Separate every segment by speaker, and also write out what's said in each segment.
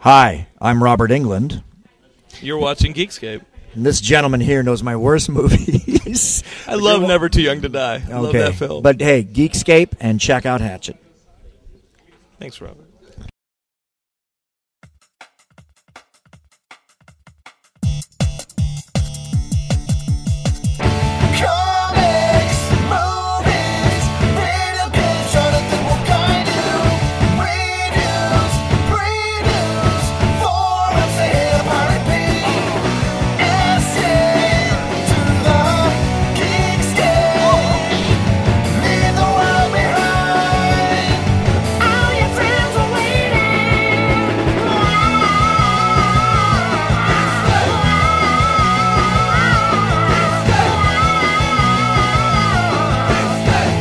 Speaker 1: Hi, I'm Robert England.
Speaker 2: You're watching Geekscape.
Speaker 1: And this gentleman here knows my worst movies.
Speaker 2: I love Never Too Young to Die. I love that film.
Speaker 1: But hey, Geekscape and check out Hatchet.
Speaker 2: Thanks, Robert.
Speaker 3: Comics, movies, video games, anything will guide you. Reviews, previews, forums, they hit up our repeat. Essay to the geek's Leave the world behind. All your friends are waiting.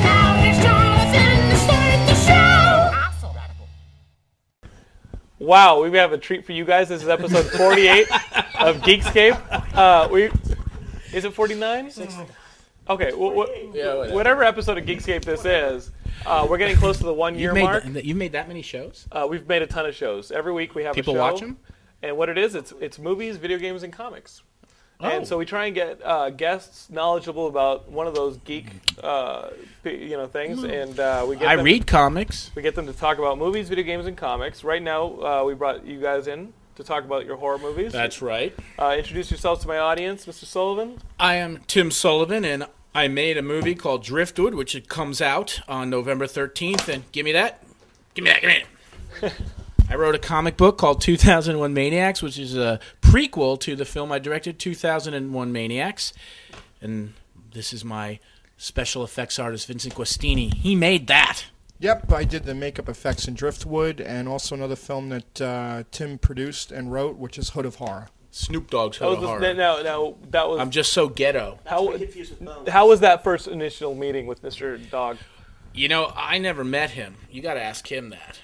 Speaker 3: Now here's Jonathan to start the show.
Speaker 4: Wow, we have a treat for you guys. This is episode 48 of Geekscape. Uh, we is it 49? Okay, wh- wh- whatever episode of Geekscape this is, uh, we're getting close to the one year
Speaker 5: made
Speaker 4: mark.
Speaker 5: that, you've made that many shows?
Speaker 4: Uh, we've made a ton of shows. Every week we have
Speaker 5: People
Speaker 4: a show.
Speaker 5: watch 'em?
Speaker 4: And what it is, it's it's movies, video games, and comics.
Speaker 5: Oh.
Speaker 4: And so we try and get uh, guests knowledgeable about one of those geek, uh, p- you know, things, and uh, we get
Speaker 5: Hmm. I
Speaker 4: them-
Speaker 5: read comics.
Speaker 4: we get them to talk about movies, video games, and comics. Right now, uh, we brought you guys in to talk about your horror movies.
Speaker 5: right.
Speaker 4: Uh, introduce yourselves to my audience, Mr. Sullivan.
Speaker 5: I am Tim Sullivan, and I made a movie called Driftwood, which it comes out on November 13th. And give me that. Give me that. Give me that. I wrote a comic book called 2001 Maniacs, which is a prequel to the film I directed, 2001 Maniacs. And this is my special effects artist, Vincent Guastini. He made that.
Speaker 6: Yep, I did the makeup effects in Driftwood, and also another film that uh, Tim produced and wrote, which is Hood of Horror.
Speaker 5: Snoop Dogg's
Speaker 4: That
Speaker 5: Hood
Speaker 4: was
Speaker 5: of
Speaker 4: the-
Speaker 5: Horror.
Speaker 4: no, no, that was
Speaker 5: I'm just so ghetto.
Speaker 4: how. How was that first initial meeting with Mr. Dog?
Speaker 5: You know, I never met him. You got to ask him that.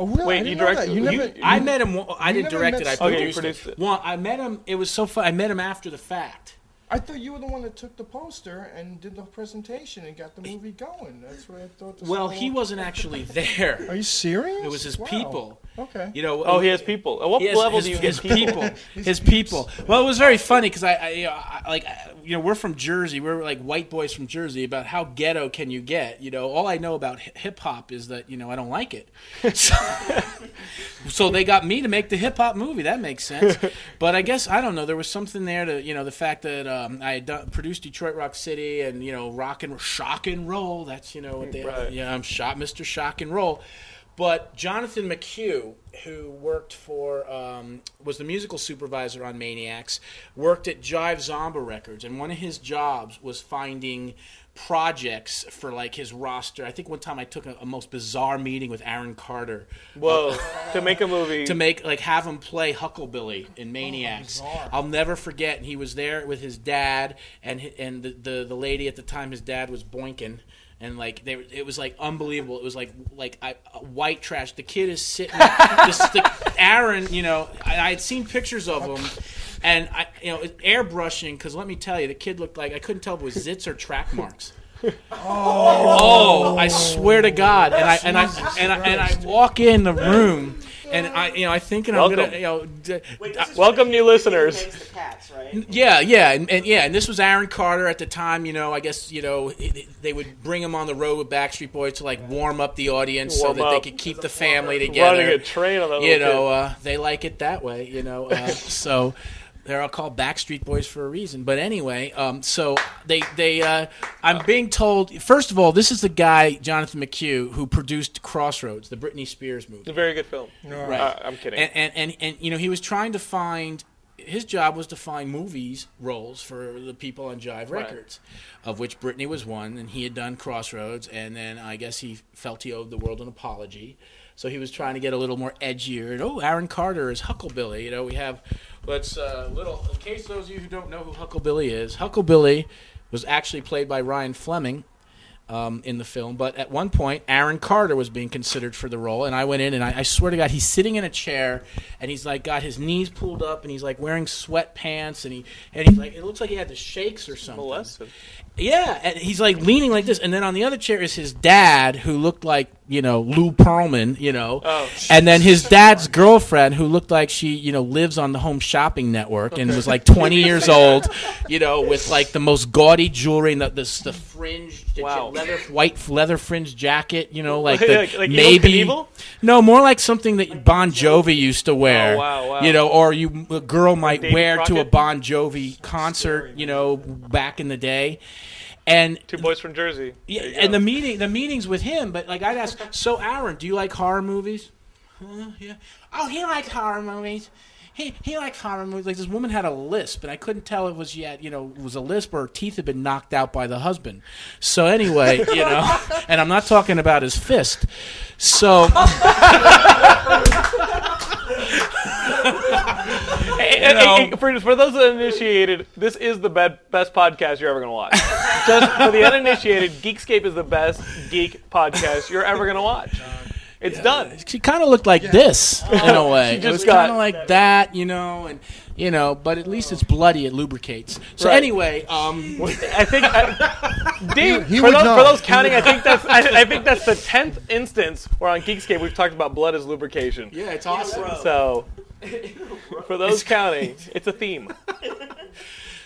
Speaker 6: Oh, really?
Speaker 4: Wait,
Speaker 6: I didn't
Speaker 4: you
Speaker 6: know
Speaker 4: directed-
Speaker 6: that. You,
Speaker 4: you-
Speaker 6: never,
Speaker 5: I met him. well, I didn't
Speaker 6: never
Speaker 5: direct
Speaker 6: met
Speaker 5: it. I
Speaker 6: Snoop.
Speaker 4: Okay, you
Speaker 5: produced,
Speaker 4: produced
Speaker 5: it.
Speaker 4: it.
Speaker 5: Well, I met him. It was so fun. I met him after the fact.
Speaker 6: I thought you were the one that took the poster and did the presentation and got the movie going. That's what I thought. This
Speaker 5: Well,
Speaker 6: whole-
Speaker 5: he wasn't actually
Speaker 6: Are
Speaker 5: there.
Speaker 6: you serious?
Speaker 5: It was his
Speaker 6: Wow.
Speaker 5: people.
Speaker 6: Okay.
Speaker 5: You know.
Speaker 4: Oh, he has people. At what
Speaker 5: His-
Speaker 4: level
Speaker 5: his,
Speaker 4: do you
Speaker 5: his
Speaker 4: get people?
Speaker 5: people? his people. Well, it was very funny because I, I, you know, I, like, I- you know, we're from Jersey. We're like white boys from Jersey. About how ghetto can you get? You know, all I know about hip hop is that you know I don't like it. So, so they got me to make the hip hop movie. That makes sense. But I guess I don't know. There was something there to you know the fact that um, I had done, produced Detroit Rock City and you know rock and shock and roll. That's you know what they
Speaker 4: Right.
Speaker 5: yeah I'm shot Mr. Shock and Roll. But Jonathan McHugh, who worked for, um, was the musical supervisor on Maniacs, worked at Jive Zomba Records, and one of his jobs was finding projects for like his roster. I think one time I took a, a most bizarre meeting with Aaron Carter Uh,
Speaker 4: Whoa, to make a movie.
Speaker 5: to make like have him play Hucklebilly in Maniacs. I'll never forget. And he was there with his dad and hi- and the, the the lady at the time. His dad was boinking. And like they, were- it was like unbelievable. It was like like I, uh, white trash. The kid is sitting, just the, Aaron. You know, I, I had seen pictures of him, and I, you know, airbrushing. Because let me tell you, the kid looked like I couldn't tell if it was zits or track marks. Oh, I swear to God! And I and I and I, and I walk in the room, and I you know I thinking I'm
Speaker 4: Welcome. Uh,
Speaker 5: gonna you know d-
Speaker 4: Welcome, new listeners.
Speaker 5: yeah yeah and, and yeah and this was Aaron Carter at the time you know I guess you know it- it- they would bring him on the road with Backstreet Boys to like warm up the audience
Speaker 4: Warm
Speaker 5: so that
Speaker 4: up.
Speaker 5: they could keep the family
Speaker 4: Running a
Speaker 5: together.
Speaker 4: train on that.
Speaker 5: You
Speaker 4: little kid.
Speaker 5: know uh, they like it that way. You know uh, so. They're all called Backstreet Boys for a reason, but anyway, um, so they they uh, I'm being told first of all this is the guy Jonathan McHugh who produced Crossroads, the Britney Spears movie.
Speaker 4: it's a very good film.
Speaker 5: Right.
Speaker 4: Uh, I'm kidding.
Speaker 5: And, and and and you know, he was trying to find his job was to find movies roles for the people on Jive Records, of which Britney was one, and he had done Crossroads, and then I guess he felt he owed the world an apology, so he was trying to get a little more edgier. And oh, Aaron Carter is Hucklebilly. You know, we have let's uh, little in case those of you who don't know who Hucklebilly is. Hucklebilly was actually played by Ryan Fleming um, in the film. But at one point, Aaron Carter was being considered for the role, and I went in, and I, I swear to God, he's sitting in a chair, and he's like got his knees pulled up, and he's like wearing sweatpants, and he and he's like it looks like he had the shakes or something.
Speaker 4: Molested.
Speaker 5: Yeah, and he's like leaning like this, and then on the other chair is his dad, who looked like you know Lou Pearlman, you know,
Speaker 4: Oh.
Speaker 5: and then his dad's girlfriend, who looked like she you know lives on the Home Shopping Network and was like 20 years old, you know, with like the most gaudy jewelry and the the, the fringed
Speaker 4: Wow.
Speaker 5: leather white leather fringed jacket, you know, like, the,
Speaker 4: Like- like Evel
Speaker 5: maybe
Speaker 4: Knievel?
Speaker 5: no more like something that Bon Jovi used to wear,
Speaker 4: Oh, wow, wow.
Speaker 5: you know, or you a girl might
Speaker 4: Davy
Speaker 5: wear to a
Speaker 4: Crockett?
Speaker 5: Bon Jovi concert, you know, back in the day. And
Speaker 4: Two boys from Jersey.
Speaker 5: yeah,
Speaker 4: There you
Speaker 5: and
Speaker 4: go.
Speaker 5: the meeting, the meetings with him. But like I'd ask, so Aaron, do you like horror movies? Huh, yeah. Oh, he likes horror movies. He he likes horror movies. Like this woman had a lisp, and I couldn't tell it was yet. You know, it was a lisp or her teeth had been knocked out by the husband. So anyway, you know, and I'm not talking about his fist. So.
Speaker 4: Hey, hey, hey, hey, for, for those uninitiated, this is the be- best podcast you're ever going to watch. Just for the uninitiated, Geekscape is the best geek podcast you're ever going to watch. It's done.
Speaker 5: she kind of looked like this in a way.
Speaker 4: just
Speaker 5: it was
Speaker 4: got-
Speaker 5: kind of like that, you know, and you know, but at least it's bloody. It lubricates. So
Speaker 4: Right.
Speaker 5: anyway, um,
Speaker 4: I think, I, Dave,
Speaker 6: He- he
Speaker 4: for,
Speaker 6: would
Speaker 4: those,
Speaker 6: know.
Speaker 4: for those counting, I think that's I, I think that's the tenth instance where on Geekscape we've talked about blood as lubrication.
Speaker 5: yeah, it's awesome.
Speaker 4: So, for those counting, it's a theme.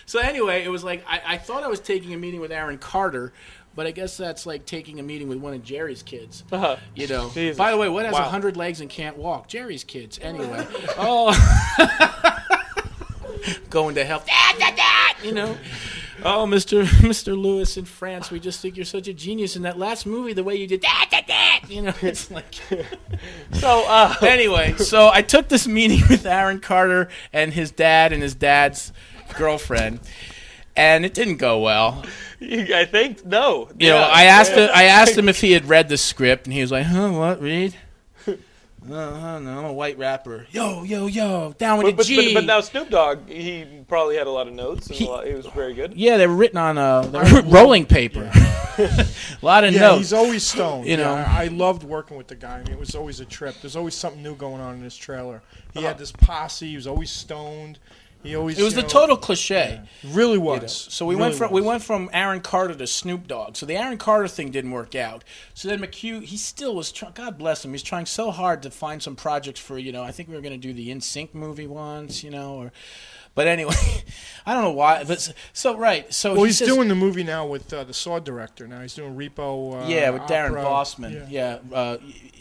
Speaker 5: So anyway, it was like I, I thought I was taking a meeting with Aaron Carter, but I guess that's like taking a meeting with one of Jerry's kids.
Speaker 4: Uh,
Speaker 5: You know.
Speaker 4: Jesus.
Speaker 5: By the way, what has a
Speaker 4: Wow.
Speaker 5: hundred legs and can't walk? Jerry's kids. Anyway. oh. Going to hell. Da, da, da, you know. Oh, Mr. Mr. Lewis in France, we just think you're such a genius in that last movie. The way you did that, that, that. You know, it's like.
Speaker 4: so, uh,
Speaker 5: anyway, so I took this meeting with Aaron Carter and his dad and his dad's girlfriend, and it didn't go well.
Speaker 4: you, I think no.
Speaker 5: You know, I asked him, I asked him if he had read the script, and he was like, "Huh, what, Reed?" Uh, I don't know. I'm a white rapper. Yo, yo, yo, down with
Speaker 4: But,
Speaker 5: the
Speaker 4: but,
Speaker 5: G.
Speaker 4: but, but now Snoop Dogg, he probably had a lot of notes. And he, a lot, he was very good.
Speaker 5: yeah, they were written on uh, they were rolling paper. a lot of
Speaker 6: Yeah,
Speaker 5: notes.
Speaker 6: he's always stoned.
Speaker 5: You
Speaker 6: You
Speaker 5: know.
Speaker 6: know, I I loved working with the guy. I mean, it was always a trip. There's always something new going on in his trailer. He had this posse. He was always stoned. He always.
Speaker 5: Uh-huh. it was
Speaker 6: you know,
Speaker 5: the total cliche.
Speaker 6: Really was.
Speaker 5: So we went
Speaker 6: Really
Speaker 5: from we
Speaker 6: was.
Speaker 5: went from Aaron Carter to Snoop Dogg. So the Aaron Carter thing didn't work out. So then McHugh, he still was. Try- God bless him. He's trying so hard to find some projects for you know. I think we were going to do the In Sync movie once, you know, or. But anyway, I don't know why. But s- so right, so
Speaker 6: Well,
Speaker 5: he
Speaker 6: he's
Speaker 5: says-
Speaker 6: doing the movie now with uh, the Saw director. Now he's doing Repo. Uh,
Speaker 5: yeah with Darren
Speaker 6: Opera.
Speaker 5: Bossman. Yeah, uh,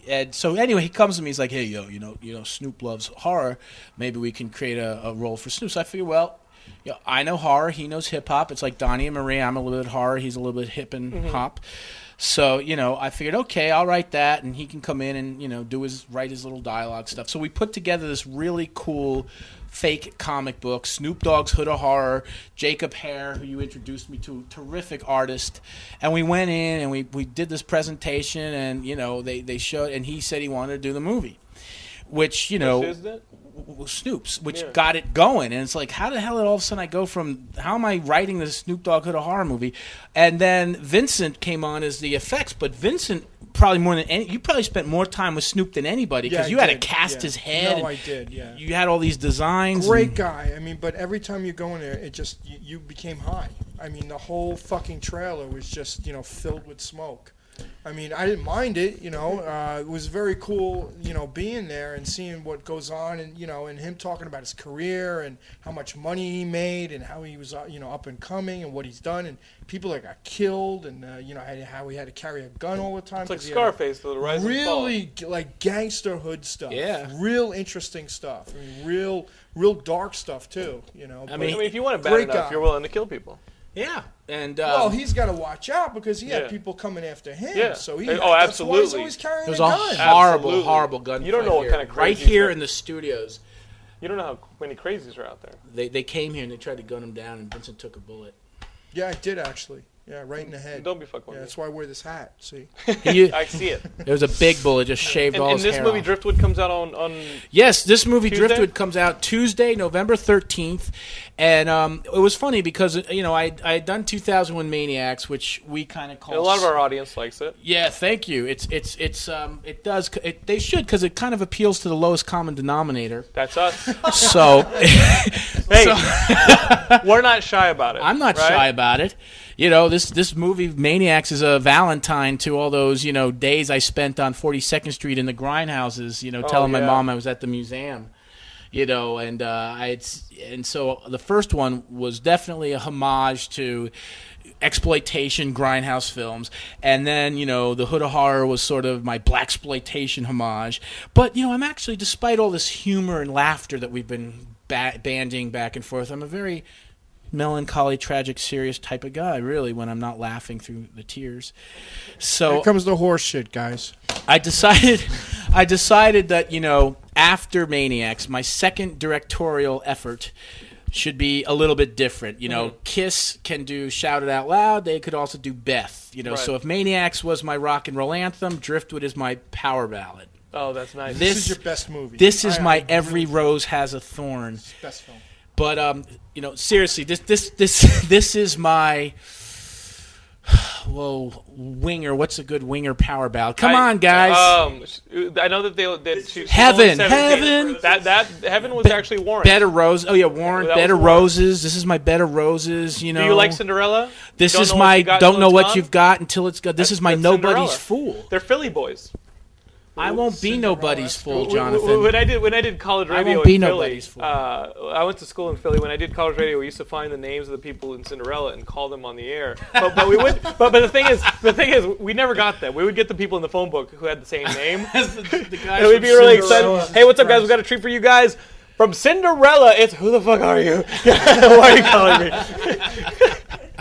Speaker 5: and so anyway, he comes to me. He's like, "Hey, yo, you know, you know, Snoop loves horror. Maybe we can create a, a role for Snoop." So I figure, well, you know, I know horror. He knows hip hop. It's like Donnie and Marie. I'm a little bit horror. He's a little bit hip and hop. So you know, I figured, okay, I'll write that, and he can come in and you know do his write his little dialogue stuff. So we put together this really cool fake comic book, Snoop Dogg's Hood of Horror, Jacob Hare, who you introduced me to, terrific artist. And we went in and we, we did this presentation and, you know, they, they showed, and he said he wanted to do the movie, which, you know,
Speaker 4: Isn't it?
Speaker 5: w- w- Snoop's, which
Speaker 4: Yeah.
Speaker 5: got it going. And it's like, how the hell did all of a sudden I go from how am I writing this Snoop Dogg Hood of horror movie? And then Vincent came on as the effects, but Vincent probably more than any, you probably spent more time with Snoop than anybody
Speaker 6: Yeah,
Speaker 5: because
Speaker 6: I
Speaker 5: you had
Speaker 6: did,
Speaker 5: to cast
Speaker 6: yeah.
Speaker 5: his head.
Speaker 6: No,
Speaker 5: and
Speaker 6: I did. Yeah.
Speaker 5: You had all these designs.
Speaker 6: Great
Speaker 5: and-
Speaker 6: guy. I mean, but every time you go in there, it just you, you became high. I mean, the whole fucking trailer was just you know filled with smoke. I mean, I didn't mind it. You know, uh, it was very cool. You know, being there and seeing what goes on, and you know, and him talking about his career and how much money he made and how he was uh, you know up and coming and what he's done and people that got killed and uh, you know had- how he had to carry a gun all the time.
Speaker 4: It's like
Speaker 6: 'cause he had a-
Speaker 4: Scarface, the rise and fall.
Speaker 6: really g- like gangster hood stuff.
Speaker 5: Yeah.
Speaker 6: real interesting stuff. I mean, real, real dark stuff too. You know,
Speaker 5: I
Speaker 6: But-
Speaker 4: I mean, if you want it bad
Speaker 6: Great
Speaker 4: enough,
Speaker 6: guy.
Speaker 4: you're willing to kill people.
Speaker 5: Yeah, and uh,
Speaker 6: well, he's got to watch out because he
Speaker 4: Um, Yeah.
Speaker 6: had people coming after him.
Speaker 4: Yeah.
Speaker 6: so he,
Speaker 4: Oh,
Speaker 6: that's why he's
Speaker 4: absolutely.
Speaker 6: always carrying
Speaker 5: it was
Speaker 6: a
Speaker 5: a
Speaker 6: gun.
Speaker 5: horrible,
Speaker 4: Absolutely.
Speaker 5: horrible gun.
Speaker 4: You don't know
Speaker 5: fight
Speaker 4: what
Speaker 5: here.
Speaker 4: kind of
Speaker 5: right
Speaker 4: crazy
Speaker 5: here
Speaker 4: stuff-
Speaker 5: in the studios.
Speaker 4: You don't know how many crazies are out there.
Speaker 5: They they came here and they tried to gun him down, and Vincent took a bullet.
Speaker 6: yeah, I did actually. Yeah, right in the head.
Speaker 4: Don't be fucking
Speaker 6: yeah,
Speaker 4: with
Speaker 6: that's why I wear this hat. See,
Speaker 5: He,
Speaker 4: me. I see it.
Speaker 5: it was a big bullet, just shaved
Speaker 4: And,
Speaker 5: all
Speaker 4: and
Speaker 5: his
Speaker 4: this
Speaker 5: hair
Speaker 4: movie
Speaker 5: off.
Speaker 4: Driftwood comes out on on
Speaker 5: Yes, this movie
Speaker 4: Tuesday?
Speaker 5: Driftwood comes out Tuesday, November thirteenth, and um, it was funny because you know I I had done two thousand one Maniacs, which we kind of call
Speaker 4: a lot of our audience likes it.
Speaker 5: Yeah, thank you. It's it's it's um it does c- it, they should because it kind of appeals to the lowest common denominator.
Speaker 4: That's us.
Speaker 5: So
Speaker 4: Hey,
Speaker 5: So-
Speaker 4: we're not shy about it.
Speaker 5: I'm not
Speaker 4: right?
Speaker 5: shy about it. You know, this this movie Maniacs is a Valentine to all those you know days I spent on 42nd Street in the grindhouses. You know, telling my
Speaker 4: yeah.
Speaker 5: mom I was at the museum. You know, and uh, I had, s- and so the first one was definitely a homage to exploitation grindhouse films, and then you know the Hood of Horror was sort of my black exploitation homage. But you know, I'm actually, despite all this humor and laughter that we've been ba- banding back and forth, I'm a very melancholy, tragic, serious type of guy, really, when I'm not laughing through the tears. So
Speaker 6: Here comes the horse shit, guys.
Speaker 5: I decided I decided that, you know, after Maniacs, my second directorial effort should be a little bit different. You know, Kiss can do Shout It Out Loud, they could also do Beth. You know, so if Maniacs was my rock and roll anthem, Driftwood is my power ballad.
Speaker 4: Oh, that's nice.
Speaker 5: This-
Speaker 6: This, is your best movie.
Speaker 5: This is
Speaker 6: I-
Speaker 5: my
Speaker 6: I-
Speaker 5: every rose has a thorn.
Speaker 6: best film.
Speaker 5: But um, you know, seriously, this this this this is my whoa winger. What's a good winger power ballad? Come
Speaker 4: I-
Speaker 5: on, guys.
Speaker 4: Um, sh- I know that they that she, she's
Speaker 5: Heaven,
Speaker 4: only 17.
Speaker 5: heaven.
Speaker 4: That that heaven was actually Warren.
Speaker 5: Bed of roses. Oh yeah, Warren.
Speaker 4: That
Speaker 5: Bed
Speaker 4: was
Speaker 5: of
Speaker 4: Warren.
Speaker 5: roses. This is my bed of roses. You know.
Speaker 4: Do you like Cinderella?
Speaker 5: This
Speaker 4: Don't
Speaker 5: is
Speaker 4: know what
Speaker 5: my
Speaker 4: you got
Speaker 5: don't
Speaker 4: till
Speaker 5: know
Speaker 4: it's
Speaker 5: what
Speaker 4: gone?
Speaker 5: you've got until it's got. This
Speaker 4: That's-
Speaker 5: is my
Speaker 4: that's
Speaker 5: nobody's
Speaker 4: Cinderella.
Speaker 5: fool.
Speaker 4: They're Philly boys.
Speaker 5: I won't be
Speaker 6: Cinderella.
Speaker 5: nobody's fool,
Speaker 6: W- w-
Speaker 5: Jonathan.
Speaker 4: When I did when I did college
Speaker 5: I
Speaker 4: radio
Speaker 5: won't be
Speaker 4: in Philly,
Speaker 5: nobody's fool.
Speaker 4: uh, I went to school in Philly. When I did college radio, we used to find the names of the people in Cinderella and call them on the air. But, but we would. But, but the thing is, the thing is, we never got them. We would get the people in the phone book who had the same name. And we'd be really excited. Hey, what's up, guys? We got a treat for you guys. From Cinderella, it's who the fuck are you? Why are you calling me? That's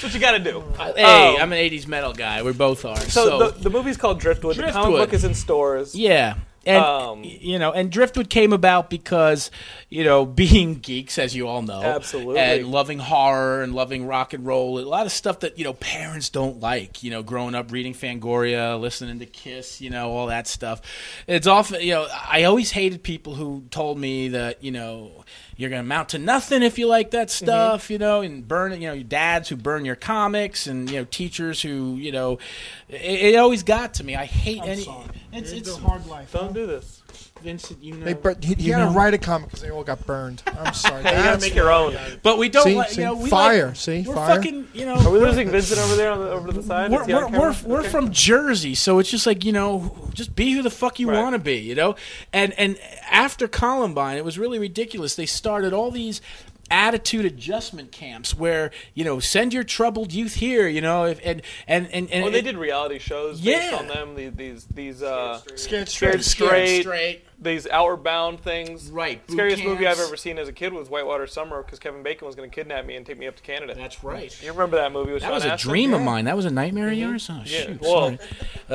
Speaker 4: what you gotta do.
Speaker 5: Hey,
Speaker 4: Um,
Speaker 5: I'm an '80s metal guy. We both are. So,
Speaker 4: so, the, the movie's called Driftwood. The comic
Speaker 5: Driftwood.
Speaker 4: book is in stores.
Speaker 5: yeah. And
Speaker 4: Um,
Speaker 5: you know, and Driftwood came about because, you know, being geeks, as you all know,
Speaker 4: Absolutely.
Speaker 5: and loving horror and loving rock and roll, a lot of stuff that you know parents don't like. You know, growing up reading Fangoria, listening to Kiss, you know, all that stuff. It's often, you know, I always hated people who told me that you know you're going to amount to nothing if you like that
Speaker 4: Mm-hmm.
Speaker 5: stuff. You know, and burn it. You know, your dads who burn your comics, and you know, teachers who you know. It, it always got to me. I hate any. It's,
Speaker 6: It's
Speaker 5: it's
Speaker 6: a hard life.
Speaker 4: Don't do this.
Speaker 5: Vincent, you know.
Speaker 6: They bur- he, he
Speaker 5: You
Speaker 6: had to
Speaker 5: know.
Speaker 6: write a comic because they all got burned. I'm sorry.
Speaker 4: You gotta
Speaker 6: That's-
Speaker 4: make your own.
Speaker 5: But we don't
Speaker 6: See,
Speaker 5: like,
Speaker 6: see,
Speaker 5: you know, we
Speaker 6: fire,
Speaker 5: like-
Speaker 6: see,
Speaker 5: we're
Speaker 6: fire.
Speaker 5: fucking, you
Speaker 4: Are
Speaker 5: know,
Speaker 4: we losing Vincent over there on the, over to the side?
Speaker 5: we're,
Speaker 4: Is he on
Speaker 5: we're,
Speaker 4: camera?
Speaker 5: we're, we're
Speaker 4: Okay.
Speaker 5: from Jersey, so it's just like, you know, just be who the fuck you
Speaker 4: Right.
Speaker 5: want to be, you know? And, and after Columbine, it was really ridiculous. They started all these attitude adjustment camps where, you know, send your troubled youth here, you know, if, and, and, and, and,
Speaker 4: Well, they did reality shows based
Speaker 5: Yeah.
Speaker 4: on them. the- These these uh,
Speaker 6: Scared
Speaker 4: Scared
Speaker 6: straight.
Speaker 4: straight,
Speaker 5: straight.
Speaker 4: these outward bound things.
Speaker 5: Right, boot
Speaker 4: Scariest movie I've
Speaker 5: camps.
Speaker 4: ever seen as a kid was Whitewater Summer because Kevin Bacon was going to kidnap me and take me up to Canada.
Speaker 5: That's right.
Speaker 4: you remember that movie? With
Speaker 5: That
Speaker 4: Sean
Speaker 5: was a
Speaker 4: Astin?
Speaker 5: dream of mine. That was a nightmare of yours? Oh,
Speaker 4: Yeah.
Speaker 5: shoot.
Speaker 4: Well,
Speaker 5: sorry.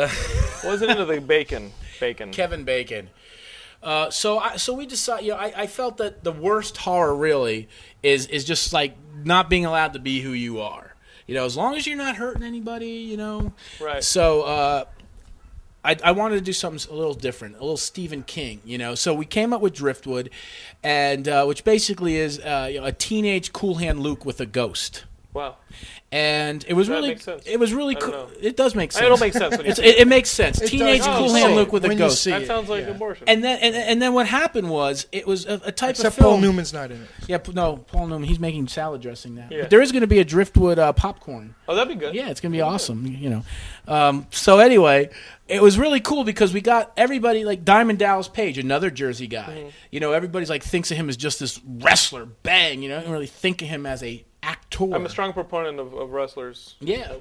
Speaker 4: wasn't into the bacon. Bacon.
Speaker 5: Kevin Bacon. Uh, so I, so we decided. You know, I, I felt that the worst horror really is is just like not being allowed to be who you are. You know, as long as you're not hurting anybody, you know.
Speaker 4: Right.
Speaker 5: So uh, I, I wanted to do something a little different, a little Stephen King, you know. So we came up with Driftwood, and uh, which basically is uh, you know, a teenage Cool Hand Luke with a ghost.
Speaker 4: wow.
Speaker 5: And it was
Speaker 4: That
Speaker 5: really,
Speaker 4: makes sense.
Speaker 5: it was really
Speaker 4: I don't
Speaker 5: cool.
Speaker 4: know.
Speaker 5: It does make sense.
Speaker 4: It'll make sense when you
Speaker 5: It's-
Speaker 4: see
Speaker 5: it, it makes sense. Teenage
Speaker 4: does.
Speaker 5: Cool
Speaker 4: Oh,
Speaker 5: Hand
Speaker 4: see
Speaker 5: Luke with a
Speaker 6: when you
Speaker 5: ghost.
Speaker 6: see
Speaker 4: That
Speaker 6: it,
Speaker 4: sounds like
Speaker 6: yeah.
Speaker 4: abortion.
Speaker 5: And then and, and then what happened was it was a, a type
Speaker 6: Except
Speaker 5: of film.
Speaker 6: Paul Newman's not in it.
Speaker 5: Yeah, p- no, Paul Newman. He's making salad dressing now.
Speaker 4: Yeah.
Speaker 5: But there is going to be a driftwood uh, popcorn.
Speaker 4: oh, that'd be good.
Speaker 5: Yeah, it's going to be awesome. You know. Um, so anyway, it was really cool because we got everybody like Diamond Dallas Page, another Jersey guy. You know, everybody's like thinks of him as just this wrestler. Bang. You know, I don't really think of him as a actor.
Speaker 4: I'm a strong proponent of, of wrestlers.
Speaker 5: Yeah,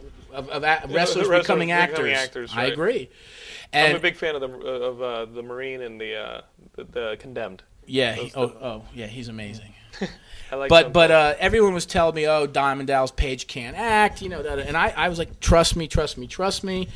Speaker 5: of, of a- wrestlers,
Speaker 4: wrestlers
Speaker 5: becoming
Speaker 4: becoming
Speaker 5: actors.
Speaker 4: actors,
Speaker 5: I
Speaker 4: right.
Speaker 5: agree.
Speaker 4: I'm
Speaker 5: And
Speaker 4: a big fan of the of uh, the Marine and the, uh, the the condemned.
Speaker 5: yeah, he, oh, oh yeah, he's amazing.
Speaker 4: I like.
Speaker 5: But
Speaker 4: them.
Speaker 5: but uh, everyone was telling me, oh, Diamond Dallas Page can't act, you know. That, and I, I was like, trust me, trust me, trust me.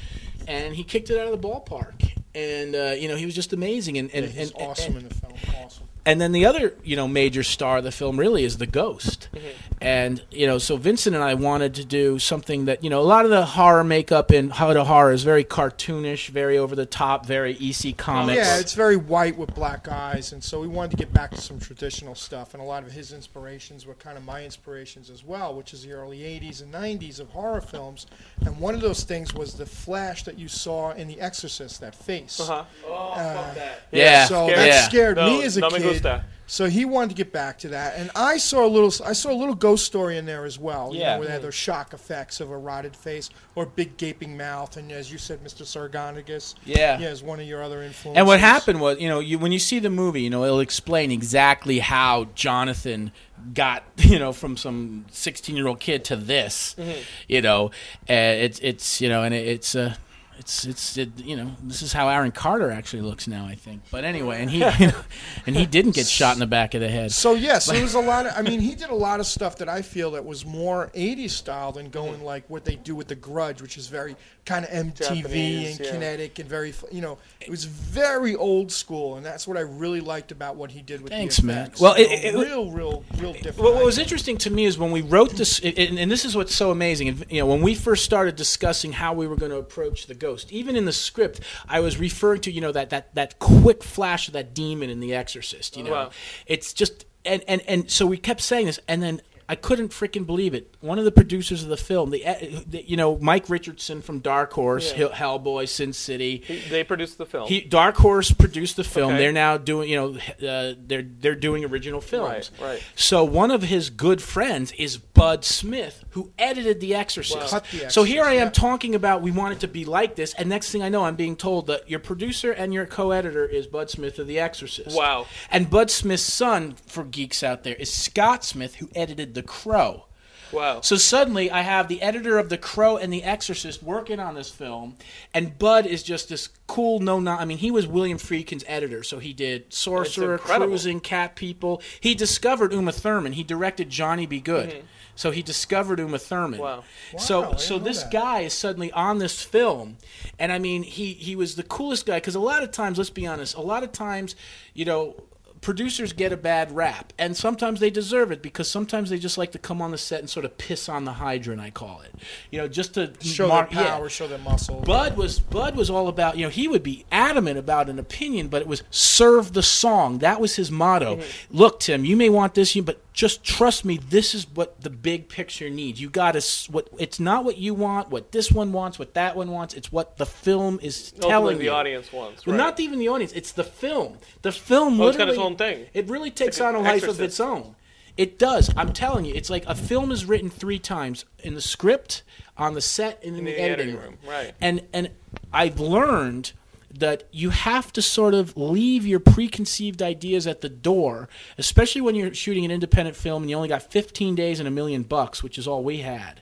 Speaker 5: And he kicked it out of the ballpark. And uh, you know, he was just amazing. And and,
Speaker 6: He's
Speaker 5: and, and-
Speaker 6: awesome in the film. Awesome.
Speaker 5: and then the other you know major star of the film really is the ghost
Speaker 7: Uh-huh.
Speaker 5: and you know so vincent and i wanted to do something that you know a lot of the horror makeup in how to horror is very cartoonish very over the top very ec comics
Speaker 6: Yeah, it's very white with black eyes, and so we wanted to get back to some traditional stuff. And a lot of his inspirations were kind of my inspirations as well, which is the early '80s and '90s of horror films. And one of those things was the flash that you saw in The Exorcist, that face. Uh,
Speaker 4: Uh-huh.
Speaker 5: yeah,
Speaker 6: So
Speaker 5: yeah.
Speaker 6: that scared
Speaker 4: No,
Speaker 6: me as a
Speaker 4: no me
Speaker 6: kid.
Speaker 4: gusta.
Speaker 6: So he wanted to get back to that, and I saw a little. I saw a little ghost story in there as well. you know,
Speaker 8: Yeah.
Speaker 6: where they had those shock effects of a rotted face or big gaping mouth, and as you said, Mr. Sargonagus.
Speaker 8: Yeah.
Speaker 6: yeah, is one of your other influences.
Speaker 5: And what happened was, you know, you, when you see the movie, you know, it'll explain exactly how Jonathan got, you know, from some 16 year old kid to this,
Speaker 6: Mm-hmm.
Speaker 5: you know, and it's, it's, you know, and it, it's, uh, it's, it's, it, you know, this is how Aaron Carter actually looks now, I think. But anyway, and he, you know, and he didn't get shot in the back of the head.
Speaker 6: So yes, there was a lot. Of, I mean, he did a lot of stuff that I feel that was more '80s style than going like what they do with the Grudge, which is very kind of MTV
Speaker 4: Japanese,
Speaker 6: and
Speaker 4: yeah.
Speaker 6: kinetic and very you know it was very old school, and that's what I really liked about what he did with
Speaker 5: Thanks,
Speaker 6: the
Speaker 5: Matt.
Speaker 6: effects.
Speaker 5: Well,
Speaker 6: You
Speaker 5: it-
Speaker 6: know,
Speaker 5: it-
Speaker 6: real, real, real different.
Speaker 5: What, what was interesting to me is when we wrote this, and, and this is what's so amazing. And, you know, when we first started discussing how we were going to approach the ghost, even in the script, I was referring to you know that that that quick flash of that demon in The Exorcist. You know,
Speaker 4: Wow.
Speaker 5: it's just and and and so we kept saying this, and then. I couldn't freaking believe it. One of the producers of the film, the, eh, the you know Mike Richardson from Dark Horse,
Speaker 4: Yeah.
Speaker 5: Hell- Hellboy, Sin City,
Speaker 4: He- they produced the film.
Speaker 5: he, Dark Horse produced the film.
Speaker 4: Okay.
Speaker 5: They're now doing, you know, uh, they're they're doing original films.
Speaker 4: Right, right.
Speaker 5: So one of his good friends is Bud Smith, who edited The Exorcist.
Speaker 6: Wow. Cut The
Speaker 5: So here I am
Speaker 6: Exorcist, yeah.
Speaker 5: talking about we want it to be like this, and next thing I know, I'm being told that your producer and your co-editor is Bud Smith of The Exorcist.
Speaker 4: Wow.
Speaker 5: And Bud Smith's son, for geeks out there, is Scott Smith, who edited The Crow.
Speaker 4: wow.
Speaker 5: So suddenly, I have the editor of The Crow and The Exorcist working on this film, and Bud is just this cool no no. I mean, he was William Friedkin's editor, so he did Sorcerer,
Speaker 4: incredible.
Speaker 5: Cruising, Cat People. He discovered Uma Thurman. He directed Johnny Be Good. So he discovered Uma Thurman.
Speaker 4: Mm-hmm. Wow.
Speaker 6: Wow, I
Speaker 5: So
Speaker 6: didn't
Speaker 5: so
Speaker 6: know
Speaker 5: this
Speaker 6: that.
Speaker 5: guy is suddenly on this film, and I mean he he was the coolest guy because a lot of times, let's be honest, a lot of times, you know. Producers get a bad rap, and sometimes they deserve it because sometimes they just like to come on the set and sort of piss on the hydrant. I call it, you know, just to
Speaker 6: show
Speaker 5: mark-
Speaker 6: their
Speaker 5: yeah.
Speaker 6: power, show their muscle.
Speaker 5: Bud was Bud was all about you know he would be adamant about an opinion, but it was serve the song. That was his motto.
Speaker 4: Mm-hmm.
Speaker 5: Look, Tim, you may want this, you but just trust me. This is what the big picture needs. You got to what it's not what you want, what this one wants, what that one wants. It's what the film is
Speaker 4: Ultimately,
Speaker 5: telling
Speaker 4: the
Speaker 5: you.
Speaker 4: audience wants.
Speaker 5: Well,
Speaker 4: right.
Speaker 5: not even the audience. It's the film. The film
Speaker 4: Oh, it's got its
Speaker 5: literally
Speaker 4: own thing.
Speaker 5: It really takes
Speaker 4: like
Speaker 5: on a
Speaker 4: an
Speaker 5: life of
Speaker 4: Exorcist.
Speaker 5: its own. It does. I'm telling you, it's like a film is written three times in the script, on the set, and in, the,
Speaker 4: the
Speaker 5: editing,
Speaker 4: editing
Speaker 5: room.
Speaker 4: room, right.
Speaker 5: And and I've learned that you have to sort of leave your preconceived ideas at the door, especially when you're shooting an independent film and you only got 15 days and a million bucks, which is all we had.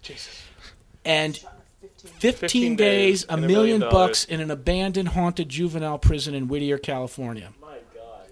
Speaker 5: And 15,
Speaker 4: 15
Speaker 5: days,
Speaker 4: days
Speaker 5: a
Speaker 4: and a
Speaker 5: million
Speaker 4: million
Speaker 5: bucks
Speaker 4: dollars.
Speaker 5: in an abandoned haunted juvenile prison in Whittier, California.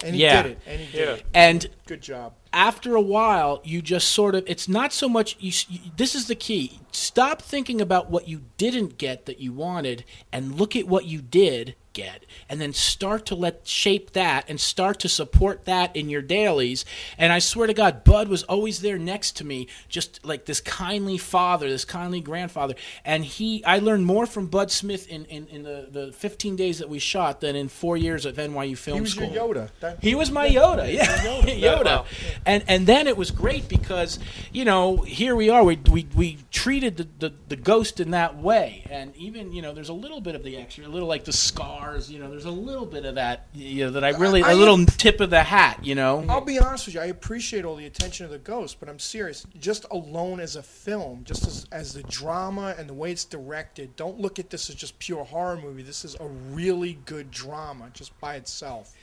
Speaker 6: and he
Speaker 5: yeah.
Speaker 6: did it. And he did
Speaker 4: Yeah.
Speaker 6: it.
Speaker 5: And
Speaker 6: Good job.
Speaker 5: after a while, you just sort of, it's not so much, you, s- you- this is the key. Stop thinking about what you didn't get that you wanted and look at what you did get. And then start to let shape that and start to support that in your dailies. And I swear to God, Bud was always there next to me, just like this kindly father, this kindly grandfather. And he, I learned more from Bud Smith in, in, in the, the 15 days that we shot than in four years of NYU Film
Speaker 6: He was
Speaker 5: School.
Speaker 6: your Yoda. That-
Speaker 5: He was my Yoda, yeah, Yoda.
Speaker 4: Wow.
Speaker 5: And and then it was great because you know here we are. We we, we treated the, the, the ghost in that way, and even you know there's a little bit of the extra, a little like the scars. You know, there's a little bit of that. You know, that I really
Speaker 6: I-
Speaker 5: a little tip of the hat. You know,
Speaker 6: I'll be honest with you. I appreciate all the attention of the ghost, but I'm serious. Just alone as a film, just as, as the drama and the way it's directed, don't look at this as just pure horror movie. This is a really good drama just by itself.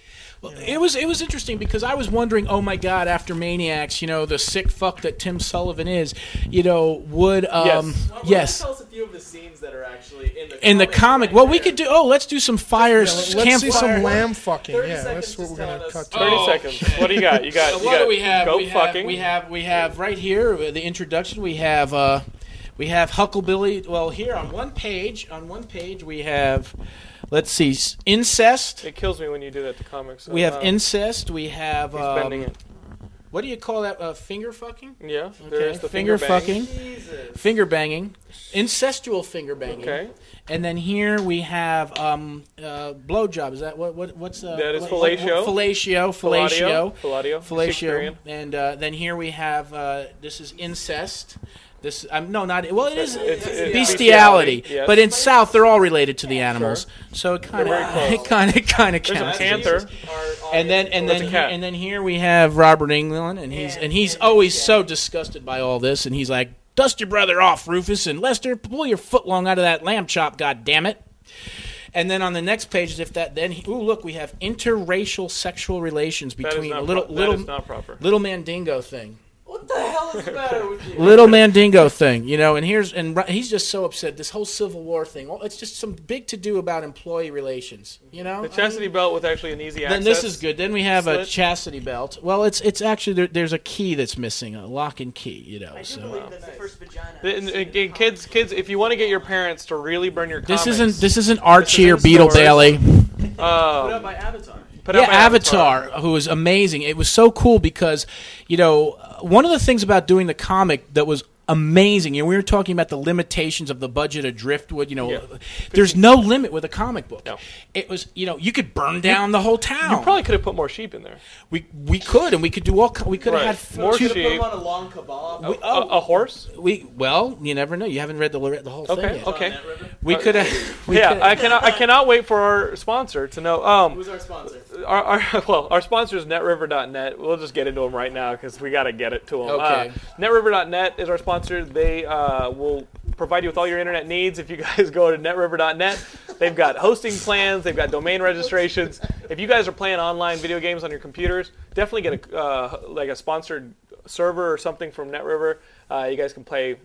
Speaker 5: Well, it was it was interesting because I was wondering, oh my God, after Maniacs, you know, the sick fuck that Tim Sullivan is, you know, would
Speaker 4: Yes.
Speaker 5: um
Speaker 7: Why don't you
Speaker 5: yes.
Speaker 7: Tell us a few of the scenes that are actually in the
Speaker 5: In the comic, well, we
Speaker 7: right
Speaker 5: could do. Oh, let's do some fires,
Speaker 6: Let's see
Speaker 5: campfire-
Speaker 6: some lamb fucking.
Speaker 7: 30
Speaker 6: Yeah,
Speaker 7: seconds
Speaker 6: that's what
Speaker 7: just
Speaker 6: we're gonna
Speaker 7: telling
Speaker 6: cut
Speaker 7: us-
Speaker 6: to.
Speaker 4: 30
Speaker 5: Oh,
Speaker 4: seconds. What do you got? You got.
Speaker 5: So
Speaker 4: you
Speaker 5: what
Speaker 4: got
Speaker 5: do we have?
Speaker 4: Go
Speaker 5: we have,
Speaker 4: fucking.
Speaker 5: We have we have right here uh, the introduction. We have uh, we have Hucklebilly. Well, here on one page, on one page we have, let's see, s- incest.
Speaker 4: It kills me when you do that to comics.
Speaker 5: We have
Speaker 4: Uh,
Speaker 5: incest. We have
Speaker 4: He's bending
Speaker 5: um,
Speaker 4: it.
Speaker 5: what do you call that? Uh, finger fucking.
Speaker 4: Yeah.
Speaker 5: Okay,
Speaker 4: There's the finger, bang.
Speaker 5: fucking,
Speaker 7: there. Jesus.
Speaker 5: finger banging, incestual finger banging.
Speaker 4: Okay.
Speaker 5: And then here we have um, uh, blowjob. Is that what? what what's uh,
Speaker 4: That is
Speaker 5: what- what-
Speaker 4: fellatio.
Speaker 5: Fellatio. Fellatio.
Speaker 4: Fellatio. Fellatio.
Speaker 5: fellatio.
Speaker 4: Shakespearean.
Speaker 5: And uh, then here we have uh, this is incest. This um, no, not well. It is
Speaker 4: It's- it's
Speaker 5: bestiality,
Speaker 4: bestiality, yes.
Speaker 5: but in South they're all related to the animals, so it kind
Speaker 4: They're very
Speaker 5: of
Speaker 4: close.
Speaker 5: it kind of kind of
Speaker 4: There's a
Speaker 5: counts.
Speaker 4: panther.
Speaker 7: Are
Speaker 5: and then and
Speaker 4: That's
Speaker 5: then
Speaker 4: a
Speaker 5: he-
Speaker 4: cat.
Speaker 5: and then here we have Robert England, and he's and he's always so disgusted by all this, and he's like, "Dust your brother off, Rufus, and Lester, pull your footlong out of that lamb chop, god damn it." And then on the next page, as if that then, he, ooh, look, we have interracial sexual relations
Speaker 4: That is
Speaker 5: between
Speaker 4: not
Speaker 5: little
Speaker 4: pro- that
Speaker 5: little
Speaker 4: is not proper.
Speaker 5: little Mandingo thing,
Speaker 7: What the hell is the matter with you?
Speaker 5: little Mandingo thing, you know. And here's and Ro- he's just so upset. This whole Civil War thing, well, it's just some big to do about employee relations, you know.
Speaker 4: The
Speaker 5: I
Speaker 4: chastity belt was actually an easy access.
Speaker 5: then this is good. Then we have a
Speaker 4: slit.
Speaker 5: chastity belt. Well, it's it's actually there, there's a key that's missing, a lock and key, you know.
Speaker 8: I do
Speaker 5: So uh,
Speaker 8: believe that's the first vagina.
Speaker 4: The- and- and- and kids, kids, if you want to get your parents to really burn your
Speaker 5: this
Speaker 4: comics,
Speaker 5: isn't this isn't Archie
Speaker 4: This
Speaker 5: or
Speaker 4: is
Speaker 5: Beetle
Speaker 4: Star
Speaker 5: Bailey.
Speaker 4: Wars.
Speaker 7: Put
Speaker 4: uh,
Speaker 7: out my avatar.
Speaker 4: put
Speaker 5: Yeah,
Speaker 4: out my
Speaker 5: Avatar, who was amazing. It was so cool because you know uh, one of the things about doing the comic that was amazing, and we were talking about the limitations of the budget of Driftwood. You know,
Speaker 4: Yeah.
Speaker 5: there's no limit with a comic book.
Speaker 4: No.
Speaker 5: It was you know you could burn down the whole town.
Speaker 4: You probably could have put more sheep in there.
Speaker 5: we we could and we could do all ki- we could
Speaker 4: Right.
Speaker 5: have had
Speaker 4: More
Speaker 5: two-
Speaker 7: Should have put
Speaker 4: Sheep.
Speaker 7: him on a long kebab.
Speaker 5: we-
Speaker 4: A,
Speaker 5: oh,
Speaker 4: a horse?
Speaker 5: We well, you never know. You haven't read the the whole thing.
Speaker 4: Okay.
Speaker 5: Yet.
Speaker 4: Okay.
Speaker 7: That river.
Speaker 5: We could have.
Speaker 4: yeah, I cannot. I cannot wait for our sponsor to know. Um,
Speaker 7: Who's our sponsor?
Speaker 4: our, our well, our sponsor is netriver.net. We'll just get into them right now because we got to get it to them.
Speaker 5: Okay.
Speaker 4: Uh, netriver.net is our sponsor. They uh, will provide you with all your internet needs if you guys go to netriver.net. They've got hosting plans. They've got domain registrations. If you guys are playing online video games on your computers, definitely get a uh, like a sponsored server or something from Netriver. Uh, you guys can play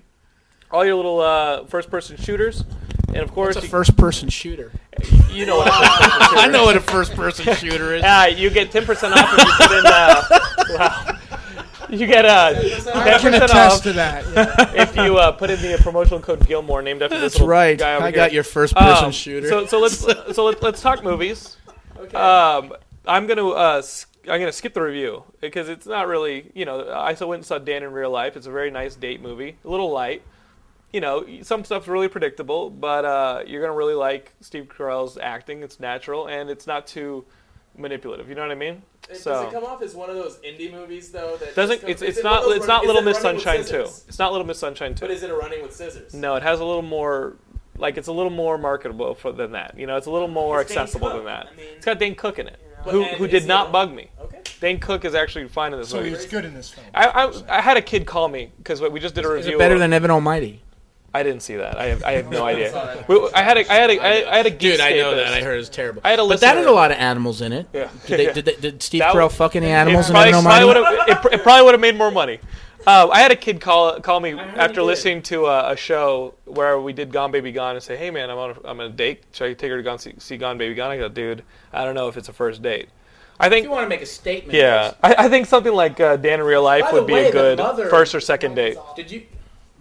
Speaker 4: all your little uh, first-person shooters. And of course,
Speaker 5: It's a
Speaker 4: you-
Speaker 5: first person shooter.
Speaker 4: you know what I'm
Speaker 5: I know what a first person shooter is.
Speaker 4: uh, You get 10% off if you put in, uh, wow. You get uh,
Speaker 6: I can
Speaker 4: 10%
Speaker 6: attest
Speaker 4: off
Speaker 6: to that. yeah.
Speaker 4: if you uh, put in the promotional code Gilmore, named after this
Speaker 5: That's
Speaker 4: little
Speaker 5: right.
Speaker 4: guy over
Speaker 5: I
Speaker 4: here.
Speaker 5: got your first person
Speaker 4: Um,
Speaker 5: shooter.
Speaker 4: So, so let's so let, let's talk movies.
Speaker 7: Okay.
Speaker 4: Um, I'm gonna uh, s- I'm gonna skip the review because it's not really you know I so went and saw Dan in real life. It's a very nice date movie, a little light. You know, some stuff's really predictable, but uh, you're gonna really like Steve Carell's acting. It's natural and it's not too manipulative. You know what I mean?
Speaker 7: It-
Speaker 4: so
Speaker 7: Does it come off as one of those indie movies though? That
Speaker 4: doesn't
Speaker 7: just comes-
Speaker 4: it's
Speaker 7: is
Speaker 4: it's
Speaker 7: it one of
Speaker 4: not
Speaker 7: those
Speaker 4: it's
Speaker 7: run-
Speaker 4: not
Speaker 7: is
Speaker 4: Little
Speaker 7: it
Speaker 4: Miss
Speaker 7: Running with
Speaker 4: Sunshine too.
Speaker 7: Scissors?
Speaker 4: It's not Little Miss Sunshine too.
Speaker 7: But is it a running with scissors?
Speaker 4: No, it has a little more, like it's a little more marketable for, than that. You know, it's a little more
Speaker 8: It's Dane
Speaker 4: accessible
Speaker 8: Cook.
Speaker 4: than that.
Speaker 8: I mean-
Speaker 4: it's got Dane Cook in it,
Speaker 7: But-
Speaker 4: who
Speaker 7: and
Speaker 4: who
Speaker 7: is
Speaker 4: did
Speaker 7: he
Speaker 4: not
Speaker 7: in it?
Speaker 4: bug me.
Speaker 7: Okay.
Speaker 4: Dane Cook is actually fine in this
Speaker 6: So he
Speaker 4: movie.
Speaker 6: was good in this film.
Speaker 4: I, I, I had a kid call me because we just did a
Speaker 5: is
Speaker 4: review.
Speaker 5: it better
Speaker 4: of-
Speaker 5: than Evan Almighty?
Speaker 4: I didn't see that. I have, I have no
Speaker 7: saw
Speaker 4: idea.
Speaker 7: that.
Speaker 4: We- I had a I had a I I had a
Speaker 5: Dude, I
Speaker 4: Geekscape
Speaker 5: know that.
Speaker 4: list.
Speaker 5: I heard it's terrible.
Speaker 4: I had a
Speaker 5: but
Speaker 4: listener-
Speaker 5: that had a lot of animals in it.
Speaker 4: Yeah.
Speaker 5: Did, they, did, they, did Steve
Speaker 4: That w-
Speaker 5: Carell fuck any
Speaker 4: It
Speaker 5: animals in
Speaker 4: probably,
Speaker 5: Evan
Speaker 4: probably
Speaker 5: Almighty?
Speaker 4: would've- it, pr- it probably would have made more money. Uh, I had a kid call call me after listening to a, a show where we did Gone Baby Gone and say, "Hey man, I'm on a, I'm on a date. Should I take her to Gone see, see Gone Baby Gone?" I go, "Dude, I don't know if it's a first date. I
Speaker 5: You
Speaker 4: think
Speaker 5: want to make a statement?
Speaker 4: yeah, I, I think something like uh, Dan in Real Life
Speaker 5: By
Speaker 4: would
Speaker 5: the
Speaker 4: be
Speaker 5: way,
Speaker 4: a
Speaker 5: the
Speaker 4: good
Speaker 5: mother-
Speaker 4: first or second date.
Speaker 5: Did you?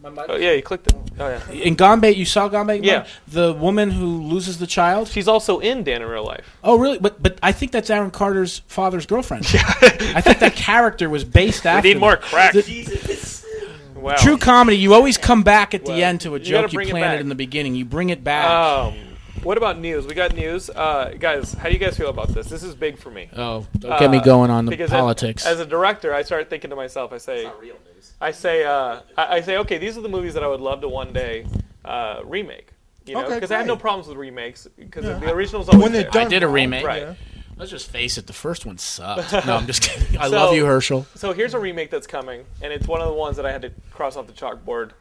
Speaker 4: Oh, yeah, you clicked it. Oh yeah,
Speaker 5: In Gombe, you saw Gombe?
Speaker 4: Yeah.
Speaker 5: The woman who loses the child.
Speaker 4: she's also in Dan in Real Life.
Speaker 5: Oh, really? But but I think that's Aaron Carter's father's girlfriend. I think that character was based after.
Speaker 4: Need more
Speaker 5: that.
Speaker 4: crack.
Speaker 8: Jesus.
Speaker 4: Wow.
Speaker 5: True comedy, you always come back at the
Speaker 4: Well,
Speaker 5: end to a
Speaker 4: you gotta
Speaker 5: joke you,
Speaker 4: bring it
Speaker 5: planted
Speaker 4: back.
Speaker 5: in the beginning. You bring it back.
Speaker 4: Um, what about news? We got news, uh, guys. How do you guys feel about this? This is big for me.
Speaker 5: oh, don't get me
Speaker 4: Uh,
Speaker 5: going on the
Speaker 4: because as-
Speaker 5: politics.
Speaker 4: As, a director, I start thinking to myself. I say,
Speaker 7: Real news.
Speaker 4: I say, uh, I, I say, okay, these are the movies that I would love to one day uh, remake. You know,
Speaker 6: Okay,
Speaker 4: because I have
Speaker 6: great.
Speaker 4: no problems with remakes because
Speaker 6: Yeah.
Speaker 4: the original's always
Speaker 6: When they're
Speaker 4: there.
Speaker 6: done,
Speaker 5: I did a remake.
Speaker 4: Right.
Speaker 6: Yeah.
Speaker 5: Let's just face it, the first one sucked. No, I'm just kidding. I
Speaker 4: So-
Speaker 5: love you, Herschel.
Speaker 4: So here's a remake that's coming, and it's one of the ones that I had to cross off the chalkboard.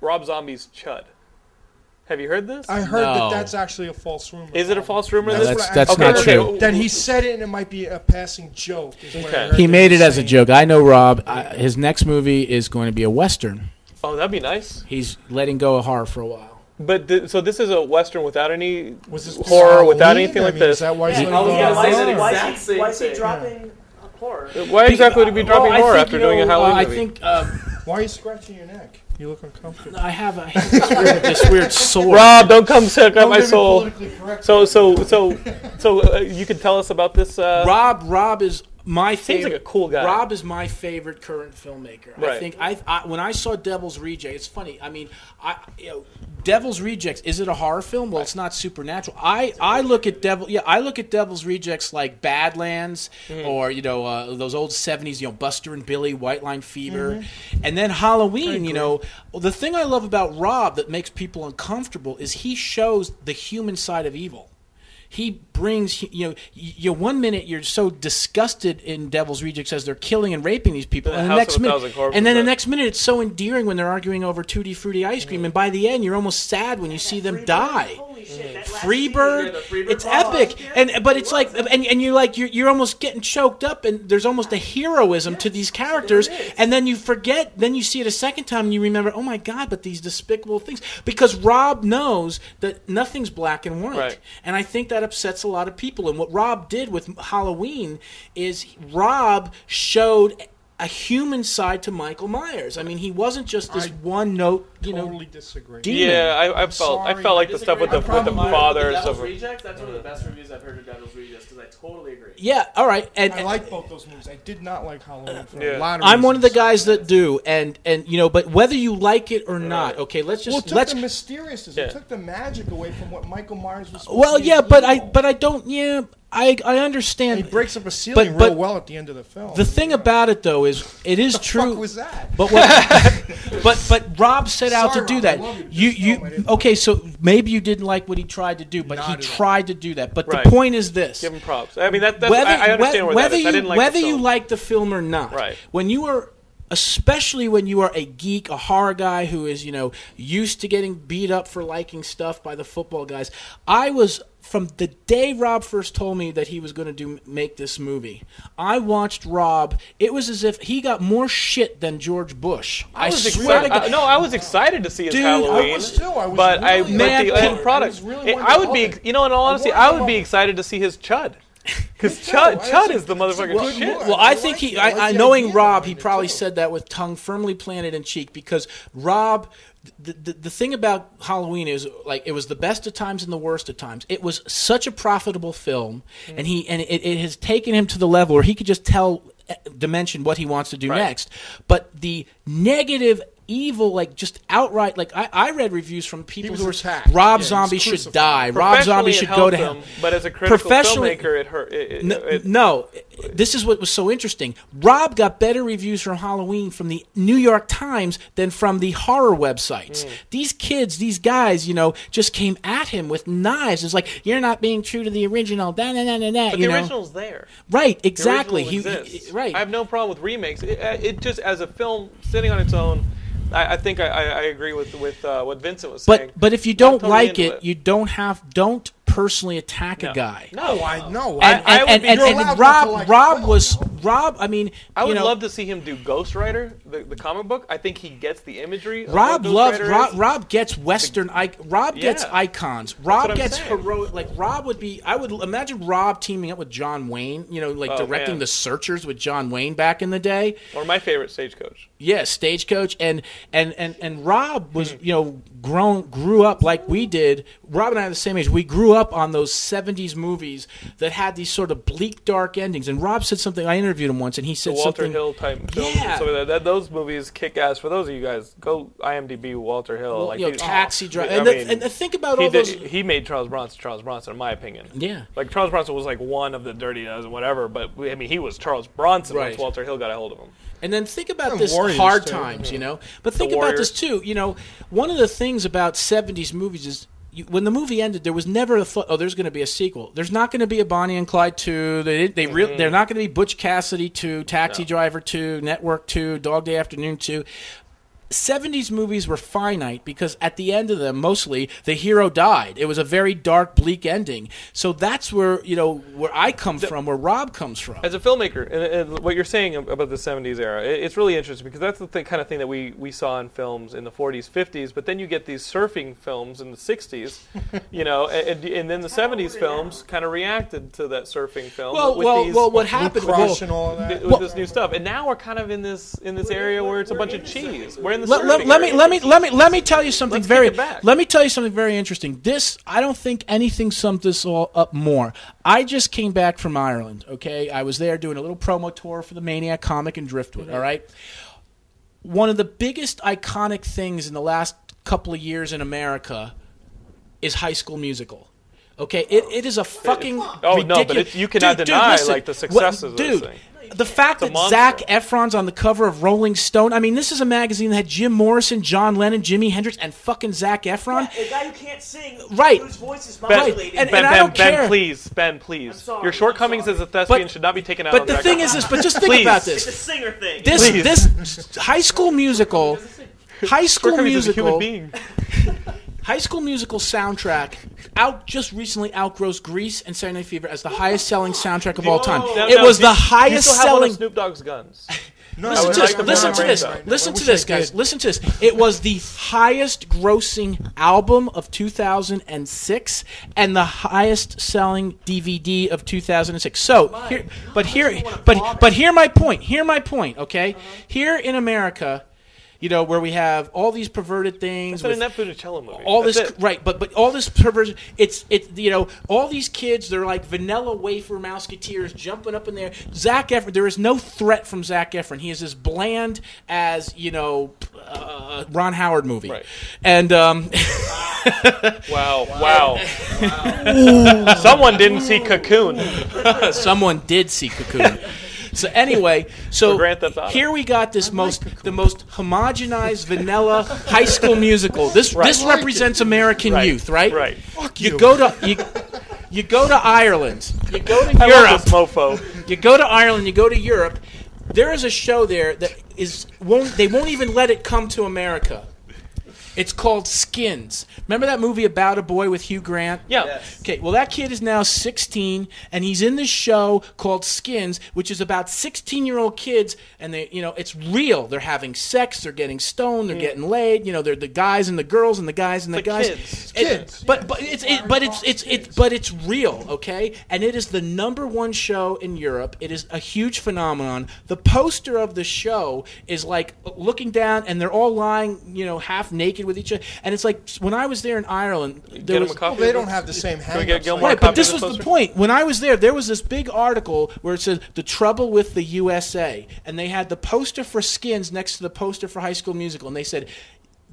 Speaker 4: Rob Zombie's Chud. Have you heard this?
Speaker 6: I heard
Speaker 5: No.
Speaker 6: that that's actually a false rumor.
Speaker 4: Is it a false rumor?
Speaker 5: No,
Speaker 4: this
Speaker 5: that's-
Speaker 6: what I-
Speaker 5: that's
Speaker 4: okay,
Speaker 5: not
Speaker 4: okay,
Speaker 5: true.
Speaker 6: That he said it and it might be a passing joke. is what I
Speaker 4: Okay.
Speaker 6: heard
Speaker 5: He
Speaker 6: that
Speaker 5: made
Speaker 6: he
Speaker 5: it as a
Speaker 6: saying.
Speaker 5: joke. I know Rob. I, his next movie is going to be a western.
Speaker 4: Oh, that'd be nice.
Speaker 5: He's letting go of horror for a while.
Speaker 4: But th- so this is a western without any
Speaker 6: Was this
Speaker 4: horror, without
Speaker 6: Halloween?
Speaker 4: anything
Speaker 6: I
Speaker 4: like
Speaker 6: mean, Is
Speaker 4: this.
Speaker 6: that why he's
Speaker 8: Yeah,
Speaker 6: like,
Speaker 7: was
Speaker 8: yeah,
Speaker 7: gonna
Speaker 8: why,
Speaker 7: say
Speaker 8: is
Speaker 7: the
Speaker 8: he- why is
Speaker 7: exact
Speaker 8: he,
Speaker 7: same
Speaker 8: why is he
Speaker 7: thing.
Speaker 8: dropping horror?
Speaker 4: Why exactly would he be dropping
Speaker 5: Well, I
Speaker 4: horror
Speaker 5: think,
Speaker 4: after
Speaker 5: you know,
Speaker 4: doing a Halloween
Speaker 5: uh, I
Speaker 4: movie?
Speaker 5: think uh,
Speaker 6: Why are you scratching your neck? You look uncomfortable.
Speaker 5: I have a, this, weird, this weird sword.
Speaker 4: Rob, don't come suck up
Speaker 6: Don't
Speaker 4: my
Speaker 6: get me
Speaker 4: soul.
Speaker 6: politically correct.
Speaker 4: So, so, so, so, uh, you can tell us about this. Uh,
Speaker 5: Rob Rob is my
Speaker 4: Seems
Speaker 5: favorite.
Speaker 4: like a cool guy.
Speaker 5: Rob is my favorite current filmmaker. I
Speaker 4: Oh, Right.
Speaker 5: think I, I when I saw Devil's Reject, it's funny. I mean, I you know, Devil's Rejects is it a horror film? Well, it's not supernatural. I I look at Devil yeah I look at Devil's Rejects like Badlands or you know uh, those old seventies you know Buster and Billy, White Line Fever, and then Halloween. You know the thing I love about Rob that makes people uncomfortable is he shows the human side of evil. He brings you know you one minute you're so disgusted in Devil's Rejects as they're killing and raping these people,
Speaker 4: The
Speaker 5: and the
Speaker 4: House
Speaker 5: next
Speaker 4: of a
Speaker 5: minute,
Speaker 4: Thousand Corpses,
Speaker 5: and then the
Speaker 4: right.
Speaker 5: next minute it's so endearing when they're arguing over tutti frutti ice cream, and by the end you're almost sad when you see them die.
Speaker 8: Holy shit, that last scene.
Speaker 5: Freebird,
Speaker 7: Yeah, the Freebird
Speaker 5: it's
Speaker 7: song.
Speaker 5: epic, and but it's like, and, and you're like, you're, you're almost getting choked up, and there's almost a heroism to these characters, and then you forget, then you see it a second time, and you remember, oh my god, but these despicable things, because Rob knows that nothing's black and white,
Speaker 4: Right.
Speaker 5: and I think that upsets a lot of people. And what Rob did with Halloween is Rob showed a human side to Michael Myers. I mean, he wasn't just this
Speaker 6: I
Speaker 5: one note, you know,
Speaker 6: totally disagree.
Speaker 5: deep-
Speaker 4: Yeah, I, I felt I
Speaker 6: sorry.
Speaker 4: felt like the stuff with the
Speaker 6: disagree.
Speaker 4: with the Mm.
Speaker 6: I'm probably-
Speaker 4: father
Speaker 7: The
Speaker 4: and
Speaker 7: Devil's
Speaker 4: stuff.
Speaker 7: Rejects. That's one of the best reviews I've heard of Devil's Rejects because I totally agree.
Speaker 5: yeah, all right, and
Speaker 6: I like both those movies. I did not like Halloween for
Speaker 4: Yeah.
Speaker 6: a lot of
Speaker 5: I'm one of the
Speaker 6: reasons.
Speaker 5: guys that do, and and you know, but whether you like it or not, okay, let's
Speaker 6: Well, it
Speaker 5: just
Speaker 6: took
Speaker 5: let's.
Speaker 6: the mysteriousness.
Speaker 4: Yeah.
Speaker 6: It took the magic away from what Michael Myers was. supposed
Speaker 5: well,
Speaker 6: to be
Speaker 5: yeah,
Speaker 6: and
Speaker 5: but I
Speaker 6: evil.
Speaker 5: but I don't. Yeah, I I
Speaker 6: he
Speaker 5: understand.
Speaker 6: breaks up a ceiling
Speaker 5: but-
Speaker 6: real well at the end of the film.
Speaker 5: the thing about it though is it is
Speaker 6: What the
Speaker 5: true.
Speaker 6: fuck was that?
Speaker 5: But what, but but Rob set out
Speaker 6: Sorry,
Speaker 5: to do
Speaker 6: Rob, I
Speaker 5: that.
Speaker 6: love you, but
Speaker 5: You
Speaker 6: this film I
Speaker 5: you
Speaker 6: didn't
Speaker 5: okay? So maybe you didn't like what he tried to do, but
Speaker 6: Not
Speaker 5: he
Speaker 6: at all.
Speaker 5: tried to do that. But
Speaker 4: Right.
Speaker 5: the point is this:
Speaker 4: Give him props. I mean, that that's, I, I understand
Speaker 5: whe-
Speaker 4: where that is.
Speaker 5: you,
Speaker 4: I didn't like
Speaker 5: whether
Speaker 4: the
Speaker 5: you
Speaker 4: film.
Speaker 5: like the film or not.
Speaker 4: Right.
Speaker 5: When you are, especially when you are a geek, a horror guy who is you know used to getting beat up for liking stuff by the football guys. I was from the day Rob first told me that he was going to do make this movie. I watched Rob. It was as if he got more shit than George Bush. I,
Speaker 4: was
Speaker 5: swear to
Speaker 4: excited.
Speaker 5: God.
Speaker 4: I- no, I was excited to see his
Speaker 5: Dude, I
Speaker 4: Halloween.
Speaker 6: was too. I was
Speaker 4: but I
Speaker 6: really
Speaker 4: but the
Speaker 5: excited.
Speaker 4: end product.
Speaker 6: I was
Speaker 4: I,
Speaker 6: really wanting
Speaker 4: I would
Speaker 6: to
Speaker 4: be,
Speaker 6: love it.
Speaker 4: you know, in all honesty,
Speaker 6: wanted to
Speaker 4: I would
Speaker 6: love
Speaker 4: be
Speaker 6: it.
Speaker 4: excited to see his Chud. Because
Speaker 6: too.
Speaker 4: Chud,
Speaker 6: I
Speaker 4: Chud
Speaker 6: was-
Speaker 4: is the motherfucking
Speaker 6: Well,
Speaker 4: shit.
Speaker 6: more.
Speaker 5: Well, I
Speaker 6: I
Speaker 5: think
Speaker 6: like
Speaker 5: he,
Speaker 6: it. I like
Speaker 5: I, I
Speaker 6: the
Speaker 5: knowing
Speaker 6: idea
Speaker 5: Rob,
Speaker 6: behind
Speaker 5: he
Speaker 6: it,
Speaker 5: probably
Speaker 6: too.
Speaker 5: said that with tongue firmly planted in cheek because Rob, the, the, the thing about Halloween is like it was the best of times and the worst of times. It was such a profitable film, and he and it, it has taken him to the level where he could just tell eh, Dimension what he wants to do next. But the negative. Evil, like just outright, like I, I read reviews from people
Speaker 6: was
Speaker 5: who were
Speaker 6: attacked.
Speaker 5: Rob
Speaker 6: Yeah, he was
Speaker 5: Zombie should
Speaker 6: crucified.
Speaker 5: die. Rob
Speaker 4: Professionally,
Speaker 5: Zombie
Speaker 4: it
Speaker 5: should go
Speaker 4: helped
Speaker 5: to
Speaker 4: him,
Speaker 5: hell.
Speaker 4: But as a critical
Speaker 5: Professionally-
Speaker 4: filmmaker, it hurt. It, it,
Speaker 5: N-
Speaker 4: Uh, it,
Speaker 5: no, this is what was so interesting. Rob got better reviews from Halloween from the New York Times than from the horror
Speaker 4: Hmm.
Speaker 5: websites. These kids, these guys, you know, just came at him with knives. It's like you're not being true to the original. Da da da da da.
Speaker 4: but
Speaker 5: you
Speaker 4: the
Speaker 5: know?
Speaker 4: original's there.
Speaker 5: right?
Speaker 4: The original
Speaker 5: Exactly. He-
Speaker 4: exists.
Speaker 5: he- right.
Speaker 4: I have no problem with remakes. It, uh, it just as a film sitting on its own. I, I think I, I, I agree with with uh, what Vincent was saying.
Speaker 5: but but if you don't
Speaker 4: totally
Speaker 5: like
Speaker 4: into
Speaker 5: it,
Speaker 4: it.
Speaker 5: you don't have don't personally attack a guy.
Speaker 4: no,
Speaker 6: Oh, I know.
Speaker 5: And,
Speaker 4: I
Speaker 5: and,
Speaker 4: would
Speaker 5: and,
Speaker 4: be-
Speaker 5: and,
Speaker 6: you're
Speaker 5: and
Speaker 6: allowed not to
Speaker 5: Rob
Speaker 6: like the
Speaker 5: Rob
Speaker 6: film,
Speaker 5: was
Speaker 6: you
Speaker 5: Rob. I mean,
Speaker 4: I
Speaker 5: you
Speaker 4: would
Speaker 5: know,
Speaker 4: love to see him do Ghost Rider, the, the comic book. I think he gets the imagery. Of what
Speaker 5: Rob
Speaker 4: Ghost
Speaker 5: loves
Speaker 4: Rider
Speaker 5: Rob.
Speaker 4: is.
Speaker 5: Rob gets Western. ic- Rob gets
Speaker 4: Yeah.
Speaker 5: icons.
Speaker 4: what
Speaker 5: Rob
Speaker 4: I'm
Speaker 5: gets
Speaker 4: saying.
Speaker 5: heroic. Like Rob would be. I would l- imagine Rob teaming up with John Wayne. You know, like
Speaker 4: Oh,
Speaker 5: directing
Speaker 4: man.
Speaker 5: the Searchers with John Wayne back in the day.
Speaker 4: or my favorite Stagecoach.
Speaker 5: Yeah, stagecoach and and and and Rob was
Speaker 4: Hmm.
Speaker 5: you know grown grew up like we did. Rob and I are the same age. We grew up on those '70s movies that had these sort of bleak, dark endings. And Rob said something. I interviewed him once, and he
Speaker 4: The
Speaker 5: said
Speaker 4: Walter
Speaker 5: something.
Speaker 4: Hill type films.
Speaker 5: Yeah.
Speaker 4: And stuff like that. That- Those movies kick ass. For those of you guys, go IMDb Walter Hill.
Speaker 5: Well,
Speaker 4: like
Speaker 5: you know,
Speaker 4: he-
Speaker 5: taxi driver,
Speaker 4: I
Speaker 5: and,
Speaker 4: mean,
Speaker 5: the, and the- think about
Speaker 4: he,
Speaker 5: all
Speaker 4: did,
Speaker 5: those.
Speaker 4: he made Charles Bronson. Charles Bronson, in my opinion.
Speaker 5: Yeah.
Speaker 4: Like Charles Bronson was like one of the Dirty Dozen, whatever. But I mean, he was Charles Bronson
Speaker 5: Right.
Speaker 4: once Walter Hill got a hold of him.
Speaker 5: And then think about
Speaker 6: And
Speaker 5: this
Speaker 6: Warriors,
Speaker 5: hard
Speaker 6: too.
Speaker 5: times, you know. But think about this
Speaker 4: Warriors.
Speaker 5: too, you know. One of the things about '70s movies is you, when the movie ended, there was never a thought. Oh, there's going to be a sequel. There's not going to be a Bonnie and Clyde two. They didn't- they real they're not going to be Butch Cassidy two, Taxi Driver two, Network two, Dog Day Afternoon two. 70s movies were finite because at the end of them mostly the hero died it was a very dark bleak ending so that's where you know where i come from where rob comes from
Speaker 4: as a filmmaker, and, and what you're saying ab- about the 70s era, it, it's really interesting because that's the th- kind of thing that we, we saw in films in the 40s, 50s, but then you get these surfing films in the 60s, you know, and, and, and then the 70s films kind of reacted to that surfing film
Speaker 5: well
Speaker 4: with,
Speaker 5: well,
Speaker 4: these,
Speaker 5: well what happened well,
Speaker 6: Crush and all that.
Speaker 4: with this new stuff. And now we're kind of in this in this area where it's a bunch of cheese. We're in the
Speaker 5: let, let,
Speaker 4: surfing
Speaker 5: let me
Speaker 4: area.
Speaker 5: let me let me let me tell you something
Speaker 4: Let's kick
Speaker 5: very
Speaker 4: it back.
Speaker 5: let me tell you something very interesting. This I don't think anything summed this all up more. I just came back from Ireland. Okay, I was there doing a little promo tour for the Maniac comic and Driftwood.
Speaker 4: Mm-hmm.
Speaker 5: all right, one of the biggest iconic things in the last couple of years in America is High School Musical. Okay, it, it is a fucking
Speaker 4: Oh, no, but
Speaker 5: ridiculous-
Speaker 4: it- you cannot
Speaker 5: Dude, dude,
Speaker 4: deny,
Speaker 5: listen,
Speaker 4: like, the successes of this
Speaker 5: dude.
Speaker 4: thing.
Speaker 5: the fact
Speaker 4: It's a
Speaker 5: that
Speaker 4: monster.
Speaker 5: Zach Efron's on the cover of Rolling Stone. I mean, this is a magazine that had Jim Morrison, John Lennon, Jimmy Hendrix, and fucking Zach Efron.
Speaker 8: A guy who can't sing,
Speaker 5: Right.
Speaker 8: whose voice is
Speaker 4: Ben,
Speaker 8: modulated.
Speaker 5: and-
Speaker 4: ben,
Speaker 5: I
Speaker 4: ben,
Speaker 5: don't
Speaker 4: ben,
Speaker 5: care.
Speaker 4: please, Ben, please.
Speaker 8: sorry,
Speaker 4: Your
Speaker 8: I'm
Speaker 4: shortcomings
Speaker 8: sorry.
Speaker 4: as a thespian
Speaker 5: But-
Speaker 4: should not be taken out.
Speaker 5: But
Speaker 4: on
Speaker 5: the
Speaker 4: record.
Speaker 5: thing is this. But just think
Speaker 4: Please.
Speaker 5: about
Speaker 8: it's a
Speaker 5: this.
Speaker 8: singer thing.
Speaker 5: This
Speaker 4: Please.
Speaker 5: this High School Musical, High School
Speaker 4: Shortcomings as a human
Speaker 5: Musical,
Speaker 4: being.
Speaker 5: High School Musical soundtrack out just recently outgrows Grease and Saturday Night Fever as the highest selling soundtrack of all time.
Speaker 4: Now-
Speaker 5: It
Speaker 4: now,
Speaker 5: was
Speaker 4: do you- do you still
Speaker 5: the highest
Speaker 4: have one of
Speaker 5: selling.
Speaker 4: Snoop Dogg's guns.
Speaker 6: No,
Speaker 5: Listen
Speaker 4: would
Speaker 5: to
Speaker 4: like
Speaker 5: this.
Speaker 4: to
Speaker 5: Listen
Speaker 4: borrow
Speaker 5: to
Speaker 4: my
Speaker 5: this,
Speaker 4: brain right
Speaker 5: listen
Speaker 6: I
Speaker 5: to
Speaker 6: wish I
Speaker 5: this, guys.
Speaker 6: could.
Speaker 5: Listen to this. It was the highest grossing album of 2006 and the highest selling DVD of 2006. So, here, but here, but but hear my point. Hear my point. Okay, here in America, you know where we have all these perverted things.
Speaker 4: It's in that
Speaker 5: with-
Speaker 4: Funicello movie.
Speaker 5: all
Speaker 4: That's
Speaker 5: this
Speaker 4: it.
Speaker 5: right but but all this perversion it's it's you know all these kids they're like vanilla wafer musketeers jumping up in there zach efron there is no threat from zach efron he is as bland as you know uh, ron howard movie
Speaker 4: Right.
Speaker 5: and um
Speaker 4: Wow! Wow! Someone didn't see Cocoon.
Speaker 5: someone did see cocoon so anyway so
Speaker 4: Grand Theft Auto.
Speaker 5: here we got this most the most homogenized vanilla high school musical this
Speaker 4: Right.
Speaker 5: this represents american
Speaker 4: Right.
Speaker 5: youth right
Speaker 4: Right.
Speaker 6: Fuck
Speaker 5: you go to you, you go to Ireland. You go to
Speaker 4: I love
Speaker 5: Europe.
Speaker 4: this mofo.
Speaker 5: You go to Ireland. You go to Europe. There is a show there that is won't they won't even let it come to America. It's called Skins. Remember that movie about a boy with Hugh Grant?
Speaker 4: Yeah.
Speaker 5: Okay, well, that kid is now 16, and he's in this show called Skins, which is about 16 year old kids, and they, you know, it's real. They're having sex, they're getting stoned, they're getting laid. You know, they're the guys and the girls, and the guys and the
Speaker 4: But
Speaker 5: guys.
Speaker 4: kids.
Speaker 5: It-
Speaker 6: Kids.
Speaker 5: But but it's it, but it's it's it's but it's real, okay? And it is the number one show in Europe. It is a huge phenomenon. The poster of the show is like looking down, and they're all lying, you know, half naked with each other. And it's like when I was there in Ireland, there
Speaker 4: Get him
Speaker 5: was,
Speaker 4: a copy.
Speaker 6: They
Speaker 4: of
Speaker 6: don't
Speaker 4: this.
Speaker 6: have the same
Speaker 4: we
Speaker 6: hang
Speaker 4: get Gilmore?
Speaker 5: Right, but
Speaker 4: copy of
Speaker 5: this
Speaker 4: the
Speaker 5: was
Speaker 4: poster?
Speaker 5: the point. When I was there, there was this big article where it said the trouble with the USA, and they had the poster for Skins next to the poster for High School Musical, and they said.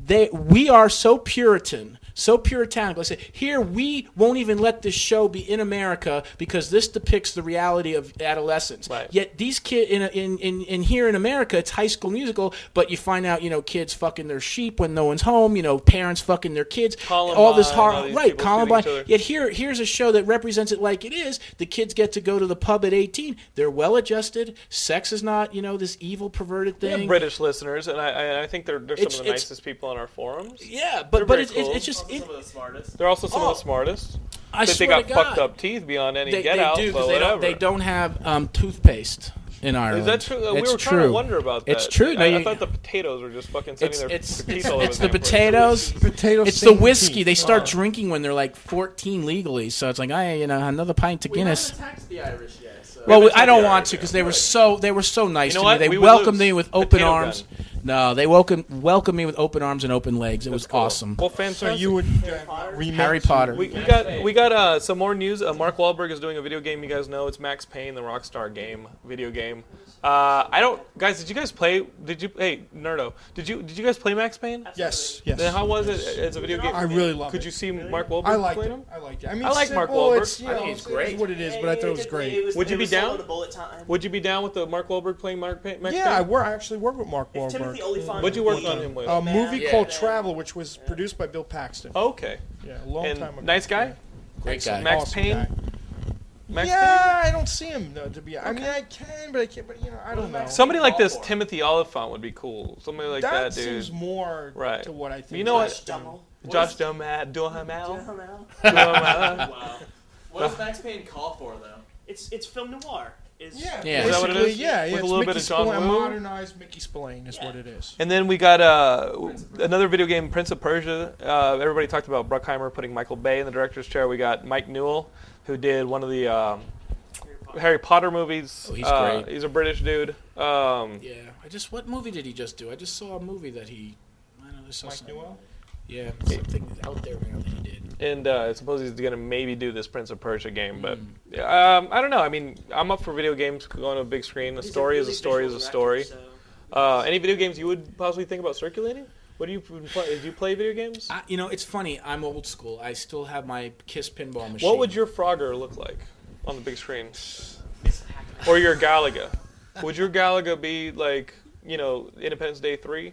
Speaker 5: They, we are so Puritan, so puritanical. I said, here we won't even let this show be in America because this depicts the reality of adolescence.
Speaker 4: Right.
Speaker 5: Yet these kids in, in in in here in America, it's High School Musical, but you find out you know kids fucking their sheep when no one's home, you know parents fucking their kids, all
Speaker 4: Columbine,
Speaker 5: this
Speaker 4: all
Speaker 5: horror,
Speaker 4: these
Speaker 5: right?
Speaker 4: people shooting
Speaker 5: Columbine.
Speaker 4: each other.
Speaker 5: Yet here, here's a show that represents it like it is. The kids get to go to the pub at 18. They're well adjusted. Sex is not, you know, this evil perverted
Speaker 4: We have
Speaker 5: thing.
Speaker 4: British listeners, and I- I, I think they're, they're some
Speaker 5: It's-
Speaker 4: of the
Speaker 5: it's-
Speaker 4: nicest people on our forums.
Speaker 5: yeah,
Speaker 4: They're
Speaker 5: but but
Speaker 4: very
Speaker 5: it's, it's
Speaker 4: cool.
Speaker 5: it's just it,
Speaker 7: Some of the smartest.
Speaker 4: They're also some
Speaker 5: Oh.
Speaker 4: of the smartest.
Speaker 5: I
Speaker 4: But they
Speaker 5: swear
Speaker 4: got
Speaker 5: to God,
Speaker 4: fucked up teeth beyond any
Speaker 5: They,
Speaker 4: get
Speaker 5: they
Speaker 4: out.
Speaker 5: do
Speaker 4: but
Speaker 5: because they don't
Speaker 4: whatever.
Speaker 5: they don't have um, toothpaste in Ireland.
Speaker 4: Is that true? Uh,
Speaker 5: it's
Speaker 4: we were
Speaker 5: true.
Speaker 4: trying to wonder about that.
Speaker 5: It's true. No,
Speaker 4: I, I
Speaker 5: you-
Speaker 4: thought the potatoes were just fucking sending
Speaker 5: It's
Speaker 4: their
Speaker 5: it's
Speaker 4: teeth
Speaker 5: it's,
Speaker 4: all over
Speaker 5: it's the
Speaker 4: the place.
Speaker 5: potatoes.
Speaker 6: Potato
Speaker 5: It's the
Speaker 6: same
Speaker 5: whiskey.
Speaker 6: teeth.
Speaker 5: They start drinking when they're like 14 legally, so it's like, I, you know, another pint of
Speaker 7: We
Speaker 5: Guinness.
Speaker 7: haven't attacked the Irish yet. So.
Speaker 5: Well, we,
Speaker 4: haven't
Speaker 5: I
Speaker 4: said
Speaker 5: don't
Speaker 4: the
Speaker 5: want
Speaker 4: Irish
Speaker 5: to
Speaker 4: yet.
Speaker 5: because they were so they were so nice
Speaker 4: You know
Speaker 5: to me.
Speaker 4: what?
Speaker 5: They
Speaker 4: We would
Speaker 5: welcomed
Speaker 4: lose.
Speaker 5: me with open
Speaker 4: Potato
Speaker 5: arms. No, they welcomed welcomed me with open arms and open legs. It was awesome.
Speaker 4: Well, fantastic.
Speaker 6: So you would uh, remake
Speaker 5: Harry Potter.
Speaker 4: We, we got we got uh, some more news. Uh, Mark Wahlberg is doing a video game. You guys know it's Max Payne, the Rockstar game video game. Uh, I don't, guys. Did you guys play? Did you? Hey, Nerdo, did you did you guys play Max Payne?
Speaker 6: Yes, yes.
Speaker 4: Then how was it as a video game?
Speaker 6: I really love
Speaker 4: Could
Speaker 6: it.
Speaker 4: you see Mark Wahlberg
Speaker 6: I liked
Speaker 4: playing
Speaker 6: it.
Speaker 4: him?
Speaker 6: I liked it. I mean,
Speaker 4: I like
Speaker 6: simple,
Speaker 4: Mark Wahlberg.
Speaker 6: It's, you
Speaker 5: I
Speaker 6: know,
Speaker 5: think he's great.
Speaker 6: It's what it is, but I thought it was great.
Speaker 4: Would you be down?
Speaker 8: The bullet time.
Speaker 4: Would you be down with the Mark Wahlberg playing Mark Pay- Max
Speaker 6: Yeah, I,
Speaker 4: Payne?
Speaker 6: wor- I actually worked with Mark
Speaker 8: if Timothy
Speaker 6: Wahlberg. Mm-hmm.
Speaker 8: Olyphant
Speaker 4: What'd you work
Speaker 8: was
Speaker 4: on
Speaker 8: the-
Speaker 4: him with?
Speaker 6: A movie
Speaker 8: Yeah.
Speaker 6: called Travel, which was produced by Bill Paxton.
Speaker 4: okay,
Speaker 6: Yeah, a long
Speaker 4: and
Speaker 6: time ago.
Speaker 4: nice guy.
Speaker 6: Yeah.
Speaker 5: Great guy.
Speaker 4: Max
Speaker 6: Awesome
Speaker 4: Payne.
Speaker 6: guy.
Speaker 4: Max Payne.
Speaker 6: Yeah, I don't see him though. To be, I mean, I can, but I can't. But you know, I don't know. Oh,
Speaker 4: Somebody like this,
Speaker 7: All for it.
Speaker 4: Timothy Oliphant, would be cool. Somebody like that,
Speaker 6: that,
Speaker 4: dude.
Speaker 6: seems more
Speaker 4: Right.
Speaker 6: to what I think.
Speaker 4: You know what?
Speaker 8: Josh Dummel.
Speaker 4: Josh Duhamel. Duhamel.
Speaker 8: Dummel.
Speaker 4: Duhamel.
Speaker 7: Wow. What does Max Payne call for though?
Speaker 8: It's it's film noir. It's,
Speaker 6: Yeah,
Speaker 5: Yeah.
Speaker 6: basically,
Speaker 5: Is that
Speaker 4: what it is?
Speaker 6: yeah, yeah.
Speaker 4: With a
Speaker 6: it's
Speaker 4: little bit
Speaker 6: Mickey
Speaker 4: of John
Speaker 6: Spillane,
Speaker 4: Woo?
Speaker 6: modernized Mickey Spillane is what it is.
Speaker 4: And then we got uh, another video game, Prince of Persia. Uh, everybody talked about Bruckheimer putting Michael Bay in the director's chair. We got Mike Newell, who did one of the um, Harry Potter movies.
Speaker 5: Oh, he's
Speaker 4: Uh,
Speaker 5: great.
Speaker 4: He's a British dude. Um,
Speaker 5: Yeah, I just what movie did he just do? I just saw a movie that he. I don't know, I saw
Speaker 6: Mike
Speaker 5: something-
Speaker 6: Newell.
Speaker 5: Yeah, something out there now that he did.
Speaker 4: And uh, I suppose he's going to maybe do this Prince of Persia game.
Speaker 5: Mm.
Speaker 4: But um, I don't know. I mean, I'm up for video games going to a big screen. A
Speaker 8: He's
Speaker 4: story is a
Speaker 8: really
Speaker 4: story is
Speaker 8: visual
Speaker 4: a story.
Speaker 8: director, so-
Speaker 4: Uh, any video games you would possibly think about circulating? What do you play? Do you play video games?
Speaker 5: I, you know, it's funny. I'm old school. I still have my Kiss pinball machine.
Speaker 4: What would your Frogger look like on the big screen? Or your Galaga? Would your Gallagher be like you know Independence Day three?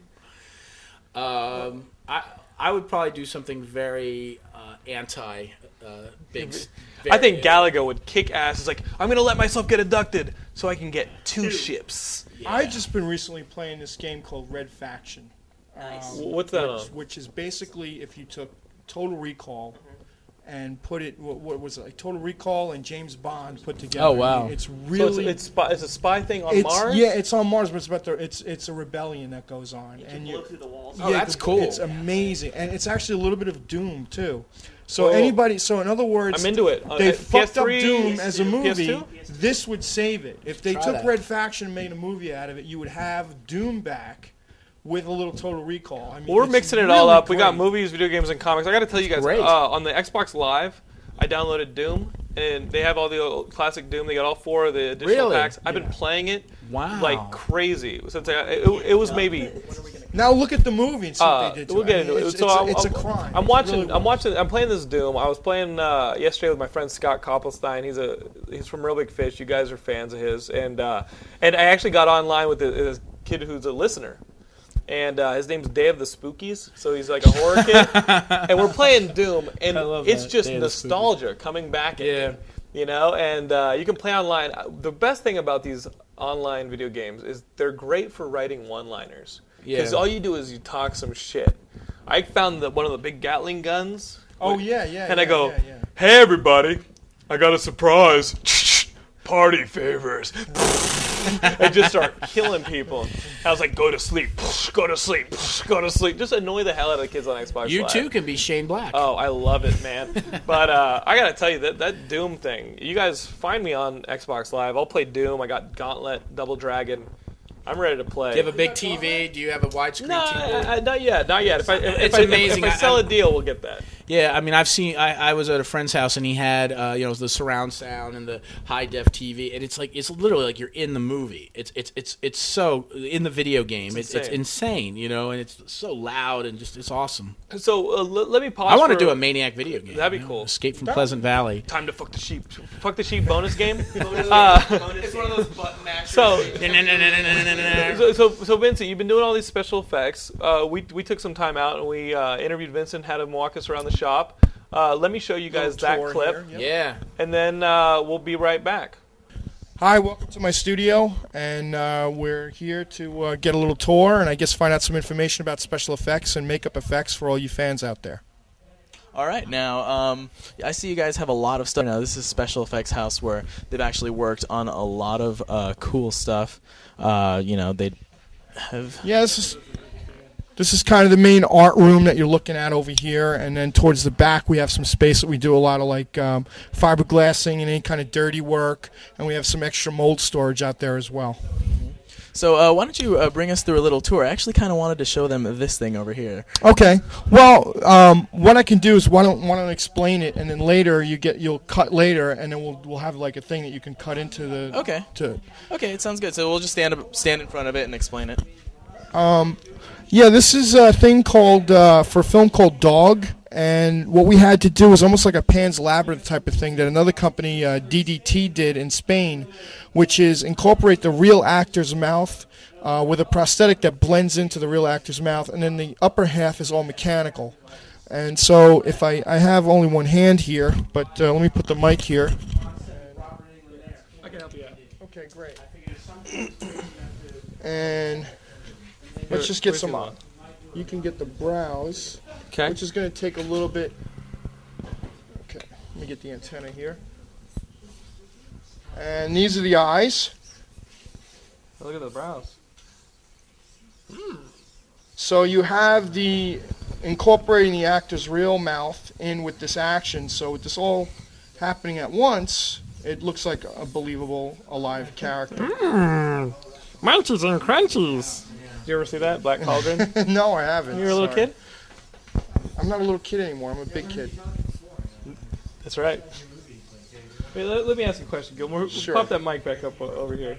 Speaker 5: Um, I I would probably do something very uh, anti uh, big. s-
Speaker 4: I think
Speaker 5: very- uh,
Speaker 4: Gallagher would kick ass. It's like I'm gonna let myself get abducted so I can get two ships.
Speaker 6: I just been recently playing this game called Red Faction. Um,
Speaker 8: Nice.
Speaker 4: W- What's that on?
Speaker 6: which, which is basically if you took Total Recall
Speaker 8: Mm-hmm.
Speaker 6: and put it, what, what was it, like Total Recall and James Bond put together.
Speaker 5: Oh, wow.
Speaker 6: I mean, It's
Speaker 4: So
Speaker 6: really.
Speaker 4: it's, it's, spy, it's a spy thing on
Speaker 6: it's-
Speaker 4: Mars.
Speaker 6: Yeah, it's on Mars, but it's about the, it's it's a rebellion that goes on, and
Speaker 8: blow
Speaker 6: you
Speaker 8: through the walls.
Speaker 5: Oh, that's
Speaker 6: it's-
Speaker 5: cool.
Speaker 6: It's amazing, and it's actually a little bit of Doom too. So
Speaker 4: Whoa.
Speaker 6: anybody, so in other words,
Speaker 4: I'm into it. Uh,
Speaker 6: they
Speaker 4: uh,
Speaker 6: fucked
Speaker 4: PS3,
Speaker 6: up Doom as a movie.
Speaker 4: PS2?
Speaker 6: This would save it. If they
Speaker 5: Try
Speaker 6: took
Speaker 5: that.
Speaker 6: Red Faction and made a movie out of it, you would have Doom back with a little Total Recall. I mean,
Speaker 4: We're
Speaker 6: it's
Speaker 4: mixing it all
Speaker 6: really
Speaker 4: up. We got
Speaker 6: great.
Speaker 4: movies, video games, and comics. I got to tell you guys,
Speaker 5: Great.
Speaker 4: uh, on the Xbox Live, I downloaded Doom, and they have all the old classic Doom. They got all four of the additional
Speaker 5: Really?
Speaker 4: packs. I've been playing it
Speaker 5: Wow.
Speaker 4: like crazy since I, it, it was maybe.
Speaker 6: Now look at the movie and see
Speaker 4: Uh,
Speaker 6: what they did. To
Speaker 4: we'll
Speaker 6: it.
Speaker 4: get
Speaker 6: I mean,
Speaker 4: into it.
Speaker 6: It's,
Speaker 4: so
Speaker 6: it's,
Speaker 4: I'm,
Speaker 6: a- it's a
Speaker 4: I'm-
Speaker 6: crime.
Speaker 4: I'm
Speaker 6: It
Speaker 4: watching.
Speaker 6: really
Speaker 4: I'm
Speaker 6: was.
Speaker 4: watching. I'm playing this Doom. I was playing uh, yesterday with my friend Scott Koppelstein. He's a he's from Real Big Fish. You guys are fans of his, and uh, and I actually got online with this, this kid who's a listener, and uh, his name's Day of the Spookies. So he's like a horror kid, and we're playing Doom, and
Speaker 5: I love
Speaker 4: it's
Speaker 5: that,
Speaker 4: just
Speaker 5: Day of the Spookies.
Speaker 4: nostalgia coming back. at
Speaker 5: Yeah.
Speaker 4: me, You know, and uh, you can play online. Uh, The best thing about these online video games is they're great for writing one-liners. Because
Speaker 5: Yeah.
Speaker 4: all you do is you talk some shit. I found the, one of the big Gatling guns.
Speaker 6: Oh yeah, yeah.
Speaker 4: And I
Speaker 6: yeah,
Speaker 4: go,
Speaker 6: yeah, yeah.
Speaker 4: hey everybody, I got a surprise. Party favors. I just start killing people. I was like, go to sleep, go to sleep, go to sleep. Just annoy the hell out of the kids on Xbox.
Speaker 5: You
Speaker 4: Live.
Speaker 5: too can be Shane Black.
Speaker 4: Oh, I love it, man. but uh, I gotta tell you that that Doom thing. You guys find me on Xbox Live. I'll play Doom. I got Gauntlet, Double Dragon. I'm ready to play.
Speaker 5: Do you have a big TV? Do you have a widescreen
Speaker 4: No,
Speaker 5: TV?
Speaker 4: I, I, not yet, not yet. If I if,
Speaker 5: It's
Speaker 4: I, if-
Speaker 5: amazing.
Speaker 4: if I
Speaker 5: I-
Speaker 4: sell a
Speaker 5: I-
Speaker 4: deal, we'll get that.
Speaker 5: Yeah, I mean, I've seen. I, I was at a friend's house and he had, uh, you know, the surround sound and the high def TV, and it's like it's literally like you're in the movie. It's it's it's it's so in the video game. It's it's
Speaker 4: insane.
Speaker 5: insane, you know, and it's so loud and just it's awesome.
Speaker 4: So uh, l- let me pause.
Speaker 5: I want to
Speaker 4: for-
Speaker 5: do a maniac video game.
Speaker 4: That'd be
Speaker 5: you know,
Speaker 4: cool.
Speaker 5: Escape from Pleasant Valley.
Speaker 4: time to fuck the sheep. Fuck the sheep bonus game.
Speaker 7: It's one of those button mashers.
Speaker 4: Uh, So-
Speaker 7: that you-
Speaker 5: That's
Speaker 4: so, so, so Vincent, you've been doing all these special effects. Uh, we we took some time out and we uh, interviewed Vincent, had him walk us around the shop. Uh, let me show you guys
Speaker 6: Little
Speaker 4: that
Speaker 6: tour
Speaker 4: clip,
Speaker 6: here, yep.
Speaker 5: Yeah.
Speaker 4: and then uh, we'll be right back.
Speaker 6: Hi, welcome to my studio, and uh, we're here to uh, get a little tour and I guess find out some information about special effects and makeup effects for all you fans out there.
Speaker 9: All right, now um, I see you guys have a lot of stuff. Now this is Special Effects House where they've actually worked on a lot of uh, cool stuff. Uh, you know they have.
Speaker 6: Yeah, this is this is kind of the main art room that you're looking at over here, and then towards the back we have some space that we do a lot of like um, fiberglassing and any kind of dirty work, and we have some extra mold storage out there as well.
Speaker 9: So uh, why don't you uh, bring us through a little tour? I actually kind of wanted to show them this thing over here.
Speaker 6: Okay. Well, um, what I can do is why don't why don't I explain it, and then later you get you'll cut later, and then we'll we'll have like a thing that you can cut into the.
Speaker 9: Okay.
Speaker 6: To
Speaker 9: Okay, it sounds good. So we'll just stand up, stand in front of it and explain it.
Speaker 6: Um, yeah, this is a thing called uh, for a film called Dog, and what we had to do was almost like a Pan's Labyrinth type of thing that another company uh, DDT did in Spain, which is incorporate the real actor's mouth. Uh, with a prosthetic that blends into the real actor's mouth, and then the upper half is all mechanical. And so, if I, I have only one hand here, but uh, let me put the mic here. Okay, great. and let's just get some on. You can get the brows,
Speaker 4: Okay.
Speaker 6: which is going to take a little bit. Okay, let me get the antenna here. And these are the eyes.
Speaker 4: Look at the brows.
Speaker 6: So you have the incorporating the actor's real mouth in with this action. So with this all happening at once, it looks like a believable, alive character.
Speaker 2: Mmm. Munchies and crunchies.
Speaker 4: Did you ever see that Black Cauldron?
Speaker 6: no, I haven't.
Speaker 4: you were a little
Speaker 6: sorry.
Speaker 4: kid.
Speaker 6: I'm not a little kid anymore. I'm a big kid.
Speaker 4: That's right. Wait, let, let me ask you a question, Gilmore.
Speaker 6: Sure.
Speaker 4: Pop that mic back up o- over here.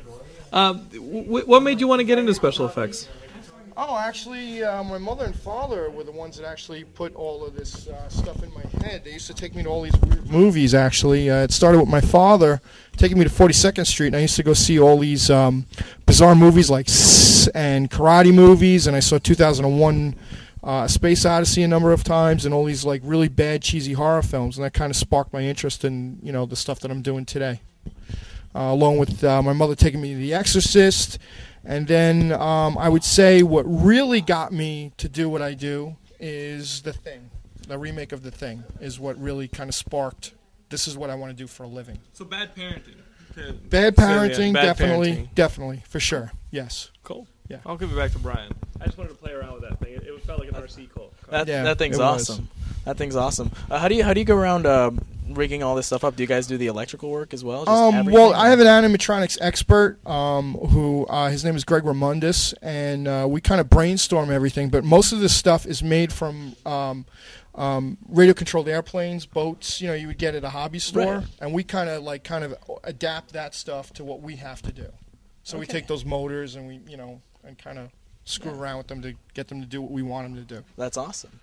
Speaker 4: Um, w- what made you want to get into special effects?
Speaker 6: Oh, actually, uh, my mother and father were the ones that actually put all of this uh, stuff in my head. They used to take me to all these weird movies, actually. Uh, it started with my father taking me to 42nd Street, and I used to go see all these um, bizarre movies like S and karate movies, and I saw 2001 uh, Space Odyssey a number of times, and all these like really bad, cheesy horror films, and that kind of sparked my interest in, you know, the stuff that I'm doing today uh, along with uh, my mother taking me to The Exorcist. And then um, I would say what really got me to do what I do is The Thing. The remake of The Thing is what really kind of sparked this is what I want to do for a living.
Speaker 10: So bad parenting. Okay,
Speaker 6: Bad
Speaker 10: So, yeah,
Speaker 6: parenting,
Speaker 10: bad
Speaker 6: definitely,
Speaker 10: parenting.
Speaker 6: definitely, for sure. Yes.
Speaker 10: Cool.
Speaker 6: Yeah.
Speaker 10: I'll give it back to Brian.
Speaker 7: I just wanted to play around with that thing. It, it felt like an RC call.
Speaker 9: That,
Speaker 6: Yeah,
Speaker 9: that thing's
Speaker 6: it was.
Speaker 9: awesome. That thing's awesome. Uh, how do you how do you go around uh, rigging all this stuff up? Do you guys do the electrical work as well? Just
Speaker 6: Um,
Speaker 9: everything?
Speaker 6: well, I have an animatronics expert um, who uh, his name is Greg Ramundis, and uh, we kind of brainstorm everything. But most of this stuff is made from um, um, radio-controlled airplanes, boats. You know, you would get at a hobby store,
Speaker 9: Right.
Speaker 6: and we kind of like kind of adapt that stuff to what we have to do. So we take those motors and we, you know, and kind of screw around with them to get them to do what we want them to do.
Speaker 9: That's awesome.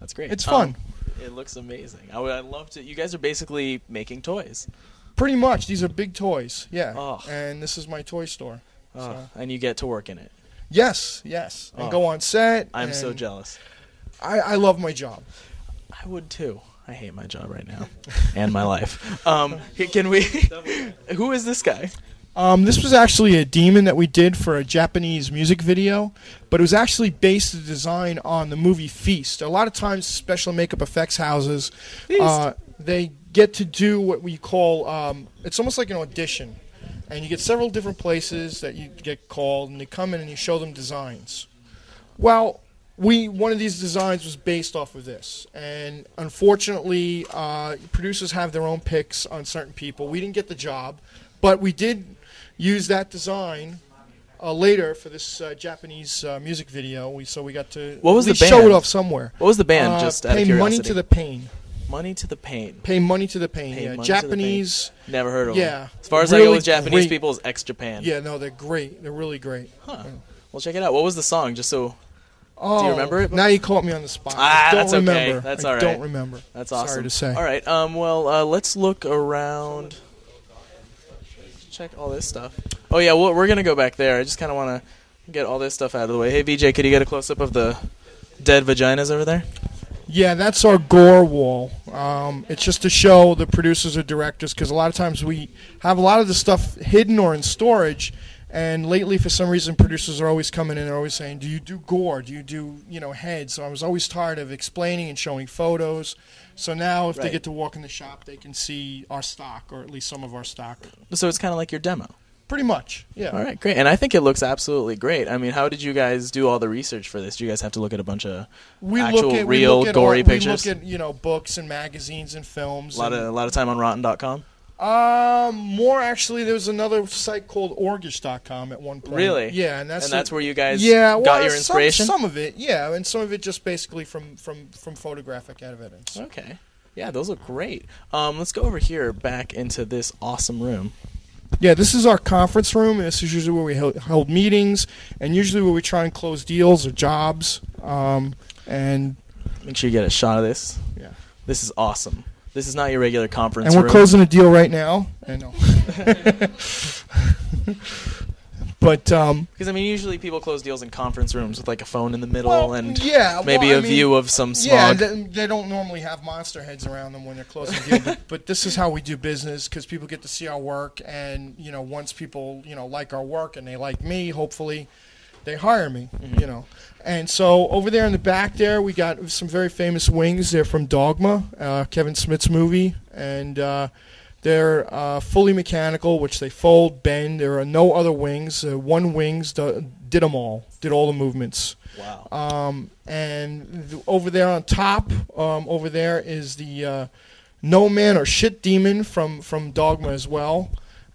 Speaker 9: That's great.
Speaker 6: It's
Speaker 9: Um,
Speaker 6: fun.
Speaker 9: it looks amazing. I would I love to. You guys are basically making toys,
Speaker 6: Pretty much, these are big toys. Yeah,
Speaker 9: Oh.
Speaker 6: and this is my toy store.
Speaker 9: uh, and you get to work in it.
Speaker 6: Yes, yes, and
Speaker 9: Oh.
Speaker 6: go on set.
Speaker 9: I'm so
Speaker 6: and-
Speaker 9: jealous.
Speaker 6: I, I love my job.
Speaker 9: I would too. I hate my job right now and my life. Um, can we? who is this guy?
Speaker 6: Um, this was actually a demon that we did for a Japanese music video, but it was actually based the design on the movie Feast. A lot of times, special makeup effects houses, uh, they get to do what we call um, it's almost like an audition, and you get several different places that you get called, and they come in and you show them designs. Well, we one of these designs was based off of this, and unfortunately, uh, producers have their own picks on certain people. We didn't get the job, but we did use that design uh, later for this uh, Japanese uh, music video. We so we got to
Speaker 9: What was
Speaker 6: at
Speaker 9: the
Speaker 6: least show
Speaker 9: band?
Speaker 6: it off somewhere.
Speaker 9: What was the band?
Speaker 6: Uh,
Speaker 9: just out
Speaker 6: pay
Speaker 9: of
Speaker 6: money
Speaker 9: curiosity.
Speaker 6: to the pain.
Speaker 9: money to the pain.
Speaker 6: Pay money to the pain.
Speaker 9: Pay
Speaker 6: yeah,
Speaker 9: money to the pain.
Speaker 6: Japanese.
Speaker 9: Never heard of
Speaker 6: Yeah.
Speaker 9: them. As far as I go
Speaker 6: Really
Speaker 9: with Japanese
Speaker 6: great.
Speaker 9: people is ex Japan.
Speaker 6: Yeah, no, they're great. They're really great.
Speaker 9: Huh. Well, check it out. What was the song? Just so
Speaker 6: Oh,
Speaker 9: remember it?
Speaker 6: Now you caught me on the spot.
Speaker 9: Ah,
Speaker 6: I don't
Speaker 9: that's okay.
Speaker 6: remember.
Speaker 9: That's
Speaker 6: I
Speaker 9: all right.
Speaker 6: Don't remember.
Speaker 9: that's awesome.
Speaker 6: Sorry to say.
Speaker 9: All right. Um. Well, uh, let's look around. Check all this stuff. Oh yeah. Well, we're gonna go back there. I just kind of want to get all this stuff out of the way. Hey, VJ, could you get a close up of the dead vaginas over there?
Speaker 6: Yeah, that's our gore wall. Um, it's just to show the producers or directors because a lot of times we have a lot of the stuff hidden or in storage. And lately, for some reason, producers are always coming in and always saying, "Do you do gore? Do you do you know head?" So I was always tired of explaining and showing photos. So now, if they
Speaker 9: Right.
Speaker 6: get to walk in the shop, they can see our stock or at least some of our stock.
Speaker 9: So it's kind of like your demo.
Speaker 6: Pretty much, yeah.
Speaker 9: All right, great. And I think it looks absolutely great. I mean, how did you guys do all the research for this? Do you guys have to look at a bunch of
Speaker 6: We
Speaker 9: actual
Speaker 6: look at we
Speaker 9: real
Speaker 6: look at
Speaker 9: gory
Speaker 6: all-
Speaker 9: pictures?
Speaker 6: We look at you know books and magazines and films.
Speaker 9: a lot
Speaker 6: and-
Speaker 9: of a lot of time on Rotten.com.
Speaker 6: Um, more actually, there was another site called Orgish.com at one point.
Speaker 9: Really?
Speaker 6: Yeah, and that's
Speaker 9: and that's where you guys
Speaker 6: yeah
Speaker 9: got
Speaker 6: well,
Speaker 9: your
Speaker 6: some-
Speaker 9: inspiration.
Speaker 6: Some, of it, yeah, and some of it just basically from from from photographic evidence.
Speaker 9: Okay. Yeah, those look great. Um, let's go over here back into this awesome room.
Speaker 6: Yeah, this is our conference room. and This is usually where we held, held meetings, and usually where we try and close deals or jobs. Um, and
Speaker 9: Make sure you get a shot of this.
Speaker 6: yeah,
Speaker 9: This is awesome. This is not your regular conference
Speaker 6: and we're
Speaker 9: room.
Speaker 6: closing a deal right now. I know. but um,
Speaker 9: Because I mean, usually people close deals in conference rooms with like a phone in the middle
Speaker 6: Well,
Speaker 9: and
Speaker 6: yeah,
Speaker 9: maybe
Speaker 6: well, I
Speaker 9: a
Speaker 6: mean,
Speaker 9: view of some
Speaker 6: Yeah,
Speaker 9: smog.
Speaker 6: they, they don't normally have monster heads around them when they're closing deal, but, but this is how we do business because people get to see our work, and you know, once people you know like our work and they like me, hopefully, they hire me. You know, and so over there in the back there, we got some very famous wings. They're from Dogma, uh, Kevin Smith's movie, and. Uh, they're uh, fully mechanical, which they fold, bend. There are no other wings. Uh, one wings do, did them all, did all the movements.
Speaker 9: wow.
Speaker 6: Um, and th- over there on top, um, over there is the uh, No Man or Shit Demon from from Dogma as well.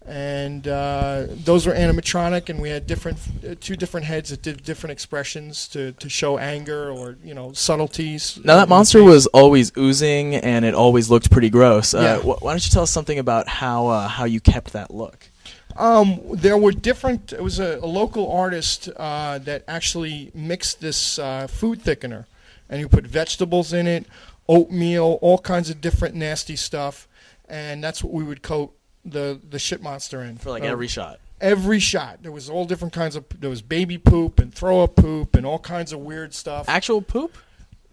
Speaker 6: And uh, those were animatronic, and we had different uh, two different heads that did different expressions to, to show anger or you know subtleties.
Speaker 9: Now that monster was always oozing, and it always looked pretty gross.
Speaker 6: Yeah.
Speaker 9: Uh, wh- why don't you tell us something about how uh, how you kept that look?
Speaker 6: Um, there were different. It was a, a local artist uh, that actually mixed this uh, food thickener, and he put vegetables in it, oatmeal, all kinds of different nasty stuff, and that's what we would coat the the shit monster in
Speaker 9: for like
Speaker 6: Uh,
Speaker 9: every shot.
Speaker 6: every shot. There was all different kinds of. There was baby poop and throw up poop and all kinds of weird stuff.
Speaker 9: Actual poop?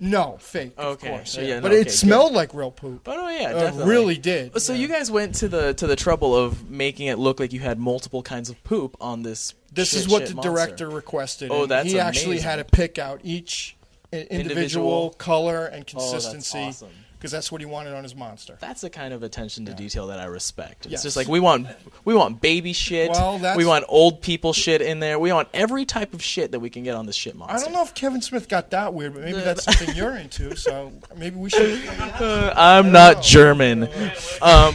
Speaker 6: No, fake.
Speaker 9: Okay.
Speaker 6: Of course,
Speaker 9: Oh,
Speaker 6: yeah.
Speaker 9: yeah, no,
Speaker 6: but
Speaker 9: okay,
Speaker 6: it
Speaker 9: good.
Speaker 6: smelled like real poop.
Speaker 9: Oh no, yeah,
Speaker 6: Uh,
Speaker 9: definitely.
Speaker 6: really did.
Speaker 9: So
Speaker 6: yeah.
Speaker 9: you guys went to the to the trouble of making it look like you had multiple kinds of poop on this.
Speaker 6: This
Speaker 9: shit,
Speaker 6: is what
Speaker 9: shit
Speaker 6: the
Speaker 9: monster.
Speaker 6: director requested.
Speaker 9: Oh,
Speaker 6: and
Speaker 9: that's
Speaker 6: he actually
Speaker 9: amazing.
Speaker 6: had to pick out each i- individual,
Speaker 9: Individual.
Speaker 6: color and
Speaker 9: Oh, that's
Speaker 6: consistency because
Speaker 9: awesome.
Speaker 6: that's what he wanted on his monster.
Speaker 9: That's the kind of attention to detail that I respect. It's
Speaker 6: Yes.
Speaker 9: just like we want we want baby shit.
Speaker 6: Well, that's-
Speaker 9: we want old people shit in there. We want every type of shit that we can get on this shit monster.
Speaker 6: I don't know if Kevin Smith got that weird, but maybe that's something you're into. So maybe we should.
Speaker 9: Uh, I'm not German. Um,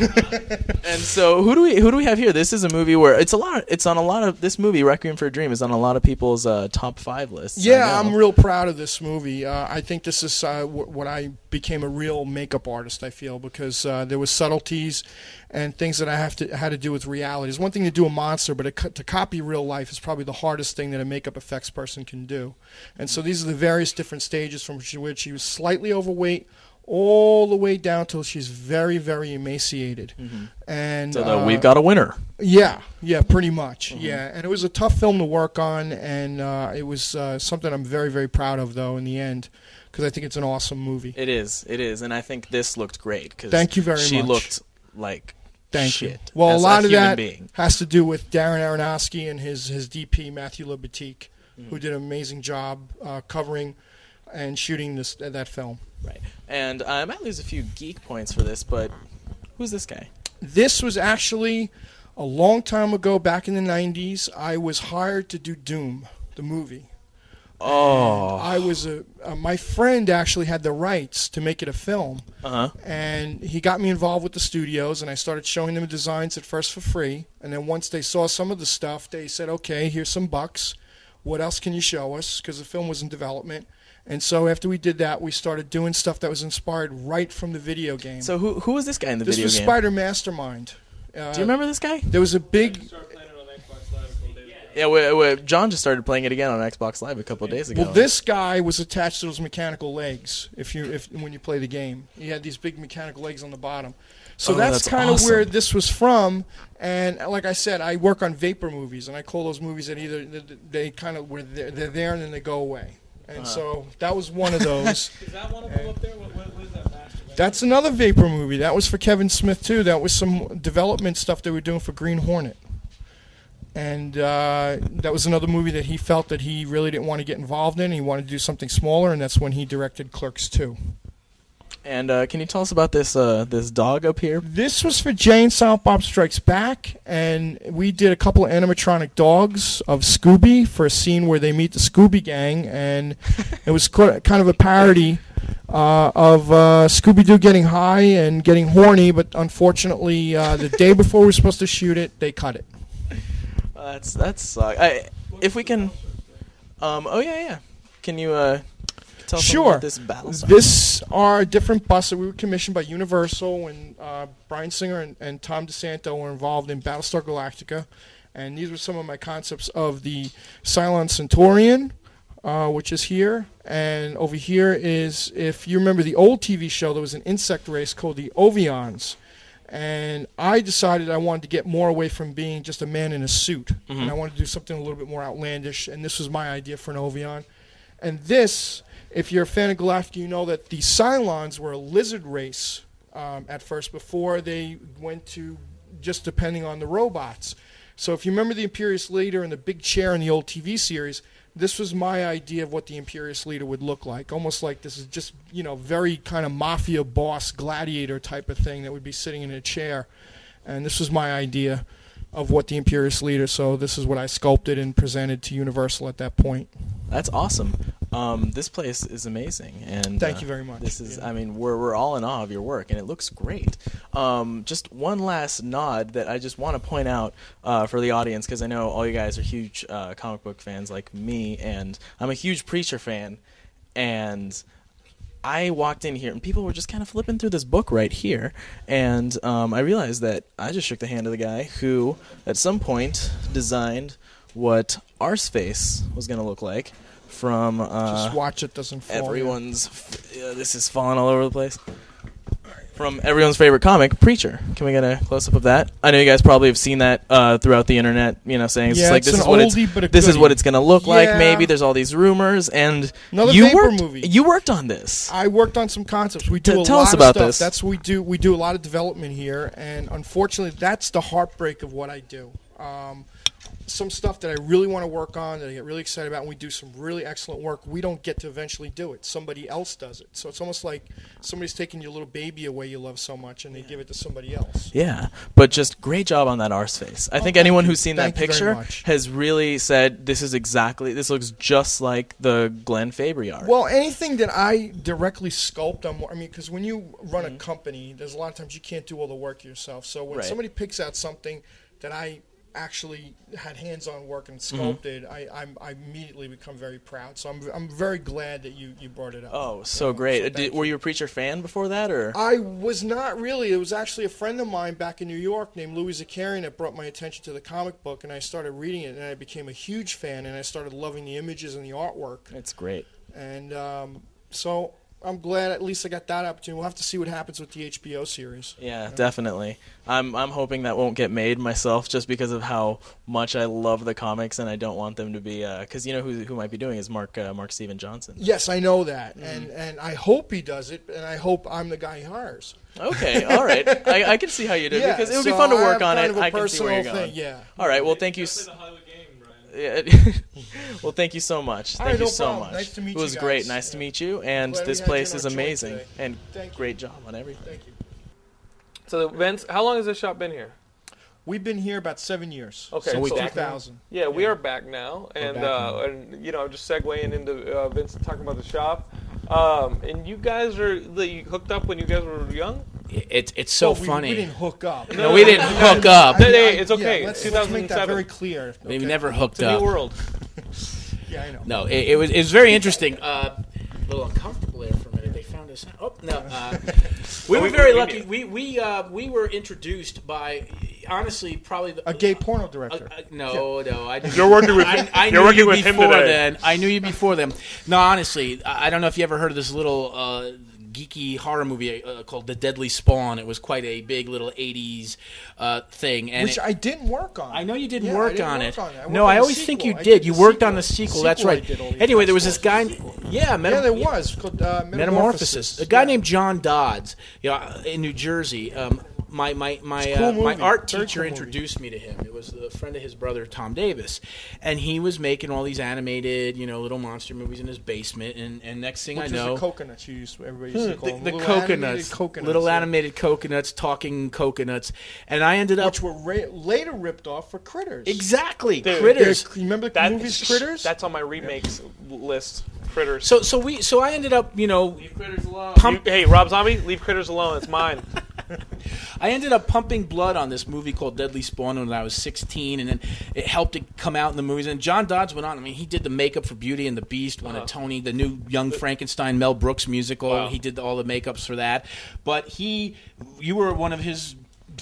Speaker 9: and so who do we who do we have here? This is a movie where it's a lot. It's on a lot of this movie. Requiem for a Dream is on a lot of people's uh, top five lists. I
Speaker 6: Yeah,
Speaker 9: know.
Speaker 6: I'm real proud of this movie. Uh, I think this is uh, w- what I became a real makeup artist. I feel because uh, there was subtleties and things that I have to had to do with reality. It's one thing to do a monster, but it co- to copy real life is probably the hardest thing that a makeup effects person can do. And so these are the various different stages from which, which she was slightly overweight. All the way down till she's very, very emaciated,
Speaker 9: Mm-hmm.
Speaker 6: and
Speaker 9: So though
Speaker 6: uh,
Speaker 9: we've got a winner.
Speaker 6: yeah, yeah, pretty much.
Speaker 9: Mm-hmm.
Speaker 6: Yeah, and it was a tough film to work on, and uh, it was uh, something I'm very, very proud of, though, in the end, because I think it's an awesome movie.
Speaker 9: It is. It is, and I think this looked great. Cause
Speaker 6: Thank you very
Speaker 9: she
Speaker 6: much.
Speaker 9: looked like
Speaker 6: Thank
Speaker 9: shit.
Speaker 6: you. Well,
Speaker 9: as
Speaker 6: a lot of
Speaker 9: human
Speaker 6: that
Speaker 9: being.
Speaker 6: has to do with Darren Aronofsky and his his DP Matthew Labatique,
Speaker 9: Mm-hmm.
Speaker 6: who did an amazing job uh, covering and shooting this uh, that film.
Speaker 9: Right. And uh, I might lose a few geek points for this, but who's this guy?
Speaker 6: this was actually a long time ago back in the 90s i was hired to do doom the movie oh i was a uh, my friend actually had the rights to make it a film
Speaker 9: Uh huh.
Speaker 6: and he got me involved with the studios and i started showing them designs at first for free and then once they saw some of the stuff they said okay here's some bucks what else can you show us because the film was in development and so after we did that we started doing stuff that was inspired right from the video game
Speaker 9: So who who was this guy in the
Speaker 6: this
Speaker 9: video
Speaker 6: was
Speaker 9: game?
Speaker 6: spider mastermind uh,
Speaker 9: Do you remember this guy?
Speaker 6: there was a big.
Speaker 9: Yeah, we, we, John just started playing it again on Xbox Live a couple of days ago.
Speaker 6: Well, this guy was attached to those mechanical legs. If you if when you play the game, he had these big mechanical legs on the bottom. So
Speaker 9: Oh,
Speaker 6: that's,
Speaker 9: that's
Speaker 6: kind of
Speaker 9: awesome.
Speaker 6: where this was from. And like I said, I work on vapor movies, and I call those movies that either th- th- they kind of where they're, they're there and then they go away. And
Speaker 9: Uh-huh.
Speaker 6: so that was one of those.
Speaker 10: Is that one of them up there? What, what, what is that master?
Speaker 6: that's another vapor movie. That was for Kevin Smith too. That was some development stuff they were doing for Green Hornet. and uh, that was another movie that he felt that he really didn't want to get involved in. He wanted to do something smaller, and that's when he directed Clerks 2.
Speaker 9: and uh, can you tell us about this uh, this dog up here?
Speaker 6: This was for Jane Silent Bob Strikes Back, and we did a couple of animatronic dogs of Scooby for a scene where they meet the Scooby Gang, and it was qu- kind of a parody uh, of uh, Scooby Doo getting high and getting horny, but unfortunately, uh, the day before we were supposed to shoot it, they cut it.
Speaker 9: Uh, that's that's uh, I, if we can. Um. Oh yeah, yeah. Can you uh tell us
Speaker 6: Sure.
Speaker 9: about this battle? song?
Speaker 6: This are different busts that we were commissioned by Universal, and uh, Brian Singer and, and Tom DeSanto were involved in Battlestar Galactica, and these were some of my concepts of the Cylon Centaurian, uh, which is here, and over here is if you remember the old TV show, there was an insect race called the Ovions. And I decided I wanted to get more away from being just a man in a suit,
Speaker 9: Mm-hmm.
Speaker 6: and I wanted to do something a little bit more outlandish. And this was my idea for an Ovion. And this, if you're a fan of Galactica, you know that the Cylons were a lizard race um, at first before they went to just depending on the robots. So if you remember the Imperious Leader and the big chair in the old TV series, this was my idea of what the Imperious Leader would look like. Almost like this is just, you know, very kind of mafia boss gladiator type of thing that would be sitting in a chair. And this was my idea of what the Imperious Leader, so this is what I sculpted and presented to Universal at that point.
Speaker 9: That's awesome. Um, this place is amazing, and uh,
Speaker 6: Thank you very much.
Speaker 9: This is,
Speaker 6: Yeah.
Speaker 9: I mean, we're we're all in awe of your work, and it looks great. Um, just one last nod that I just want to point out uh, for the audience because I know all you guys are huge uh, comic book fans like me, and I'm a huge Preacher fan, and I walked in here and people were just kind of flipping through this book right here, and um, I realized that I just shook the hand of the guy who, at some point, designed what our space was going to look like from uh,
Speaker 6: Just watch it doesn't fall.
Speaker 9: everyone's. f- uh, this is falling all over the place. From everyone's favorite comic, Preacher. Can we get a close up of that? I know you guys probably have seen that uh, throughout the internet. You know, saying
Speaker 6: Yeah,
Speaker 9: it's like
Speaker 6: it's
Speaker 9: this
Speaker 6: an
Speaker 9: is what
Speaker 6: oldie,
Speaker 9: it's
Speaker 6: but a
Speaker 9: this is
Speaker 6: goodie.
Speaker 9: what it's going to look
Speaker 6: Yeah.
Speaker 9: like. Maybe there's all these rumors, and
Speaker 6: Another
Speaker 9: you
Speaker 6: vapor
Speaker 9: worked
Speaker 6: movie.
Speaker 9: you worked on this.
Speaker 6: I worked on some concepts. We do
Speaker 9: T-
Speaker 6: a
Speaker 9: tell
Speaker 6: lot
Speaker 9: us about
Speaker 6: of stuff.
Speaker 9: this.
Speaker 6: That's what we do. We do a lot of development here, and unfortunately, that's the heartbreak of what I do. Um, some stuff that I really want to work on that I get really excited about, and we do some really excellent work. We don't get to eventually do it. Somebody else does it. So it's almost like somebody's taking your little baby away you love so much, and they give it to somebody else.
Speaker 9: Yeah, but just great job on that R space. I think
Speaker 6: Oh, thank
Speaker 9: anyone
Speaker 6: you.
Speaker 9: who's seen
Speaker 6: Thank
Speaker 9: that
Speaker 6: you very
Speaker 9: picture
Speaker 6: much.
Speaker 9: has really said this is exactly this looks just like the Glenn Fabry art.
Speaker 6: Well, anything that I directly sculpt, I'm, I mean, because when you run a company, there's a lot of times you can't do all the work yourself. So when
Speaker 9: Mm-hmm. Right.
Speaker 6: somebody picks out something that I actually had hands-on work and
Speaker 9: Mm-hmm.
Speaker 6: sculpted, I, I'm, I immediately become very proud. So I'm, I'm very glad that you, you brought it up.
Speaker 9: oh, so
Speaker 6: Yeah,
Speaker 9: great.
Speaker 6: so
Speaker 9: Uh, Did,
Speaker 6: thank
Speaker 9: were you a preacher fan before that, or
Speaker 6: I was not really. It was actually a friend of mine back in New York named Louis Zakarian that brought my attention to the comic book, and I started reading it, and I became a huge fan, and I started loving the images and the artwork.
Speaker 9: it's great.
Speaker 6: And um, so I'm glad at least I got that opportunity. We'll have to see what happens with the HBO series.
Speaker 9: Yeah, definitely. I'm I'm hoping that won't get made myself, just because of how much I love the comics, and I don't want them to be. Because you know who who might be doing is Mark uh, Mark Steven Johnson.
Speaker 6: Yes, I know that,
Speaker 9: Mm-hmm.
Speaker 6: and and I hope he does it, and I hope I'm the guy he hires.
Speaker 9: Okay, all right. I, I can see how you did because it would
Speaker 6: so
Speaker 9: be fun to
Speaker 6: I have
Speaker 9: work on
Speaker 6: kind
Speaker 9: it.
Speaker 6: of a
Speaker 9: I can see where you're
Speaker 6: personal
Speaker 9: going.
Speaker 6: thing, yeah.
Speaker 9: All right. Well, thank you. s-
Speaker 10: Play the Hollywood game, Brian.
Speaker 9: Yeah. well, thank you so much.
Speaker 6: All
Speaker 9: Thank
Speaker 6: right,
Speaker 9: you
Speaker 6: no
Speaker 9: so
Speaker 6: problem.
Speaker 9: much.
Speaker 6: Nice to meet
Speaker 9: it
Speaker 6: you
Speaker 9: was great.
Speaker 6: guys.
Speaker 9: Nice to
Speaker 6: Yeah.
Speaker 9: meet you. And
Speaker 6: Glad we
Speaker 9: this
Speaker 6: had you
Speaker 9: place
Speaker 6: in
Speaker 9: is
Speaker 6: our joint
Speaker 9: amazing.
Speaker 6: today.
Speaker 9: And
Speaker 6: Thank you.
Speaker 9: great job on everything.
Speaker 6: Thank you.
Speaker 4: So the Vince, how long has this shop been here?
Speaker 6: We've been here about seven years.
Speaker 4: Okay,
Speaker 6: since
Speaker 4: so-
Speaker 6: 2000.
Speaker 4: Yeah, we are back now, and uh, and you know, just segueing into uh, Vince talking about the shop. Um, and you guys are that you hooked up when you guys were young.
Speaker 5: It's it's so
Speaker 6: Well, we-
Speaker 5: funny.
Speaker 6: We, didn't hook up.
Speaker 5: no, we didn't hook up.
Speaker 4: No, no, it's
Speaker 6: yeah,
Speaker 4: okay.
Speaker 6: let's, let's make that
Speaker 4: 2007.
Speaker 6: very clear.
Speaker 5: We
Speaker 6: okay?
Speaker 5: never hooked
Speaker 4: It's a
Speaker 5: up.
Speaker 4: new world.
Speaker 6: Yeah, I know.
Speaker 5: No, it, it was it was very interesting. Uh, a little uncomfortable there for a minute. They found us. Oh no, uh, we were very lucky. We we uh, we were introduced by honestly probably the,
Speaker 6: A gay porno director.
Speaker 5: Uh, uh, no, no, I didn't.
Speaker 2: You're working with-
Speaker 5: I, I
Speaker 2: you're
Speaker 5: knew
Speaker 2: working
Speaker 5: you
Speaker 2: with him
Speaker 5: before
Speaker 2: today.
Speaker 5: Then I knew you before them. No, honestly, I I don't know if you ever heard of this little uh, geeky horror movie uh, called The Deadly Spawn. It was quite a big little '80s uh, thing, and
Speaker 6: which
Speaker 5: it-
Speaker 6: I didn't work on.
Speaker 5: I know you didn't
Speaker 6: Yeah, I
Speaker 5: work
Speaker 6: didn't
Speaker 5: on
Speaker 6: work
Speaker 5: it.
Speaker 6: on it. I worked
Speaker 5: no,
Speaker 6: on
Speaker 5: I
Speaker 6: the
Speaker 5: always
Speaker 6: sequel.
Speaker 5: think you
Speaker 6: I
Speaker 5: did.
Speaker 6: did
Speaker 5: You
Speaker 6: the
Speaker 5: worked on the
Speaker 6: sequel.
Speaker 5: sequel.
Speaker 6: The
Speaker 5: That's
Speaker 6: sequel I
Speaker 5: right.
Speaker 6: did all these
Speaker 5: Anyway, there was
Speaker 6: times.
Speaker 5: this guy. Yeah, Metam-
Speaker 6: Yeah, there was called uh, Metamorphosis.
Speaker 5: Metamorphosis. A guy
Speaker 6: Yeah.
Speaker 5: named John Dodds, you know, uh, in New Jersey. Um, my my my
Speaker 6: It's a cool
Speaker 5: uh, my
Speaker 6: movie.
Speaker 5: art
Speaker 6: Very
Speaker 5: teacher
Speaker 6: cool movie.
Speaker 5: introduced me to him. It was a friend of his brother Tom Davis, and he was making all these animated, you know, little monster movies in his basement. And and next thing
Speaker 6: Which
Speaker 5: I know, Hmm,
Speaker 6: is the coconuts you used. Everybody used
Speaker 9: Hmm,
Speaker 6: to call
Speaker 5: the,
Speaker 6: them
Speaker 5: the
Speaker 6: little
Speaker 5: coconuts,
Speaker 6: animated coconuts,
Speaker 5: little
Speaker 6: yeah.
Speaker 5: animated coconuts, talking coconuts, and I ended up
Speaker 6: which were ra- later ripped off for critters.
Speaker 5: exactly
Speaker 4: Dude,
Speaker 5: critters.
Speaker 6: There's- remember the
Speaker 4: That-
Speaker 6: movies Critters?
Speaker 4: That's on my remakes list. Critters.
Speaker 5: So so we so I ended up you know
Speaker 7: Critters alone.
Speaker 4: You- hey, Rob Zombie, leave critters alone. It's mine.
Speaker 5: I ended up pumping blood on this movie called Deadly Spawn when I was 16, and then it helped it come out in the movies. And John Dodds went on. I mean, he did the makeup for Beauty and the Beast, won a Tony, the new Young Frankenstein Mel Brooks musical.
Speaker 4: Uh-huh. Wow.
Speaker 5: He did all the makeups for that. But he, you were one of his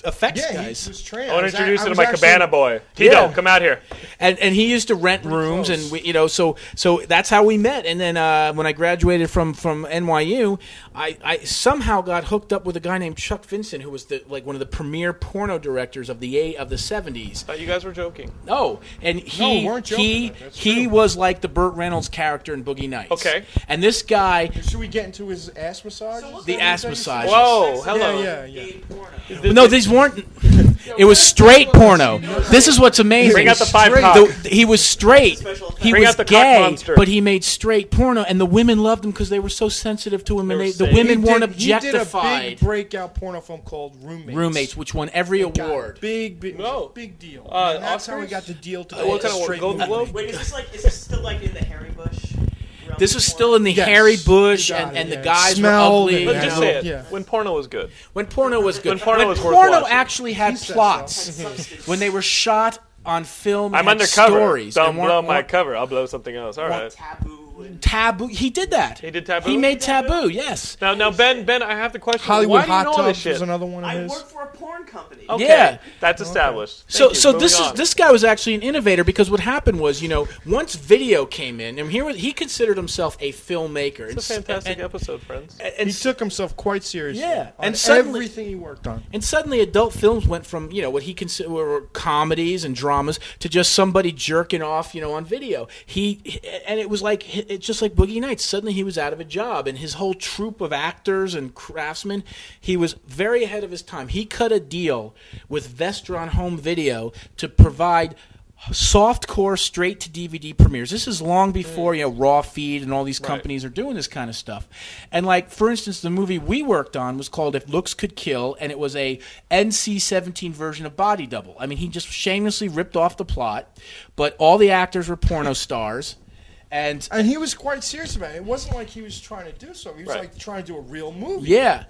Speaker 5: effects
Speaker 6: yeah, he
Speaker 5: guys.
Speaker 6: was trans.
Speaker 4: I want to introduce you to my
Speaker 6: actually-
Speaker 4: cabana boy. Tito,
Speaker 5: Yeah.
Speaker 4: come out here.
Speaker 5: and and he used to rent rooms and we, you know so so that's how we met and then uh, when I graduated from from NYU I, I somehow got hooked up with a guy named Chuck Vincent who was the like one of the premier porno directors of the a of the 70s
Speaker 4: Thought you guys were joking.
Speaker 5: no and he
Speaker 6: we weren't joking
Speaker 5: he
Speaker 6: about that. That's
Speaker 5: he
Speaker 6: true.
Speaker 5: was like the Burt Reynolds character in Boogie Nights
Speaker 4: Okay.
Speaker 5: and this guy
Speaker 6: Should we get into his ass massage?
Speaker 5: the ass massage
Speaker 4: Whoa, hello.
Speaker 6: Yeah, yeah, yeah.
Speaker 5: no these weren't it was straight porno this is what's amazing
Speaker 4: Bring out the five
Speaker 6: Straight-
Speaker 4: cock.
Speaker 5: the, he was straight. He
Speaker 4: Bring
Speaker 5: was
Speaker 4: out the cock
Speaker 5: gay,
Speaker 4: monster.
Speaker 5: but he made straight porno, and the women loved him because they were so sensitive to him, and
Speaker 4: were
Speaker 5: they, the
Speaker 4: safe.
Speaker 5: women
Speaker 6: He
Speaker 5: weren't
Speaker 6: did- He did a
Speaker 5: objectified.
Speaker 6: big breakout porno film called Roommates.
Speaker 5: Roommates, which won every
Speaker 6: Got
Speaker 5: award.
Speaker 6: Big, big,
Speaker 4: No.
Speaker 6: big deal.
Speaker 4: Uh,
Speaker 6: and that's how we
Speaker 4: Oscars?
Speaker 6: got the deal to
Speaker 4: Uh, what
Speaker 6: go
Speaker 4: kind of
Speaker 6: straight
Speaker 4: Golden
Speaker 6: movie.
Speaker 4: Globe?
Speaker 8: Wait, is this like is this still like in the hairy bush? realm
Speaker 5: This was
Speaker 8: before?
Speaker 5: still in the
Speaker 6: Yes,
Speaker 5: Harry Bush,
Speaker 6: you got
Speaker 5: and,
Speaker 6: it,
Speaker 5: and the
Speaker 6: yeah.
Speaker 5: guys
Speaker 6: Smelled
Speaker 5: were ugly.
Speaker 6: and
Speaker 4: But
Speaker 5: you
Speaker 4: just
Speaker 5: know?
Speaker 4: say it.
Speaker 6: Yeah.
Speaker 4: When porno was good.
Speaker 5: When porno was good,
Speaker 4: When porno was worth
Speaker 5: porno
Speaker 4: watching.
Speaker 5: actually had
Speaker 6: said so.
Speaker 5: plots. when they were shot on film,
Speaker 4: I'm
Speaker 5: had
Speaker 4: undercover.
Speaker 5: stories.
Speaker 4: Don't
Speaker 5: and weren't-
Speaker 4: blow my
Speaker 5: weren't-
Speaker 4: cover. I'll blow something else. All
Speaker 8: What
Speaker 4: right.
Speaker 8: taboo
Speaker 5: Taboo. He did that.
Speaker 4: He did Taboo?
Speaker 5: He made Taboo. Yes.
Speaker 4: Now, now, Ben, Ben, I have the question. Why
Speaker 6: Hollywood
Speaker 4: do you
Speaker 6: Hot
Speaker 4: know all this
Speaker 6: Tubs
Speaker 4: shit?
Speaker 6: was another one of
Speaker 8: I
Speaker 6: his.
Speaker 8: work for a porn company.
Speaker 4: Okay,
Speaker 5: Yeah.
Speaker 4: that's established.
Speaker 5: So,
Speaker 4: Thank you.
Speaker 5: so
Speaker 4: Moving
Speaker 5: this is
Speaker 4: on.
Speaker 5: this guy was actually an innovator because what happened was, you know, once video came in, and here was, he considered himself a filmmaker.
Speaker 4: It's a fantastic episode, friends.
Speaker 5: And,
Speaker 6: He
Speaker 5: and,
Speaker 6: took himself quite seriously.
Speaker 5: Yeah,
Speaker 6: on
Speaker 5: and suddenly-
Speaker 6: everything he worked on.
Speaker 5: and suddenly, adult films went from you know what he considered were comedies and dramas to just somebody jerking off, you know, on video. He and it was like it's just like Boogie Nights. Suddenly, he was out of a job, and his whole troupe of actors and craftsmen, he was very ahead of his time. He cut a deal with Vestron Home Video to provide softcore straight to DVD premieres. This is long
Speaker 6: Mm.
Speaker 5: before, you know, Raw Feed and all these companies are doing this kind of stuff. And like for instance, the movie we worked on was called If Looks Could Kill and it was a NC-17 version of Body Double. I mean, he just shamelessly ripped off the plot, but all the actors were porno stars and
Speaker 6: And he was quite serious about it. It wasn't like he was trying to do so. He was
Speaker 4: Right.
Speaker 6: like trying to do a real movie.
Speaker 5: Yeah.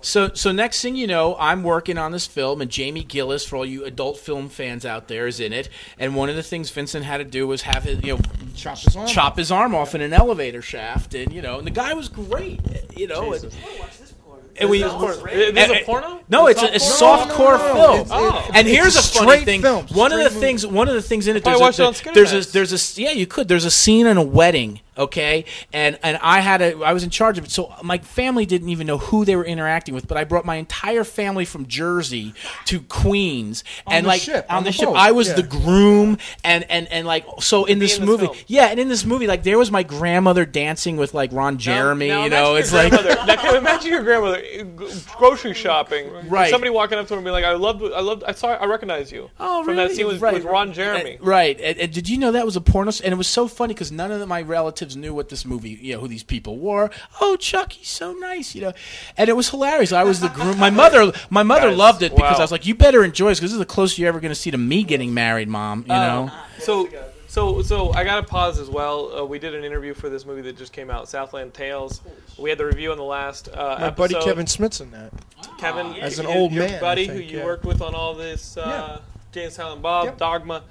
Speaker 5: So so next thing you know, I'm working on this film, and Jamie Gillis, for all you adult film fans out there, is in it. And one of the things Vincent had to do was have his, you know,
Speaker 6: Chop his arm
Speaker 5: chop his arm off in an elevator shaft, and you know, and the guy was great, uh, you know. And,
Speaker 8: Watch this porn.
Speaker 5: and we,
Speaker 4: Porn. This is a
Speaker 5: and-
Speaker 4: porno? Oh.
Speaker 5: no, it's a, a
Speaker 6: softcore?
Speaker 5: softcore
Speaker 6: No, no, no, no.
Speaker 5: film.
Speaker 6: It's- it's-
Speaker 5: and
Speaker 6: it's
Speaker 5: here's
Speaker 6: a
Speaker 5: a funny
Speaker 6: straight
Speaker 5: thing.
Speaker 6: film,
Speaker 5: One of the
Speaker 6: straight movie.
Speaker 5: things. One of the things in it.
Speaker 4: I
Speaker 5: There's
Speaker 4: watched it
Speaker 5: a,
Speaker 4: on Skinner
Speaker 5: there's
Speaker 4: Nights.
Speaker 5: a there's a s- yeah you could there's a scene in a wedding okay and and I had a I was in charge of it so my family didn't even know who they were interacting with but I brought my entire family from Jersey to Queens and
Speaker 6: the
Speaker 5: like
Speaker 6: ship,
Speaker 5: on,
Speaker 6: on
Speaker 5: the,
Speaker 6: the
Speaker 5: ship
Speaker 6: boat,
Speaker 5: I was
Speaker 6: yeah.
Speaker 5: the groom and and and like so in this
Speaker 4: in this
Speaker 5: movie
Speaker 4: film.
Speaker 5: yeah and in this movie like there was my grandmother dancing with like Ron Jeremy
Speaker 4: Now- now
Speaker 5: you know
Speaker 4: imagine
Speaker 5: it's
Speaker 4: your
Speaker 5: like
Speaker 4: grandmother- now, can- imagine your grandmother uh, g- grocery shopping. and
Speaker 5: Right.
Speaker 4: Somebody walking up to her and being like, "I loved, I loved, I saw, I recognize you
Speaker 5: Oh,
Speaker 4: from that
Speaker 5: really?
Speaker 4: scene with,
Speaker 5: Right.
Speaker 4: with Ron Jeremy."
Speaker 5: Uh, right. And, and did you know that was a porno? s- And it was so funny because none of my relatives knew what this movie, you know, who these people were. Oh, Chuck, he's so nice, you know. And it was hilarious. I was the groom. My mother, my mother
Speaker 4: Guys,
Speaker 5: loved it because
Speaker 4: wow.
Speaker 5: I was like, you better enjoy this because this is the closest you're ever going to see to me getting married, mom. You
Speaker 4: Uh,
Speaker 5: know.
Speaker 4: So, so, so I gotta pause as well. Uh, we did an interview for this movie that just came out, Southland Tales. We had the review on the last uh,
Speaker 6: My
Speaker 4: episode.
Speaker 6: buddy Kevin Smith's in that.
Speaker 4: Kevin,
Speaker 6: As an
Speaker 4: your-
Speaker 6: old
Speaker 4: your
Speaker 6: man, I
Speaker 4: buddy
Speaker 6: think,
Speaker 4: who you
Speaker 6: yeah.
Speaker 4: worked with on all this, uh, James Silent Bob,
Speaker 6: Yep.
Speaker 4: Dogma.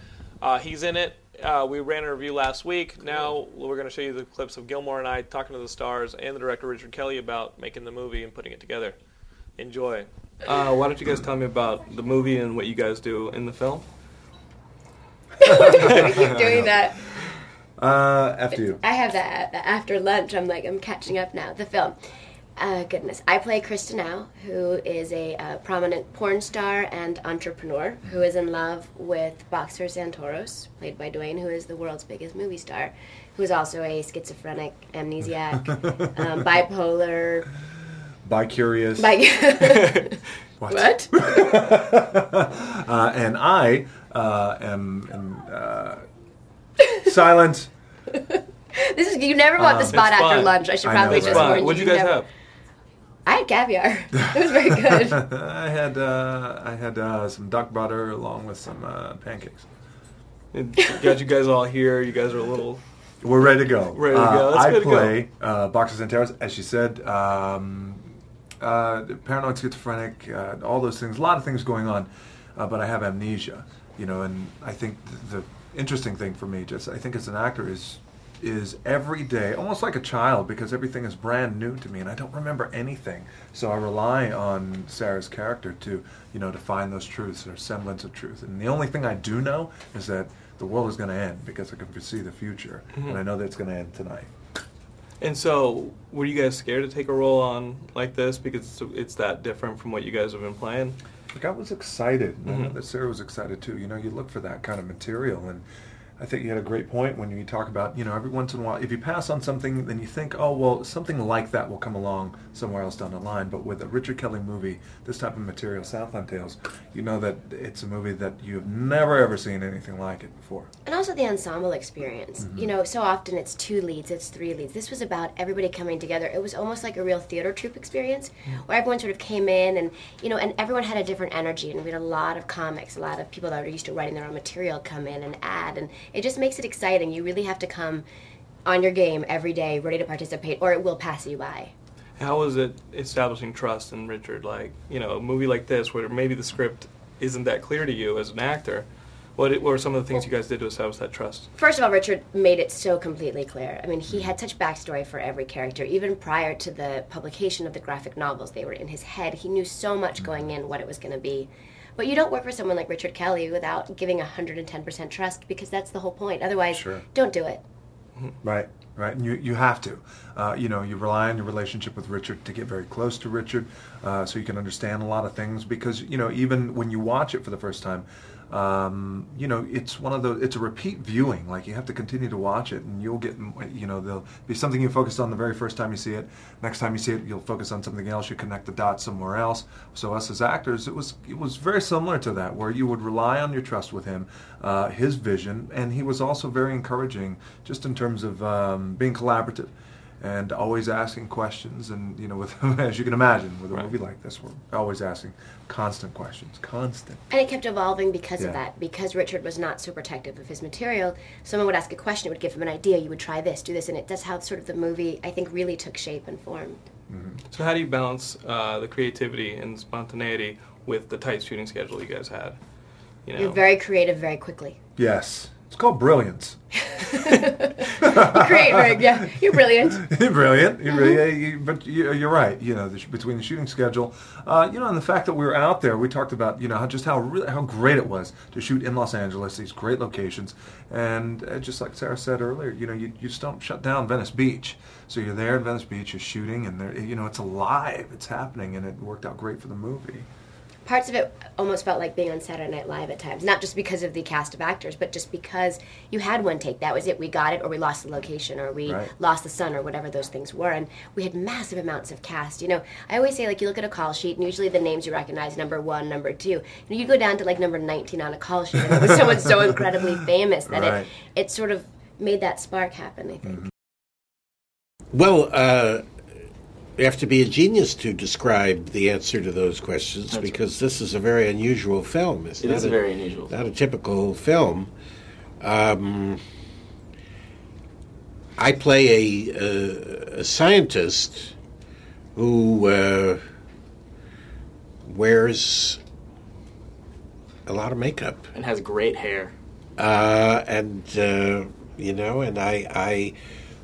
Speaker 4: Uh, he's in it. Uh, we ran a review last week. Now we're going to show you the clips of Gilmore and I talking to the stars and the director Richard Kelly about making the movie and putting it together. Enjoy. Uh, why don't you guys tell me about the movie and what you guys do in the film?
Speaker 11: keep doing that.
Speaker 12: Uh, after you.
Speaker 11: I have that that after lunch. I'm like, I'm catching up now. The film. Uh, goodness. I play Krista now, who is a uh, prominent porn star and entrepreneur who is in love with boxer Santoros, played by Dwayne, who is the world's biggest movie star, who is also a schizophrenic, amnesiac, um, bipolar.
Speaker 12: Bi Curious.
Speaker 11: Bi-
Speaker 12: What?
Speaker 11: what?
Speaker 12: Uh, and I uh, am, am uh, silent. Uh,
Speaker 11: This is you never want the spot
Speaker 4: It's
Speaker 11: after
Speaker 4: fun.
Speaker 11: lunch. I should
Speaker 12: I know,
Speaker 11: probably
Speaker 12: right?
Speaker 11: just
Speaker 12: Fun.
Speaker 11: warn you.
Speaker 4: What'd you guys
Speaker 11: never-
Speaker 4: have?
Speaker 11: I had caviar. It was very good.
Speaker 12: I had uh, I had uh, some duck butter along with some uh, pancakes.
Speaker 4: It got you guys all here. You guys are a little.
Speaker 12: We're ready to go.
Speaker 4: Ready to
Speaker 12: Uh,
Speaker 4: go. Let's
Speaker 12: I
Speaker 4: go to go.
Speaker 12: play Uh, Boxers and Terrors, as she said. Um, uh, paranoid, schizophrenic, uh, all those things. A lot of things going on, uh, but I have amnesia. You know, and I think th- the interesting thing for me, just I think as an actor, is is every day almost like a child because everything is brand new to me and I don't remember anything. So I rely on Sarah's character to, you know, to find those truths or semblance of truth. And the only thing I do know is that the world is going to end because I can foresee the future and I know that it's going to end tonight.
Speaker 4: And so, were you guys scared to take a role on like this because it's, it's that different from what you guys have been playing?
Speaker 12: Like I was excited, and I know that Sarah was excited too. You know, you look for that kind of material, and I think you had a great point when you talk about, you know, every once in a while, if you pass on something, then you think, oh well, something like that will come along somewhere else down the line. But with a Richard Kelly movie, this type of material, Southland Tales, you know that it's a movie that you have never ever seen anything like it before.
Speaker 11: and also the ensemble experience. You know, so often it's two leads, it's three leads. This was about everybody coming together. It was almost like a real theater troupe experience
Speaker 13: Mm-hmm.
Speaker 11: where everyone sort of came in and, you know, and everyone had a different energy. And we had a lot of comics, a lot of people that are used to writing their own material come in and add. And it just makes it exciting. You really have to come on your game every day, ready to participate, or it will pass you by.
Speaker 4: How was it establishing trust in Richard? Like, you know, a movie like this where maybe the script isn't that clear to you as an actor, What were some of the things you guys did to establish that trust?
Speaker 11: First of all, Richard made it so completely clear. I mean, he had such backstory for every character. Even prior to the publication of the graphic novels, they were in his head. He knew so much going in what it was going to be. But you don't work for someone like Richard Kelly without giving 110% trust because that's the whole point. Otherwise,
Speaker 12: Sure.
Speaker 11: don't do it.
Speaker 12: Right, right. And you, you have to. Uh, you know, you rely on your relationship with Richard to get very close to Richard uh, so you can understand a lot of things because, you know, even when you watch it for the first time, um, you know, it's one of the, it's a repeat viewing. Like you have to continue to watch it and you'll get, m- you know, there'll be something you focused on the very first time you see it. Next time you see it, you'll focus on something else. You connect the dots somewhere else. So us as actors, it was, it was very similar to that where you would rely on your trust with him, uh, his vision, and he was also very encouraging just in terms of um, being collaborative and always asking questions and you know with as you can imagine with a movie like this we're always asking constant questions constant
Speaker 11: And it kept evolving because
Speaker 12: Yeah.
Speaker 11: of that. Because Richard was not so protective of his material, someone would ask a question, it would give him an idea. You would try this, do this, and it. That's how sort of the movie, I think, really took shape and form.
Speaker 4: So how do you balance uh, the creativity and spontaneity with the tight shooting schedule you guys had? You know,
Speaker 11: You're very creative very quickly.
Speaker 12: yes it's called brilliance
Speaker 11: You create very, yeah, you're brilliant.
Speaker 12: You're brilliant. You're brilliant. You- but you, you're right. You know, the, sh- between the shooting schedule, uh, you know, and the fact that we were out there, we talked about you know how, just how really, how great it was to shoot in Los Angeles, these great locations, and uh, just like Sarah said earlier, you know, you, you just don't shut down Venice Beach. So you're there in Venice Beach, you're shooting, and there, you know, it's alive, it's happening, and it worked out great for the movie.
Speaker 11: Parts of it almost felt like being on Saturday Night Live at times, not just because of the cast of actors, but just because you had one take. That was it. We got it, or we lost the location, or we
Speaker 3: Right.
Speaker 11: lost the sun, or whatever those things were. And we had massive amounts of cast. You know, I always say, like, you look at a call sheet, and usually the names you recognize number one, number two. You, know, you go down to like number 19 on a call sheet, and it was someone so incredibly famous that
Speaker 5: Right.
Speaker 11: it, it sort of made that spark happen, I think.
Speaker 14: Mm-hmm. Well, uh, you have to be a genius to describe the answer to those questions
Speaker 7: That's
Speaker 14: because this is a very unusual film. It's
Speaker 7: It
Speaker 14: not
Speaker 7: is very unusual.
Speaker 14: Not a typical film. Um, I play a, a, a scientist who uh, wears a lot of makeup
Speaker 7: and has great hair.
Speaker 14: uh, and uh, you know, and I, I,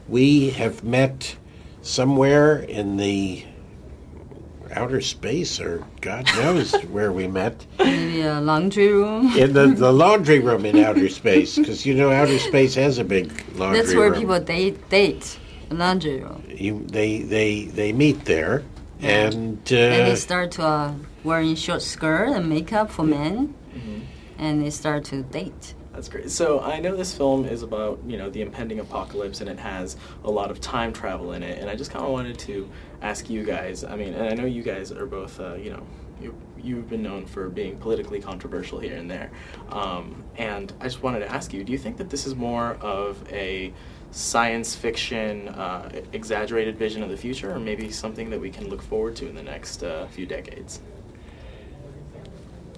Speaker 14: we have met somewhere in the outer space, or God knows where we met
Speaker 13: In the uh, laundry room.
Speaker 14: in the, the laundry room in outer space, because you know outer space has a big laundry
Speaker 13: That's where
Speaker 14: room.
Speaker 13: people date date laundry room.
Speaker 14: You, they, they, they meet there, and uh,
Speaker 13: then they start to uh, wearing short skirt and makeup for men, and they start to date.
Speaker 7: That's great. So I know this film is about you know the impending apocalypse, and it has a lot of time travel in it. And I just kind of wanted to ask you guys. I mean, and I know you guys are both uh, you know you you've been known for being politically controversial here and there. Um, and I just wanted to ask you: Do you think that this is more of a science fiction uh, exaggerated vision of the future, or maybe something that we can look forward to in the next uh, few decades?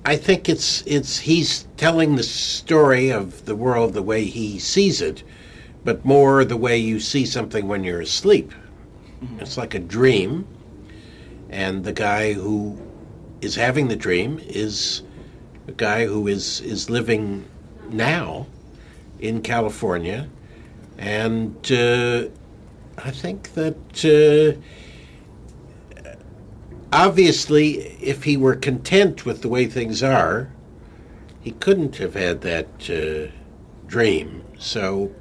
Speaker 14: I think it's it's he's telling the story of the world the way he sees it, but more the way you see something when you're asleep. It's like a dream, and the guy who is having the dream is a guy who is is living now in California, and uh, I think that. Uh, obviously, if he were content with the way things are, he couldn't have had that uh, dream. So,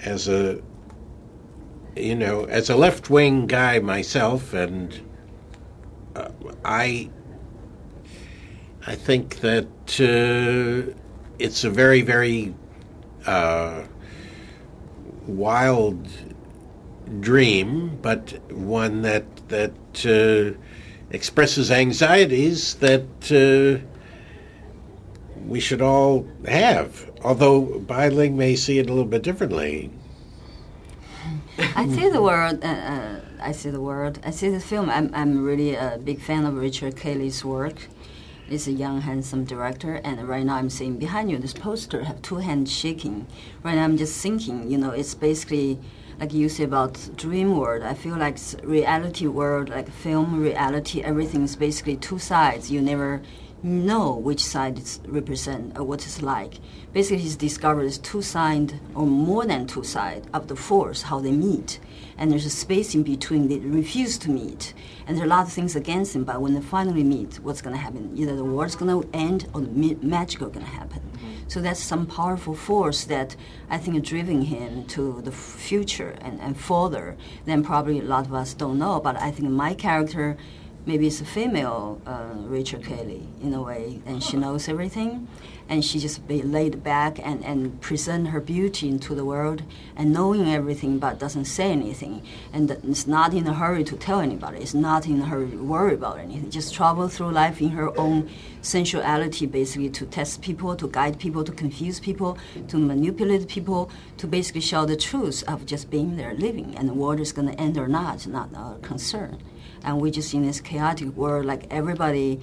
Speaker 14: as a you know, as a left wing guy myself, and uh, I, I think that uh, it's a very very uh, wild dream, but one that that uh, expresses anxieties that uh, we should all have. Although Biling may see it a little bit differently.
Speaker 13: I see the world. Uh, uh, I see the world. I see the film. I'm, I'm really a big fan of Richard Kelly's work. He's a young, handsome director, and right now I'm seeing behind you this poster. I have two hands shaking. Right now I'm just thinking. You know, it's basically like you say about dream world. I feel like s- reality world, like film reality. Everything's basically two sides. You never know which side it's represent or what it's like. Basically, he's discovered there's two side or more than two side of the force how they meet, and there's a space in between they refuse to meet, and there are a lot of things against him. But when they finally meet, what's going to happen? Either the war's going to end or the mi- magic going to happen. So that's some powerful force that I think is driving him to the future and, and further than probably a lot of us don't know. But I think my character, maybe it's a female uh, Rachel Kelly in a way, and she knows everything. And she just be laid back and, and present her beauty into the world and knowing everything but doesn't say anything. And that it's not in a hurry to tell anybody. It's not in a hurry to worry about anything. Just travel through life in her own sensuality basically to test people, to guide people, to confuse people, to manipulate people, to basically show the truth of just being there living and the world is going to end or not, not our concern. And we just in this chaotic world, like everybody,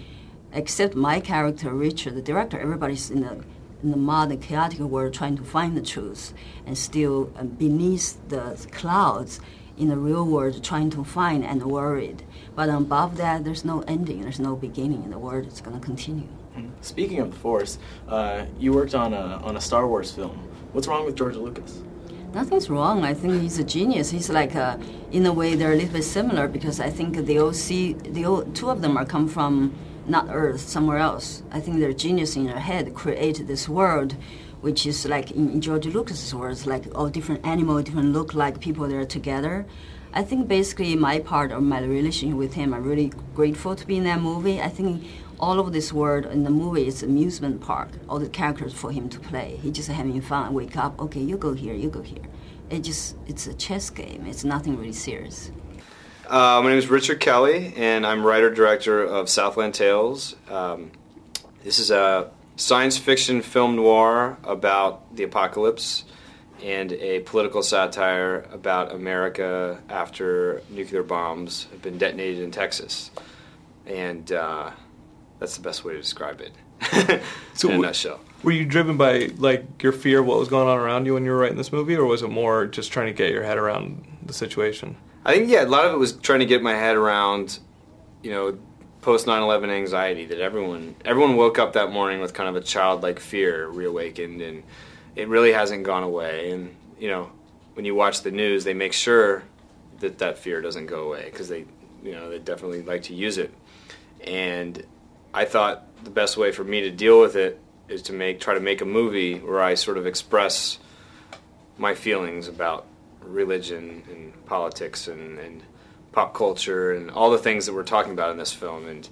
Speaker 13: except my character, Richard, the director, everybody's in the in the modern chaotic world trying to find the truth and still uh, beneath the clouds in the real world trying to find and worried. But above that, there's no ending, there's no beginning in the world. It's going to continue.
Speaker 7: Speaking of the Force, uh, you worked on a on a Star Wars film. What's wrong with George Lucas?
Speaker 13: Nothing's wrong. I think he's a genius. He's like, a, in a way, they're a little bit similar because I think they all see, they all, two of them are come from not Earth, somewhere else. I think they're genius in their head, create this world, which is like in, in George Lucas's words, like all different animal, different look like people there together. I think basically my part of my relationship with him, I'm really grateful to be in that movie. I think all of this world in the movie is amusement park, all the characters for him to play. He just having fun, wake up, okay, you go here, you go here. It just, it's a chess game. It's nothing really serious.
Speaker 15: Uh, my name is Richard Kelly, and I'm writer director of Southland Tales. Um, this is a science fiction film noir about the apocalypse and a political satire about America after nuclear bombs have been detonated in Texas. And uh, that's the best way to describe it
Speaker 7: So
Speaker 15: in a
Speaker 7: wh-
Speaker 15: nutshell.
Speaker 7: Were you driven by like your fear of what was going on around you when you were writing this movie, or was it more just trying to get your head around the situation?
Speaker 15: I think yeah, a lot of it was trying to get my head around, you know, post 9/11 anxiety that everyone everyone woke up that morning with kind of a childlike fear reawakened and it really hasn't gone away and you know, when you watch the news, they make sure that that fear doesn't go away because they you know, they definitely like to use it. And I thought the best way for me to deal with it is to make try to make a movie where I sort of express my feelings about religion and politics and, and pop culture and all the things that we're talking about in this film. And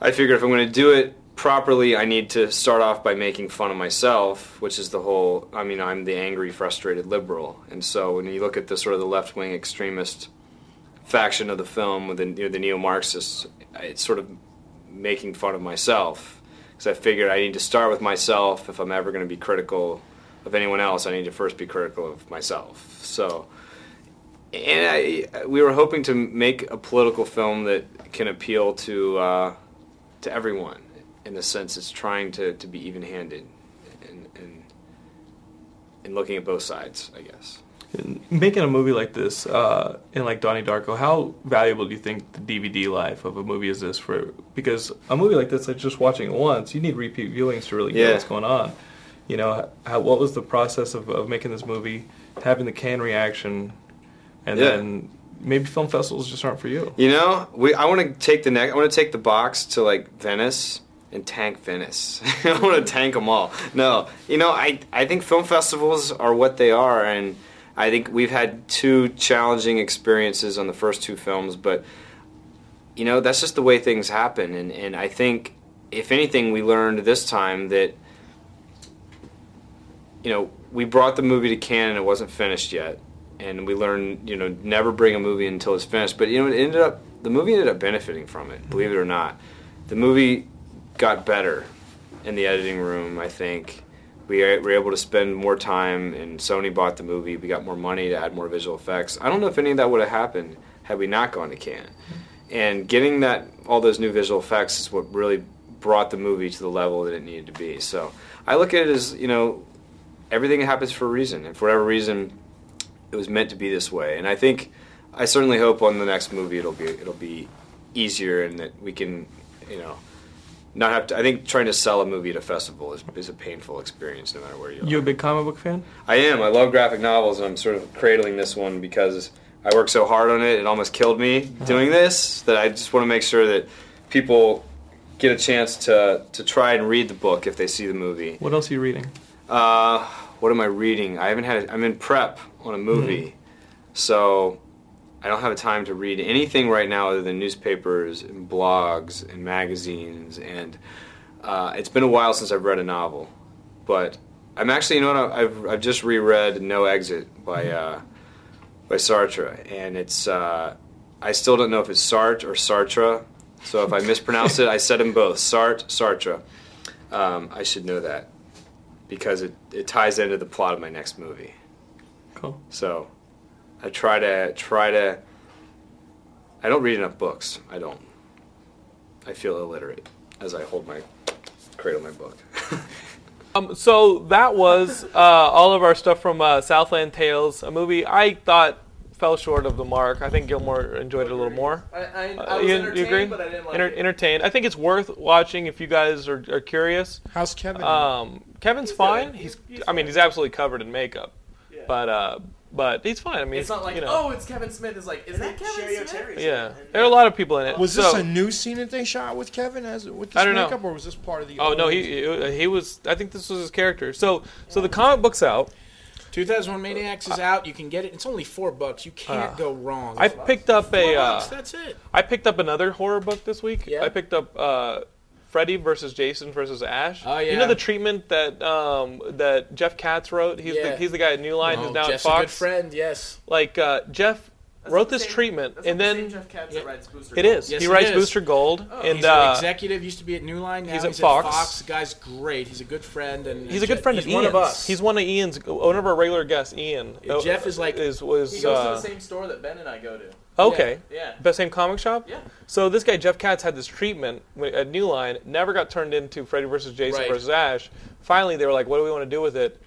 Speaker 15: I figured if I'm going to do it properly, I need to start off by making fun of myself, which is the whole I mean, I'm the angry, frustrated liberal. And so when you look at the sort of the left wing extremist faction of the film with the, you know, the neo Marxists, it's sort of making fun of myself. Because I figured I need to start with myself if I'm ever going to be critical of anyone else, I need to first be critical of myself. So, and I, we were hoping to make a political film that can appeal to uh, to everyone in the sense it's trying to, to be even handed and, and and looking at both sides, I guess.
Speaker 7: Making a movie like this, uh, and like Donnie Darko, how valuable do you think the DVD life of a movie is this for? Because a movie like this, like just watching it once, you need repeat viewings to really get
Speaker 15: Yeah.
Speaker 7: what's going on. You know, how, what was the process of, of making this movie, having the can reaction, and
Speaker 15: Yeah.
Speaker 7: then maybe film festivals just aren't for you.
Speaker 15: You know, we I want to take the next. I want to take the box to like Venice and tank Venice. I want to tank them all. No, you know, I I think film festivals are what they are, and I think we've had two challenging experiences on the first two films, but you know that's just the way things happen, and and I think if anything we learned this time that you know we brought the movie to Cannes and it wasn't finished yet and we learned you know never bring a movie until it's finished but you know it ended up the movie ended up benefiting from it believe it or not the movie got better in the editing room i think we a- were able to spend more time and sony bought the movie we got more money to add more visual effects i don't know if any of that would have happened had we not gone to cannes and getting that all those new visual effects is what really brought the movie to the level that it needed to be so i look at it as you know everything happens for a reason and for whatever reason it was meant to be this way. And I think I certainly hope on the next movie it'll be it'll be easier and that we can you know not have to. I think trying to sell a movie at a festival is, is a painful experience, no matter where you are.
Speaker 7: You a big comic book fan?
Speaker 15: I am. I love graphic novels, and I'm sort of cradling this one because I worked so hard on it. It almost killed me doing this. That I just want to make sure that people get a chance to to try and read the book if they see the movie.
Speaker 7: What else are you reading?
Speaker 15: Uh, what am I reading? I haven't had. i I'm in prep on a movie, so I don't have time to read anything right now other than newspapers and blogs and magazines. And uh, it's been a while since I've read a novel, but I'm actually you know what I've I've just reread No Exit by uh, by Sartre, and it's uh, I still don't know if it's Sartre or Sartre. So if I mispronounce it, I said them both Sartre Sartre. Um, I should know that because it, it ties into the plot of my next movie.
Speaker 7: Cool.
Speaker 15: So I try to try to I don't read enough books. I don't. I feel illiterate as I hold my cradle my book.
Speaker 4: Um, so that was uh, all of our stuff from uh, Southland Tales, a movie I thought fell short of the mark. I think Gilmore enjoyed it a little more.
Speaker 9: I- I-
Speaker 4: Uh,
Speaker 9: I was entertained, but I didn't like it.
Speaker 4: Entertained. I think it's worth watching if you guys are, are curious.
Speaker 6: How's Kevin?
Speaker 4: Um, Kevin's fine. He's, I mean, he's absolutely covered in makeup, but uh, but he's fine. I mean,
Speaker 9: it's not like
Speaker 4: you know,
Speaker 9: oh, it's Kevin Smith. It's like is that Kevin Smith?
Speaker 4: yeah, there are a lot of people in it.
Speaker 6: Was this
Speaker 4: Uh, So-
Speaker 6: a new scene that they shot with Kevin as with this
Speaker 4: I don't know.
Speaker 6: makeup, or was this part of the?
Speaker 4: Oh no,
Speaker 6: old-
Speaker 4: he he was. I think this was his character. So so the comic book's out.
Speaker 5: 2001 Maniacs is out. You can get it. It's only four bucks. You can't
Speaker 4: Uh,
Speaker 5: go wrong.
Speaker 4: I picked up a.
Speaker 5: Four
Speaker 4: Uh,
Speaker 5: bucks, that's it.
Speaker 4: I picked up another horror book this week. I picked up uh, Freddy versus Jason versus Ash.
Speaker 5: Oh,
Speaker 4: You
Speaker 5: yeah.
Speaker 4: know the treatment that um, that Jeff Katz wrote. He's
Speaker 5: Yeah.
Speaker 4: the he's the guy at New Line
Speaker 5: Oh,
Speaker 4: who's now
Speaker 5: Jeff's
Speaker 4: at
Speaker 5: a
Speaker 4: Fox.
Speaker 5: good friend. Yes.
Speaker 4: Like uh, Jeff wrote this treatment, and then
Speaker 9: Jeff Katz that writes Booster.
Speaker 4: it is.
Speaker 5: Yes,
Speaker 4: he
Speaker 5: it
Speaker 4: writes
Speaker 5: is. Oh,
Speaker 4: Booster Gold, and
Speaker 5: he's
Speaker 4: uh,
Speaker 5: an executive. Used to be at New Line. Now
Speaker 4: he's
Speaker 5: he's,
Speaker 4: at
Speaker 5: Fox.
Speaker 4: Fox.
Speaker 5: The guy's great. He's a good friend, and
Speaker 4: He's a good friend
Speaker 5: he's
Speaker 4: of Ian's.
Speaker 5: one of us.
Speaker 4: He's one of Ian's, one of our regular guests, Ian.
Speaker 5: Yeah, Jeff is like-
Speaker 4: is, was,
Speaker 9: He goes
Speaker 4: uh,
Speaker 9: to the same store that Ben and I go to.
Speaker 4: Okay.
Speaker 9: Yeah.
Speaker 4: The same comic shop. Yeah. So this guy Jeff Katz had this treatment wi- at New Line, never got turned into Freddy versus Jason
Speaker 9: Right.
Speaker 4: versus Ash. Finally, they were like, "What do we want to do with it?"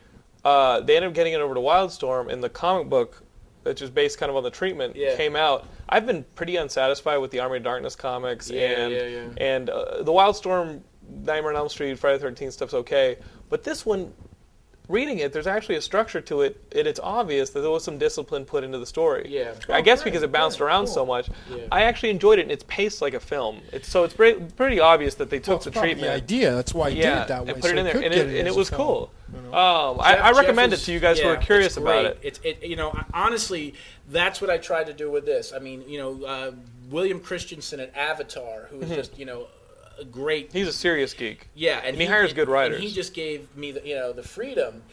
Speaker 4: Uh, they ended up getting it over to Wildstorm, and the comic book, which is based kind of on the treatment,
Speaker 9: Yeah.
Speaker 4: came out. I've been pretty unsatisfied with the Army of Darkness comics,
Speaker 9: Yeah,
Speaker 4: and
Speaker 9: yeah, yeah.
Speaker 4: and uh, the Wildstorm, Nightmare on Elm Street, Friday the Thirteenth stuff's okay, but this one reading it, there's actually a structure to it, and it's obvious that there was some discipline put into the story.
Speaker 9: Yeah.
Speaker 4: I guess because it bounced around so much. I actually enjoyed it, and it's paced like a film. It's so it's pretty, pretty obvious that they
Speaker 5: Oh,
Speaker 4: took the
Speaker 6: probably
Speaker 4: treatment.
Speaker 6: the idea. That's why he did
Speaker 4: yeah,
Speaker 6: it that way,
Speaker 4: And put
Speaker 6: so
Speaker 4: it in
Speaker 6: he
Speaker 4: there,
Speaker 6: could
Speaker 4: and
Speaker 6: get
Speaker 4: it,
Speaker 6: it
Speaker 4: and
Speaker 6: as
Speaker 4: it
Speaker 6: a
Speaker 4: was
Speaker 6: film,
Speaker 4: cool. Um, I, I
Speaker 5: Jeff-
Speaker 4: recommend
Speaker 5: Jeff
Speaker 4: it
Speaker 5: is-
Speaker 4: to you guys who
Speaker 5: yeah,
Speaker 4: are curious
Speaker 5: it's
Speaker 4: about
Speaker 5: great.
Speaker 4: it.
Speaker 5: It's it, you know I- honestly that's what I tried to do with this. I mean you know uh, William Christensen at Avatar, who is
Speaker 4: Mhm.
Speaker 5: just you know a great
Speaker 4: He's a serious geek.
Speaker 5: yeah, and,
Speaker 4: and he, hires good
Speaker 5: and
Speaker 4: writers.
Speaker 5: he just gave me the you know the freedom.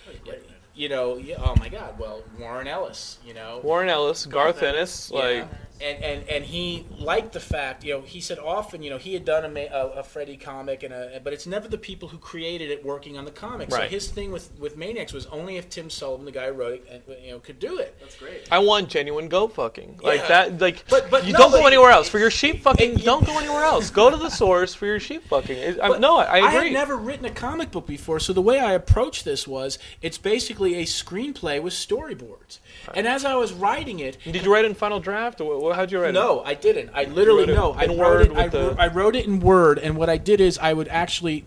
Speaker 5: You know, yeah, oh my God! Well, Warren Ellis, you know,
Speaker 4: Warren Ellis, Garth Ennis,
Speaker 5: Yeah.
Speaker 4: like-
Speaker 5: and, and and he liked the fact, you know, he said often, you know, he had done a, ma- a, a Freddy comic, and a, but it's never the people who created it working on the comic. So
Speaker 4: Right.
Speaker 5: his thing with with Maniacs was only if Tim Sullivan, the guy who wrote it, and, you know, could do it. That's great.
Speaker 4: I want genuine goat fucking like
Speaker 5: Yeah.
Speaker 4: that. Like,
Speaker 5: But- but
Speaker 4: you
Speaker 5: no,
Speaker 4: don't
Speaker 5: but-
Speaker 4: go anywhere else for your sheep fucking. don't go anywhere else. Go to the source for your sheep fucking. It- I,
Speaker 5: But
Speaker 4: no, I agree.
Speaker 5: had never written a comic book before, so the way I approached this was it's basically a screenplay with storyboards. And as I was writing it,
Speaker 4: did you write it in final draft? Or wha- how'd you write it?
Speaker 5: No, I didn't. I literally
Speaker 4: wrote it
Speaker 5: no. I
Speaker 4: in
Speaker 5: wrote
Speaker 4: Word
Speaker 5: it. I,
Speaker 4: with the-
Speaker 5: wrote- I wrote it in Word, and what I did is I would actually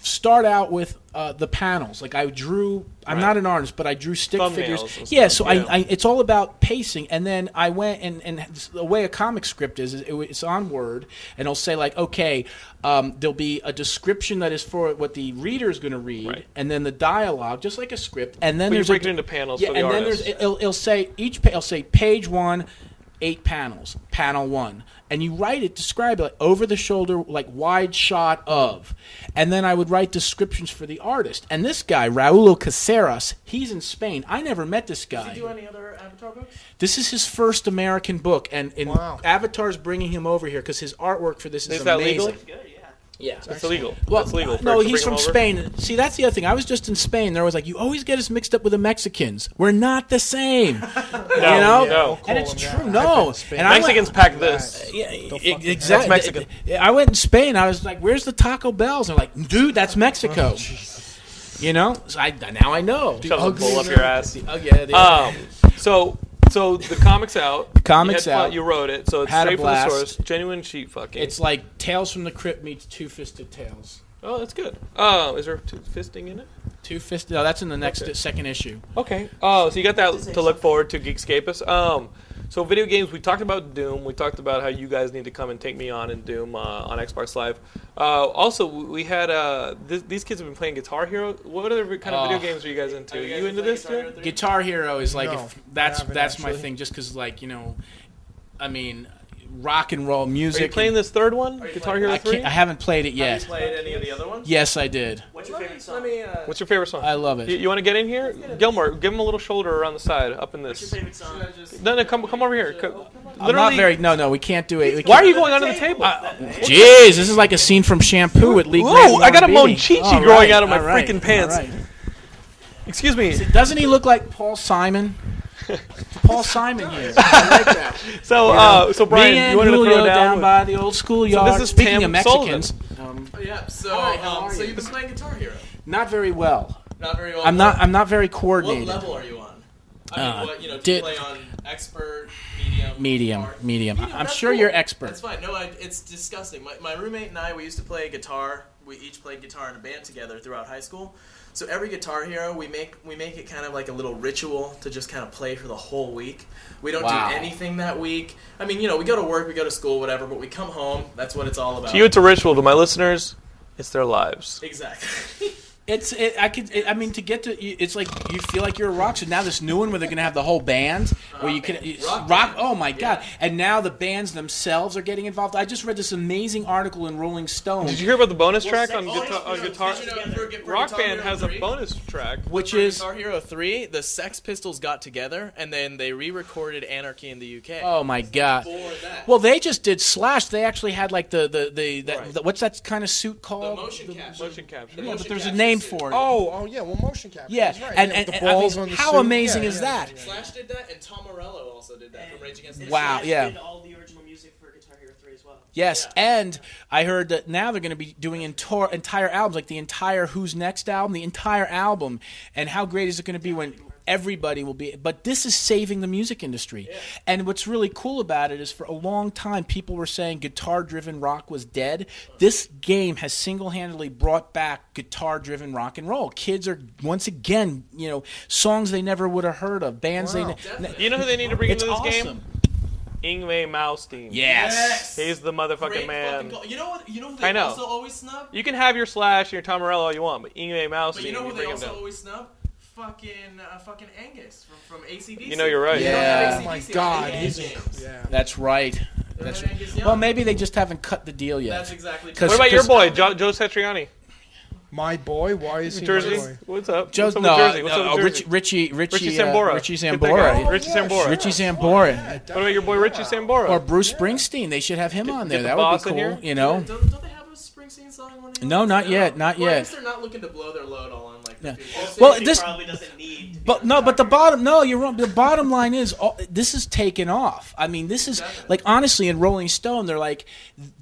Speaker 5: start out with uh, the panels. Like I drew. I'm
Speaker 9: Right.
Speaker 5: not an artist, but I drew stick
Speaker 9: Thumbnails and
Speaker 5: figures.
Speaker 9: stuff,
Speaker 5: Yeah. So
Speaker 9: yeah.
Speaker 5: I, I, it's all about pacing. And then I went and and the way a comic script is, is it, it's on Word, and it'll say like, okay, um, there'll be a description that is for what the reader is going to read, and then the dialogue, just like a script, and then
Speaker 4: But you
Speaker 5: there's
Speaker 4: break
Speaker 5: a,
Speaker 4: it into panels
Speaker 5: Yeah,
Speaker 4: for the
Speaker 5: and
Speaker 4: artist.
Speaker 5: then there's it'll, it'll say each pa- it'll say page one eight panels panel one and you write it describe it like over the shoulder like wide shot of and then i would write descriptions for the artist and this guy raulo caceres he's in spain i never met this
Speaker 9: Does he
Speaker 5: guy
Speaker 9: do any other Avatar books?
Speaker 5: this is his first american book and, and avatar's bringing him over here because his artwork for this is,
Speaker 4: Is that
Speaker 5: amazing
Speaker 4: legal?
Speaker 5: Yeah,
Speaker 4: it's illegal.
Speaker 5: well,
Speaker 4: That's legal.
Speaker 5: uh,
Speaker 4: for
Speaker 5: No,
Speaker 4: it to bring
Speaker 5: he's from
Speaker 4: him over.
Speaker 5: Spain. See, that's the other thing. I was just in Spain. There was like, you always get us mixed up with the Mexicans. We're not the same. you
Speaker 4: No,
Speaker 5: know?
Speaker 4: no.
Speaker 5: And it's true. No. And I went-
Speaker 4: Mexicans pack this.
Speaker 5: Yeah,
Speaker 4: fuck
Speaker 5: e-
Speaker 4: with
Speaker 5: exactly.
Speaker 4: that. That's Mexican.
Speaker 5: I went in Spain. I was like, "Where's the Taco Bells?" And they're like, "Dude, that's
Speaker 4: Oh,
Speaker 5: Mexico." you know, so I now I know.
Speaker 4: Shove a bull up your ass.
Speaker 5: Oh yeah. the-
Speaker 4: um, so So the comic's out.
Speaker 5: The comic's
Speaker 4: you had fun-
Speaker 5: out.
Speaker 4: You wrote it, so it's
Speaker 5: Had a
Speaker 4: straight from the
Speaker 5: blast.
Speaker 4: source. Genuine sheep fucking.
Speaker 5: It's like Tales from the Crypt meets Two Fisted Tales.
Speaker 4: oh, that's good. Oh, is there two fisting in it?
Speaker 5: Two Fisted. No, that's in the next second issue.
Speaker 4: Okay. Oh, so you got that to look forward to, Geekscapist. Um, so video games. We talked about Doom. We talked about how you guys need to come and take me on in Doom uh, on Xbox Live. Uh, also, we had uh, th- these kids have been playing Guitar Hero. What other kind of
Speaker 5: Oh.
Speaker 4: video games are you guys into? Are you, into this? Dude?
Speaker 5: Guitar Hero is like
Speaker 4: No,
Speaker 5: if that's
Speaker 4: I haven't
Speaker 5: that's my
Speaker 4: actually.
Speaker 5: thing. Just because like you know, I mean, rock and roll music.
Speaker 4: Are you playing this third one, Guitar Hero
Speaker 5: I,
Speaker 4: Three?
Speaker 5: can't, I haven't played it yet.
Speaker 4: played any of the other ones?
Speaker 5: Yes, I did.
Speaker 4: What's your favorite song?
Speaker 9: uh,
Speaker 4: What's your favorite song?
Speaker 5: I love it.
Speaker 4: You, want to get in here, Gilmore? Give him a little shoulder around the side, up in this. What's your favorite song? No, no, come come over here. Co-
Speaker 5: I'm not very. No, no, we can't do it. We
Speaker 4: Why are
Speaker 5: can't-
Speaker 4: you going under the table?
Speaker 5: Jeez, this is like a scene from Shampoo at League.
Speaker 4: Ooh,
Speaker 5: Grand
Speaker 4: I got a
Speaker 5: Morning
Speaker 4: Monchichi
Speaker 5: Meeting. All
Speaker 4: growing
Speaker 5: right,
Speaker 4: out of my
Speaker 5: all right,
Speaker 4: freaking pants.
Speaker 5: all right.
Speaker 4: Excuse me.
Speaker 5: Doesn't he look like Paul Simon? Paul Simon here. I like that.
Speaker 4: So,
Speaker 5: You know,
Speaker 4: uh, so Brian,
Speaker 5: me and
Speaker 4: you wanted
Speaker 5: Julio
Speaker 4: to throw down, with-
Speaker 5: by the old schoolyard.
Speaker 4: So this is
Speaker 5: Speaking
Speaker 4: Tam
Speaker 5: of Mexicans,
Speaker 4: Sullivan.
Speaker 9: Um, yeah. So,
Speaker 5: Hi, how
Speaker 9: um,
Speaker 5: are
Speaker 9: so
Speaker 5: you?
Speaker 9: you've been playing Guitar Hero.
Speaker 5: not very well.
Speaker 9: Not very well.
Speaker 5: I'm not. I'm not very coordinated.
Speaker 9: What level are you on? I mean,
Speaker 5: Uh,
Speaker 9: what, you know, do you
Speaker 5: did-
Speaker 9: play on expert, medium?
Speaker 5: Medium,
Speaker 9: hard?
Speaker 5: medium.
Speaker 9: Medium,
Speaker 5: I'm
Speaker 9: that's
Speaker 5: sure
Speaker 9: cool.
Speaker 5: you're expert.
Speaker 9: That's fine. No, I, it's disgusting. My, my roommate and I, we used to play guitar. We each played guitar in a band together throughout high school. So every Guitar Hero, we make we make it kind of like a little ritual to just kind of play for the whole week. We don't
Speaker 4: Wow.
Speaker 9: do anything that week. I mean, you know, we go to work, we go to school, whatever, but we come home. That's what it's all about.
Speaker 4: to you, it's a ritual. To my listeners, it's their lives.
Speaker 9: Exactly.
Speaker 5: It's. It, I could. It, I mean, to get to. you- It's like you feel like you're a rock. So now this new one where they're gonna have the whole band where you can it's rock. oh my god! And now the bands themselves are getting involved. I just read this amazing article in Rolling Stone.
Speaker 4: Did you hear about the bonus track on
Speaker 9: Oh,
Speaker 4: guitar?
Speaker 9: no,
Speaker 4: On
Speaker 9: no,
Speaker 4: guitar?
Speaker 9: did you know for- for
Speaker 4: Rock
Speaker 9: Guitar
Speaker 4: Band
Speaker 9: Hero
Speaker 4: has a
Speaker 9: 3?
Speaker 4: bonus track,
Speaker 5: which
Speaker 9: For
Speaker 5: is-
Speaker 9: Guitar Hero 3, the Sex Pistols got together and then they re-recorded Anarchy in the UK.
Speaker 5: Oh my god! Well, they just did Slash. They actually had like the the the, that, the- what's that kind of suit
Speaker 9: The
Speaker 5: called?
Speaker 9: motion capture.
Speaker 4: Motion capture.
Speaker 5: Yeah, but there's a name for it.
Speaker 6: Oh, oh yeah. Well, motion capture.
Speaker 5: Yeah,
Speaker 6: he's right,
Speaker 5: and-
Speaker 6: yeah,
Speaker 5: and-
Speaker 6: the
Speaker 5: and I mean,
Speaker 6: balls on the
Speaker 5: how
Speaker 6: suit.
Speaker 5: amazing
Speaker 6: Yeah,
Speaker 5: is
Speaker 6: yeah,
Speaker 5: that?
Speaker 6: yeah, yeah.
Speaker 9: Slash did that and Tom Morello also did that from Rage Against the
Speaker 5: Wow,
Speaker 9: Machine.
Speaker 5: yeah.
Speaker 8: all the original music for Guitar Hero 3 as well.
Speaker 5: Yes, and I heard that now they're going to be doing entire entire albums, like the entire Who's Next album, the entire album, and how great is it going to be when everybody will be? But this is saving the music industry, and what's really cool about it is for a long time people were saying guitar-driven rock was dead. This game has single-handedly brought back guitar-driven rock and roll. Kids are once again, you know, songs they never would have heard of, bands they. Ne-
Speaker 4: You know who they need to bring
Speaker 5: It's
Speaker 4: into this
Speaker 5: awesome.
Speaker 4: game? Ingve Malmsteen.
Speaker 5: Yes.
Speaker 4: he's the motherfucking
Speaker 9: Great
Speaker 4: man.
Speaker 9: fucking call. You know what? You know who
Speaker 4: I
Speaker 9: they
Speaker 4: know.
Speaker 9: also always snub.
Speaker 4: You can have your Slash and your Tom Morello all you want, but Ingve Malmsteen.
Speaker 9: But you know who they
Speaker 4: bring him
Speaker 9: also
Speaker 4: down.
Speaker 9: always snub? Fucking uh, fucking Angus from, from ACDC.
Speaker 4: You know you're right.
Speaker 9: They don't have AC/DC
Speaker 5: Yeah. Oh my
Speaker 9: on the
Speaker 5: God,
Speaker 9: game.
Speaker 5: he's That's right. That's
Speaker 9: Angus
Speaker 5: right.
Speaker 9: Young.
Speaker 5: Well, maybe they just haven't cut the deal yet.
Speaker 9: That's exactly
Speaker 5: Cause-
Speaker 4: What about your
Speaker 5: 'cause-
Speaker 4: boy, jo- Joe Satriani?
Speaker 6: My boy, why is he
Speaker 4: Jersey.
Speaker 6: My boy?
Speaker 4: What's up?
Speaker 5: Joe's
Speaker 4: What's up
Speaker 5: no,
Speaker 4: with Jersey? What's
Speaker 5: no,
Speaker 4: up with Jersey?
Speaker 5: Richie, Richie, Richie,
Speaker 4: Richie
Speaker 5: uh,
Speaker 4: Sambora.
Speaker 5: Richie
Speaker 4: Get that guy.
Speaker 5: Sambora,
Speaker 4: Richie Sambora.
Speaker 5: Richie Sambora,
Speaker 4: What about your boy Richie Sambora?
Speaker 5: or Bruce Springsteen. They should have him on there.
Speaker 4: the
Speaker 5: that would
Speaker 4: boss
Speaker 5: be
Speaker 4: in
Speaker 5: cool.
Speaker 4: here?
Speaker 5: You know,
Speaker 9: Don't, don't they have a Springsteen song? in one of these?
Speaker 5: No, not yet, not
Speaker 9: Well, I
Speaker 5: yet.
Speaker 9: guess they're not looking to blow their load all on like.
Speaker 5: Yeah.
Speaker 9: The people.
Speaker 5: Well, this. But no, but the bottom no, you're wrong. The bottom line is all, this is taken off. I mean, this is like honestly in Rolling Stone, they're like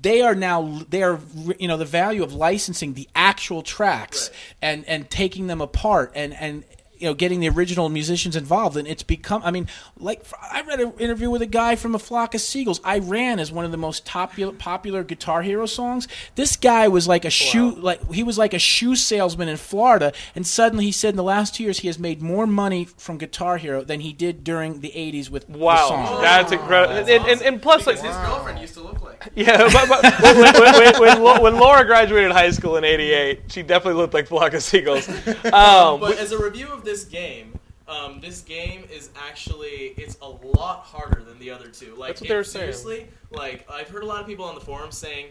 Speaker 5: they are now they are you know the value of licensing the actual tracks and and taking them apart and and you know getting the original musicians involved and it's become i mean like i read an interview with a guy from a flock of seagulls i ran is one of the most popular popular guitar hero songs this guy was like a shoe like he was like a shoe salesman in florida and suddenly he said in the last two years he has made more money from guitar hero than he did during the 80s with the
Speaker 4: Wow,
Speaker 5: song
Speaker 4: that's incredible. and, and, and plus, like
Speaker 9: His girlfriend used to look like.
Speaker 4: Yeah, but, but when, when, when, when, when Laura graduated high school in '88, she definitely looked like Flock of Seagulls. Um,
Speaker 9: but as a review of this game, um, this game is actually it's a lot harder than the other two. Like
Speaker 4: That's what they were
Speaker 9: it-
Speaker 4: saying.
Speaker 9: seriously, like I've heard a lot of people on the forum saying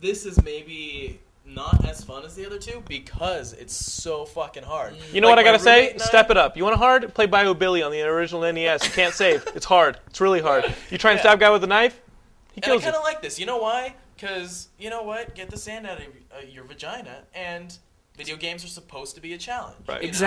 Speaker 9: this is maybe not as fun as the other two because it's so fucking hard.
Speaker 4: you know
Speaker 9: Like,
Speaker 4: what I
Speaker 9: my
Speaker 4: gotta say?
Speaker 9: roommate and I-
Speaker 4: Step it up. You want a hard? Play Bio Billy on the original NES. You can't save. It's hard. It's really hard. You try and stab a guy with a knife, he
Speaker 9: And I
Speaker 4: kills you.
Speaker 9: kind of like this. You know why? Because you know what? Get the sand out of uh, your vagina, and video games are supposed to be a challenge.
Speaker 4: Right.
Speaker 9: you know? It's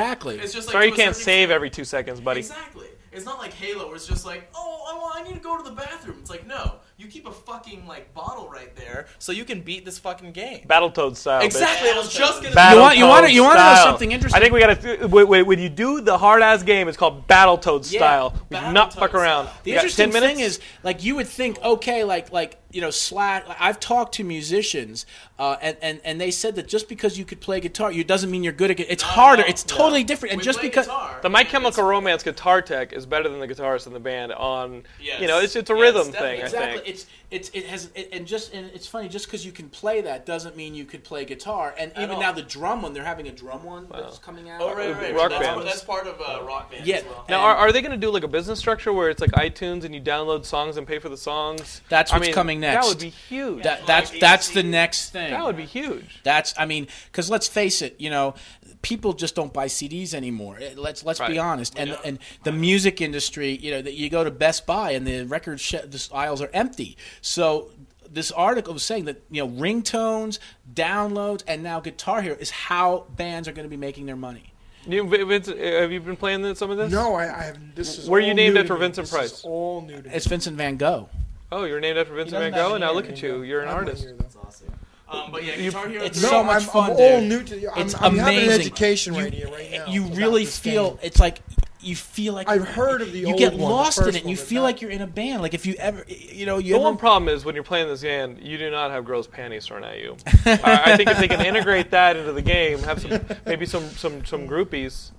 Speaker 9: just like
Speaker 4: Sorry,
Speaker 9: to
Speaker 4: you
Speaker 9: a
Speaker 4: can't
Speaker 9: certain
Speaker 4: save every two seconds, buddy.
Speaker 9: Exactly. It's not like Halo, where it's just like, oh, I, want, I need to go to the bathroom. It's like, no, you keep a fucking like bottle right there, so you can beat this fucking game.
Speaker 4: Battletoad style. bitch.
Speaker 9: Exactly, I was just gonna-
Speaker 4: Battletoad
Speaker 9: You want- you wanna- you wanna know
Speaker 4: style.
Speaker 9: something interesting?
Speaker 4: I think we gotta. th- Wait, wait, when you do the hard ass game, it's called Battletoad style. We do not fuck around. We
Speaker 5: The
Speaker 4: got
Speaker 5: interesting
Speaker 4: 10 minutes?
Speaker 5: thing is, like, you would think, okay, like, like you know, Slash. Like, I've talked to musicians, uh, and and and they said that just because you could play guitar, you doesn't mean you're good at it. It's harder. it's totally different. And just because
Speaker 4: the My Chemical Romance guitar tech is better than the guitarist in the band on
Speaker 5: Yes.
Speaker 4: you know it's it's a
Speaker 5: Yes,
Speaker 4: rhythm
Speaker 5: definitely.
Speaker 4: thing I
Speaker 5: Exactly.
Speaker 4: think
Speaker 5: It's it's it has it, and just and it's funny just because you can play that doesn't mean you could play guitar. And even now the drum one, they're having a drum one
Speaker 4: Uh,
Speaker 5: that's coming out.
Speaker 9: Oh, right, right.
Speaker 4: Rock
Speaker 9: that's,
Speaker 4: band.
Speaker 9: that's part of uh, rock band
Speaker 5: Yeah.
Speaker 9: as well.
Speaker 4: now are, are they going to do like a business structure where it's like iTunes and you download songs and pay for the songs
Speaker 5: That's
Speaker 4: I
Speaker 5: what's
Speaker 4: mean,
Speaker 5: coming next.
Speaker 4: that would be huge
Speaker 5: That, that's that's the next thing.
Speaker 4: That would be huge.
Speaker 5: That's I mean, because let's face it, you know, people just don't buy CDs anymore. Eh, Let's let's be
Speaker 4: Right.
Speaker 5: honest. And and the music industry, you know, that you go to Best Buy and the record sh- the aisles are empty. So this article was saying that you know ringtones, downloads, and now Guitar Hero is how bands are going to be making their money.
Speaker 4: You, Vince, uh, have you been playing this- some of this?
Speaker 5: No,
Speaker 6: I, I haven't. This is
Speaker 4: Were you
Speaker 6: all
Speaker 4: named
Speaker 6: new
Speaker 4: after
Speaker 6: to me.
Speaker 4: Vincent
Speaker 6: This is
Speaker 4: Price?
Speaker 6: all new to me.
Speaker 5: It's Vincent Van Gogh.
Speaker 4: oh you're named after Vincent Van
Speaker 6: doesn't
Speaker 4: Gogh
Speaker 6: have
Speaker 4: and now
Speaker 6: an
Speaker 4: look
Speaker 6: ear.
Speaker 4: at you you're an
Speaker 6: I have an
Speaker 4: artist
Speaker 6: ear,
Speaker 9: That's awesome. Um, but yeah, Guitar Hero.
Speaker 5: It's
Speaker 6: No,
Speaker 5: so much
Speaker 6: I'm-
Speaker 5: fun.
Speaker 6: I'm all
Speaker 5: dude.
Speaker 6: new to- I'm-
Speaker 5: it's
Speaker 6: I'm having an
Speaker 5: amazing.
Speaker 6: education
Speaker 5: you,
Speaker 6: right here, right now
Speaker 5: You
Speaker 6: about
Speaker 5: really
Speaker 6: this
Speaker 5: feel
Speaker 6: game.
Speaker 5: it's like you feel like
Speaker 6: I've heard of the
Speaker 5: you
Speaker 6: old
Speaker 5: get
Speaker 6: one, the
Speaker 5: lost in
Speaker 6: first
Speaker 5: it. and You
Speaker 6: one, but
Speaker 5: feel like you're in a band. Like if you ever, you know, you
Speaker 4: the
Speaker 5: ever
Speaker 4: one problem is when you're playing this game, you do not have girls' panties thrown at you. I, I think if they can integrate that into the game, have some maybe some some some groupies.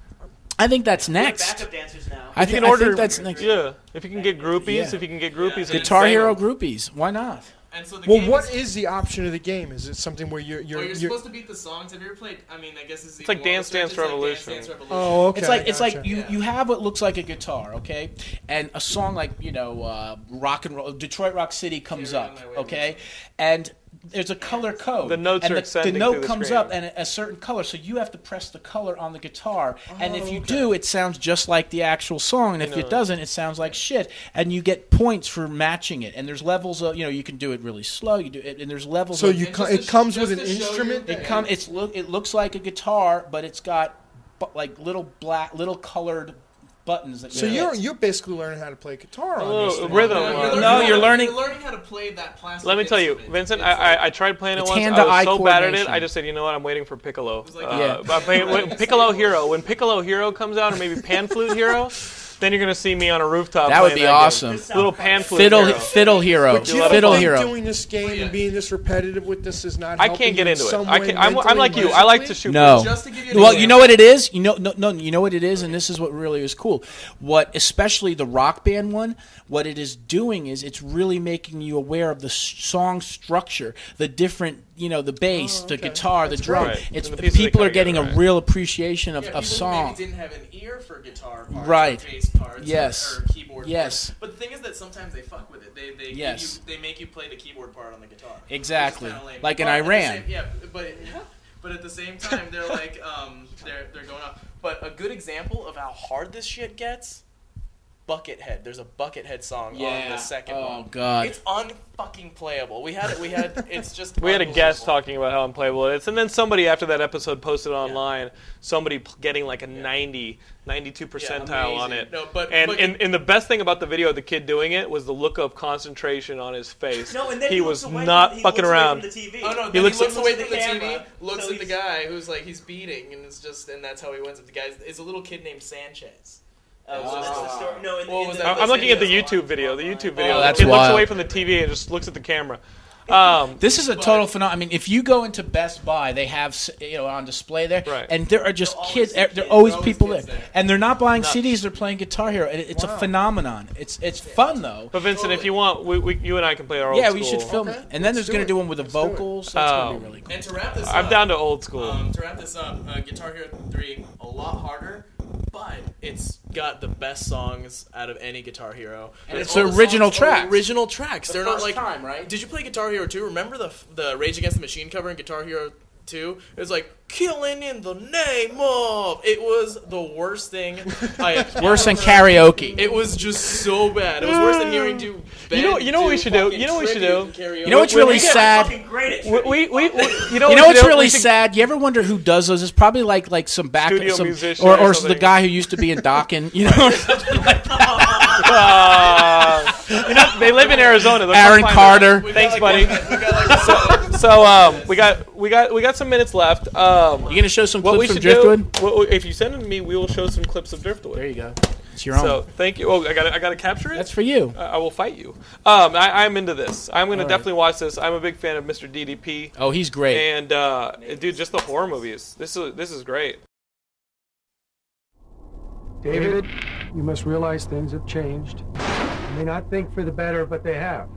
Speaker 5: I think that's next. I,
Speaker 4: If
Speaker 5: thi-
Speaker 4: you can
Speaker 5: I
Speaker 4: order,
Speaker 5: think that's next.
Speaker 4: Yeah, if you can get groupies,
Speaker 5: Yeah.
Speaker 4: if you can get groupies, and
Speaker 5: Guitar
Speaker 4: sell
Speaker 5: Hero
Speaker 4: them.
Speaker 5: groupies. Why not?
Speaker 6: Well, what is the option of the game? Is it something where you're
Speaker 9: Well,
Speaker 6: you're,
Speaker 9: you're
Speaker 6: you're-
Speaker 9: supposed to beat the songs. Have you ever played? I mean, I guess this is
Speaker 4: It's like
Speaker 9: even more
Speaker 4: Dance
Speaker 9: research.
Speaker 4: Dance
Speaker 9: It's like
Speaker 4: Revolution.
Speaker 9: Dance Dance Revolution.
Speaker 6: Oh, okay,
Speaker 5: It's like it's like
Speaker 6: gotcha.
Speaker 5: you, you have what looks like a guitar, okay, and a song like you know uh, rock and roll Detroit Rock City comes up, okay, and there's a color code. The
Speaker 4: notes
Speaker 5: and
Speaker 4: are
Speaker 5: the, the
Speaker 4: ascending
Speaker 5: note
Speaker 4: through the
Speaker 5: comes
Speaker 4: screen.
Speaker 5: up and a, a certain color, so you have to press the color on the guitar, and if you do, it sounds just like the actual song, and if
Speaker 4: know.
Speaker 5: it doesn't, it sounds like shit, and you get points for matching it. And there's levels of you know you can do it really slow, you do it, and there's levels.
Speaker 6: So
Speaker 5: of-
Speaker 6: you And co- just to- it comes just with to an show you instrument?
Speaker 5: It come it's look it looks like a guitar, but it's got bu- like little black little colored buttons that
Speaker 6: so
Speaker 5: you
Speaker 6: you're
Speaker 5: hit.
Speaker 6: you're bascally learning how to play guitar
Speaker 5: A
Speaker 6: on
Speaker 5: little
Speaker 6: this thing.
Speaker 5: rhythm No, you're one. learning No, how you're to- learning-
Speaker 9: You're learning how to play that plastic.
Speaker 4: Let me tell you,
Speaker 9: instrument.
Speaker 4: Vincent, I, I, I tried playing it
Speaker 5: It's
Speaker 4: once. I was
Speaker 5: hand-to-eye
Speaker 4: so bad at it, I
Speaker 5: coordination.
Speaker 4: just said, you know what, I'm waiting for Piccolo. uh,
Speaker 5: Yeah.
Speaker 4: but I'm playing- when Piccolo Hero. When Piccolo Hero comes out, or maybe Pan Flute Hero, then you're going to see me on a rooftop.
Speaker 5: That would
Speaker 4: playing
Speaker 5: be
Speaker 4: game.
Speaker 5: awesome.
Speaker 4: Little Pan Flute
Speaker 5: Fiddle
Speaker 4: Hero.
Speaker 5: Fiddle Hero.
Speaker 6: But you don't
Speaker 5: Fiddle
Speaker 6: think
Speaker 5: Hero.
Speaker 6: doing this game and being this repetitive with this is not.
Speaker 4: I
Speaker 6: helping
Speaker 4: can't get
Speaker 6: you in
Speaker 4: into it.
Speaker 6: some
Speaker 4: I
Speaker 6: way
Speaker 4: can't- I'm- I'm
Speaker 6: mentally,
Speaker 4: like you. I like to
Speaker 6: physically?
Speaker 4: shoot
Speaker 5: No. well, you know what it is. You know, no, no, you know what it is, and this is what really is cool. What, especially the rock band one, what it is doing is it's really making you aware of the s- song structure, the different, you know, the bass,
Speaker 4: Oh,
Speaker 5: the guitar, the drum.
Speaker 4: great.
Speaker 5: It's
Speaker 4: And the pieces they
Speaker 5: people
Speaker 4: come
Speaker 5: are getting
Speaker 4: together,
Speaker 5: a real appreciation of,
Speaker 9: Yeah,
Speaker 5: of
Speaker 9: people who
Speaker 5: song.
Speaker 9: Maybe didn't have an ear for guitar parts,
Speaker 5: Right.
Speaker 9: Or bass parts, or-
Speaker 5: Yes.
Speaker 9: Or, keyboard.
Speaker 5: Yes.
Speaker 9: Parts. But the thing is that sometimes they fuck with it. They they give
Speaker 5: Yes.
Speaker 9: you, they make you play the keyboard part on the guitar. which is
Speaker 5: Exactly.
Speaker 9: kinda lame.
Speaker 5: Like in
Speaker 9: But at the
Speaker 5: Iran.
Speaker 9: same- yeah, but but at the same time they're like um they're they're going up. But a good example of how hard this shit gets. Buckethead. There's a Buckethead song on
Speaker 5: Yeah.
Speaker 9: the second
Speaker 5: Oh,
Speaker 9: one.
Speaker 5: God.
Speaker 9: It's unfucking playable. We had it. We had. It's just.
Speaker 4: We had a guest talking about how unplayable it is, and then somebody after that episode posted online somebody p- getting like a 90, 92 percentile on
Speaker 9: amazing.
Speaker 4: it.
Speaker 9: No, but-
Speaker 4: and,
Speaker 9: but-
Speaker 4: and and the best thing about the video of the kid doing it was the look of concentration on his face.
Speaker 9: No, and then
Speaker 4: he,
Speaker 9: he
Speaker 4: was
Speaker 9: looks away
Speaker 4: not
Speaker 9: from- he
Speaker 4: fucking
Speaker 9: looks away
Speaker 4: around.
Speaker 9: from the TV. Oh no!
Speaker 4: He
Speaker 9: Then he
Speaker 4: looks- looks
Speaker 9: looks, away
Speaker 4: at
Speaker 9: from
Speaker 4: the
Speaker 9: the
Speaker 4: camera.
Speaker 9: TV, looks
Speaker 4: So
Speaker 9: at the guy who's like he's beating, and it's just and that's how he wins it. The guy's is a little kid named Sanchez.
Speaker 8: Oh, so that's the story- no, in the-
Speaker 9: What
Speaker 8: in
Speaker 9: was
Speaker 8: the-
Speaker 9: that?
Speaker 4: I'm looking at the
Speaker 9: Sanchez.
Speaker 4: YouTube video. The YouTube video.
Speaker 5: Oh, that's
Speaker 4: he looks
Speaker 5: wild.
Speaker 4: away from the TV and just looks at the camera. Um,
Speaker 5: This is a total phenomenon. I mean, if you go into Best Buy, they have s- you know on display there, and there are just kids. eh, There are always people there. and they're not buying CDs; they're playing Guitar Hero. It, it's a phenomenon. It's it's fun
Speaker 9: Oh,
Speaker 5: though.
Speaker 4: But Vincent, if you want, we, we, you and I can play our old
Speaker 5: yeah,
Speaker 4: school. Um,
Speaker 5: we should film it. And then there's going to do one with the vocals. So it's going to be really cool.
Speaker 9: And to wrap this
Speaker 4: I'm
Speaker 9: up,
Speaker 4: down to old school.
Speaker 9: Um, to wrap this up, uh, Guitar Hero 3 a lot harder, but it's got the best songs out of any Guitar Hero.
Speaker 5: And it's
Speaker 9: all
Speaker 5: the
Speaker 9: songs
Speaker 5: original
Speaker 9: are
Speaker 5: tracks.
Speaker 9: Original tracks.
Speaker 5: The
Speaker 9: They're not
Speaker 5: first
Speaker 9: like
Speaker 5: time, right?
Speaker 9: Did you play Guitar Hero 2? Remember the the Rage Against the Machine cover in Guitar Hero 2? It was like killing in the name of. It was the worst thing I have
Speaker 5: Worse than
Speaker 9: ever-
Speaker 5: karaoke.
Speaker 9: It was just so bad. It was worse than hearing do
Speaker 4: You know, you know what we
Speaker 9: do
Speaker 4: should do.
Speaker 9: fucking
Speaker 4: You know what we should do.
Speaker 9: tribute karaoke.
Speaker 5: You know what's
Speaker 4: When we
Speaker 5: really
Speaker 4: get-
Speaker 5: sad?
Speaker 4: We, we, we, you know,
Speaker 5: You know
Speaker 4: what we
Speaker 5: what's
Speaker 4: should do?
Speaker 5: really
Speaker 4: We should-
Speaker 5: sad? You ever wonder who does those? It's probably like like some back
Speaker 4: Studio
Speaker 5: some
Speaker 4: musician
Speaker 5: or,
Speaker 4: or
Speaker 5: or
Speaker 4: something.
Speaker 5: the guy who used to be in Dockin. You know,
Speaker 4: Ah. You know, they live in Arizona. They'll come
Speaker 5: Aaron
Speaker 4: find
Speaker 5: Carter.
Speaker 4: us. Thanks, buddy. so, so, um, we got we got we got some minutes left. Um, you
Speaker 5: gonna show some
Speaker 4: what
Speaker 5: clips
Speaker 4: we
Speaker 5: from
Speaker 4: should do-
Speaker 5: Driftwood?
Speaker 4: what we- if you send them to me, we will show some clips of Driftwood. There
Speaker 5: you go. It's your
Speaker 4: So
Speaker 5: own.
Speaker 4: thank you. Oh, I got I got to capture it. That's
Speaker 5: for you.
Speaker 4: I will fight you. Um, I, I'm into this. I'm gonna
Speaker 5: All right.
Speaker 4: definitely watch this. I'm a big fan of Mr. DDP.
Speaker 5: Oh, he's great.
Speaker 4: And uh, dude, just the horror movies. This is this is great.
Speaker 16: David, you must realize things have changed. You may not think for the better, but they have.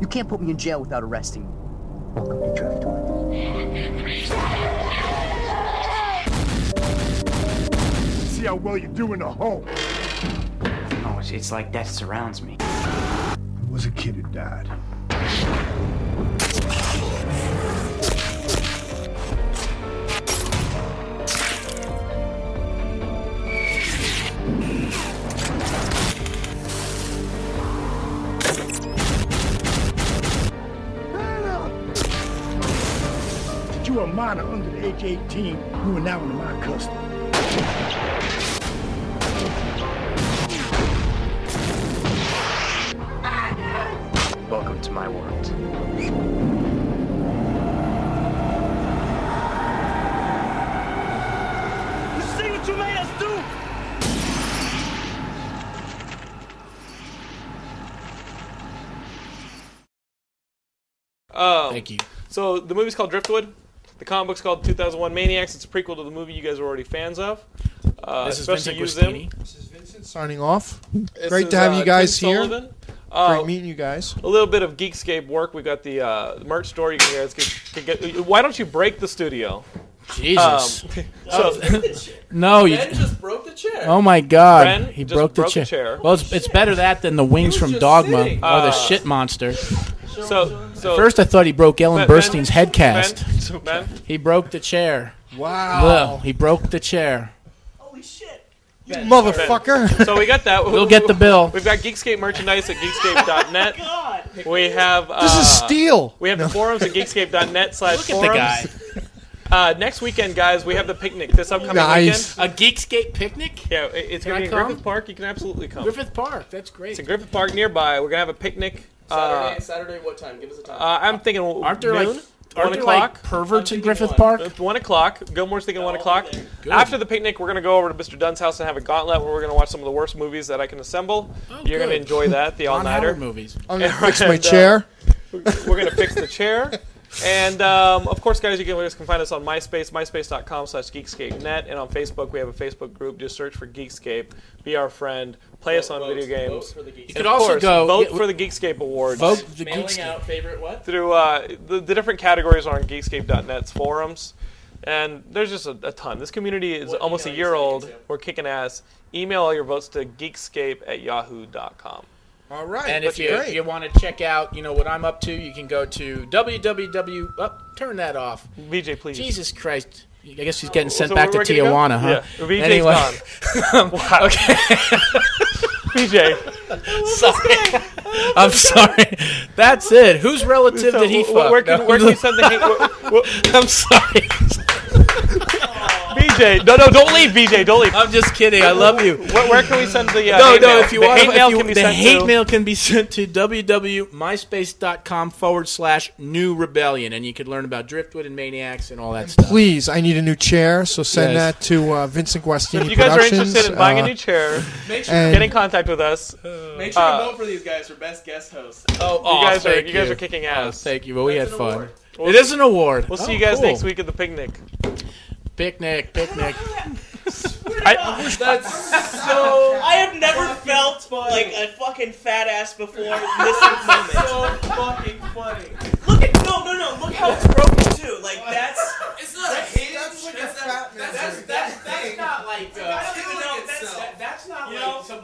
Speaker 17: You can't put me in jail without arresting me.
Speaker 16: See how well you do in the home.
Speaker 18: Oh, it's, it's like death surrounds me.
Speaker 16: was a kid who died. Since You are a minor under the age of 18. You are now in my custody.
Speaker 18: Welcome to my world.
Speaker 3: You see what you made us do?
Speaker 4: Um,
Speaker 5: Thank you.
Speaker 4: So the movie's called Driftwood. The comic book's called 2001 Maniacs. It's a prequel to the movie you guys are already fans of. Uh,
Speaker 6: This is
Speaker 4: especially
Speaker 6: Vincent
Speaker 4: you, Zim.
Speaker 6: Signing off.
Speaker 4: This
Speaker 6: Great
Speaker 4: is,
Speaker 6: to have
Speaker 4: uh,
Speaker 6: you guys
Speaker 4: Tim
Speaker 6: here.
Speaker 4: Sullivan. Uh,
Speaker 6: Great meeting you guys.
Speaker 4: A little bit of Geekscape work. We got the uh, merch store. You guys can, can get. uh, Why don't you break the studio?
Speaker 5: Jesus.
Speaker 4: Um, so,
Speaker 5: No, you
Speaker 4: Ben just broke the chair.
Speaker 5: Oh my God,
Speaker 4: Ben
Speaker 5: he
Speaker 4: just
Speaker 5: broke, the,
Speaker 4: broke the
Speaker 5: chair.
Speaker 4: chair.
Speaker 5: Well, it's, it's better that than the wings from Dogma
Speaker 4: sitting.
Speaker 5: or the
Speaker 4: Uh,
Speaker 5: shit monster.
Speaker 4: so, so
Speaker 5: First, I thought he broke Ellen
Speaker 4: Ben-
Speaker 5: Burstyn's head cast.
Speaker 4: Ben, ben,
Speaker 5: He broke the chair.
Speaker 6: Wow.
Speaker 5: Well, he broke the chair.
Speaker 6: You motherfucker.
Speaker 4: So we got that.
Speaker 5: We'll get the bill.
Speaker 4: We've got Geekscape merchandise at geekscape.net. We have uh,
Speaker 6: This is steel.
Speaker 4: We have the forums at geekscape.net slash
Speaker 5: Look
Speaker 4: forums.
Speaker 5: at
Speaker 4: Uh, next weekend, guys, we have the picnic this upcoming
Speaker 5: Nice.
Speaker 4: weekend. A Geekscape picnic? Yeah, it- it's
Speaker 5: Can
Speaker 4: going to be
Speaker 5: I
Speaker 4: in
Speaker 5: come?
Speaker 4: Griffith Park. You can absolutely come.
Speaker 5: Griffith Park, that's great.
Speaker 4: It's in Griffith Park nearby. We're going to have a picnic.
Speaker 9: Saturday,
Speaker 4: Uh,
Speaker 9: Saturday, what time? Give us a time.
Speaker 4: uh, I'm thinking
Speaker 5: Aren't there
Speaker 4: noon?
Speaker 5: like
Speaker 4: one
Speaker 5: aren't there
Speaker 4: o'clock.
Speaker 5: like perverts in Griffith Park?
Speaker 4: Uh, One o'clock. Gilmore's thinking one o'clock. After the picnic, we're going to go over to Mr. Dunn's house and have a gauntlet where we're going to watch some of the worst movies that I can assemble. You're going to
Speaker 5: Oh, good.
Speaker 4: enjoy that, the
Speaker 5: Ron
Speaker 4: all nighter
Speaker 5: Howard movies.
Speaker 6: I'm gonna fix my chair.
Speaker 4: uh, we're going to fix the chair. And um, of course, guys, you can, you guys can find us on MySpace, myspace.com slash geekscape.net. And on Facebook, we have a Facebook group. Just search for Geekscape. Be our friend. Play us on video games. You
Speaker 5: could also go-
Speaker 4: vote
Speaker 5: yeah,
Speaker 4: for the Geekscape Awards.
Speaker 5: Vote the
Speaker 9: Mailing Geekscape. out favorite what?
Speaker 4: Through uh, the, the different categories are on geekscape.net's forums. And there's just a, a ton. This community is almost a year old. We're kicking ass. Email all your votes to geekscape at yahoo.com.
Speaker 6: All right.
Speaker 5: And if
Speaker 4: that's
Speaker 5: you
Speaker 4: great.
Speaker 5: you want to check out, you know what I'm up to, you can go to www. Oh, turn that off.
Speaker 4: BJ, please.
Speaker 5: Jesus Christ. I guess he's getting
Speaker 4: So
Speaker 5: sent
Speaker 4: we're-
Speaker 5: back to
Speaker 4: we're gonna go?
Speaker 5: Tijuana, huh?
Speaker 4: Yeah. VJ's
Speaker 5: gone. okay.
Speaker 4: BJ.
Speaker 5: sorry. I'm sorry. That's it. Whose relative
Speaker 4: So
Speaker 5: did he
Speaker 4: wh-
Speaker 5: fuck?
Speaker 4: Where can,
Speaker 5: No.
Speaker 4: where can you send the hate?
Speaker 5: I'm sorry.
Speaker 4: BJ, no, no, don't leave, BJ, don't leave.
Speaker 5: I'm just kidding. I love you.
Speaker 4: Where, where can we send the uh,
Speaker 5: no,
Speaker 4: hate
Speaker 5: no.
Speaker 4: mail?
Speaker 5: If you
Speaker 4: the
Speaker 5: want,
Speaker 4: hate
Speaker 5: if
Speaker 4: mail
Speaker 5: you-
Speaker 4: can be
Speaker 5: the
Speaker 4: sent
Speaker 5: hate
Speaker 4: to-
Speaker 5: mail can be sent to www.myspace.com forward slash new rebellion, and you could learn about driftwood and maniacs and all that stuff.
Speaker 6: Please, I need a new chair, so send
Speaker 5: Yes.
Speaker 6: that to uh, Vincent Guastini
Speaker 4: So if you guys are
Speaker 6: Productions.
Speaker 4: interested in buying
Speaker 6: uh,
Speaker 4: a new chair,
Speaker 6: Make sure-
Speaker 4: get in
Speaker 6: and-
Speaker 4: contact with us.
Speaker 9: Make sure
Speaker 4: Uh,
Speaker 9: to vote for these guys for best guest host.
Speaker 4: Oh, you guys are you guys are kicking
Speaker 9: Oh,
Speaker 4: ass.
Speaker 5: thank you, but we had fun.
Speaker 4: We'll-
Speaker 5: it is an award.
Speaker 4: We'll
Speaker 5: Oh,
Speaker 4: see you guys
Speaker 5: cool.
Speaker 4: next week at the picnic.
Speaker 5: Picnic, picnic.
Speaker 4: I,
Speaker 9: Oh, That's
Speaker 8: So I have never felt like a fucking fat ass before in this moment. so fucking funny. Look at no, no, no. Look how it's broken too. Like that's. It's not a hate. That's like a fat man. That's, that's, that's, not like. Uh, that's, that's, not like.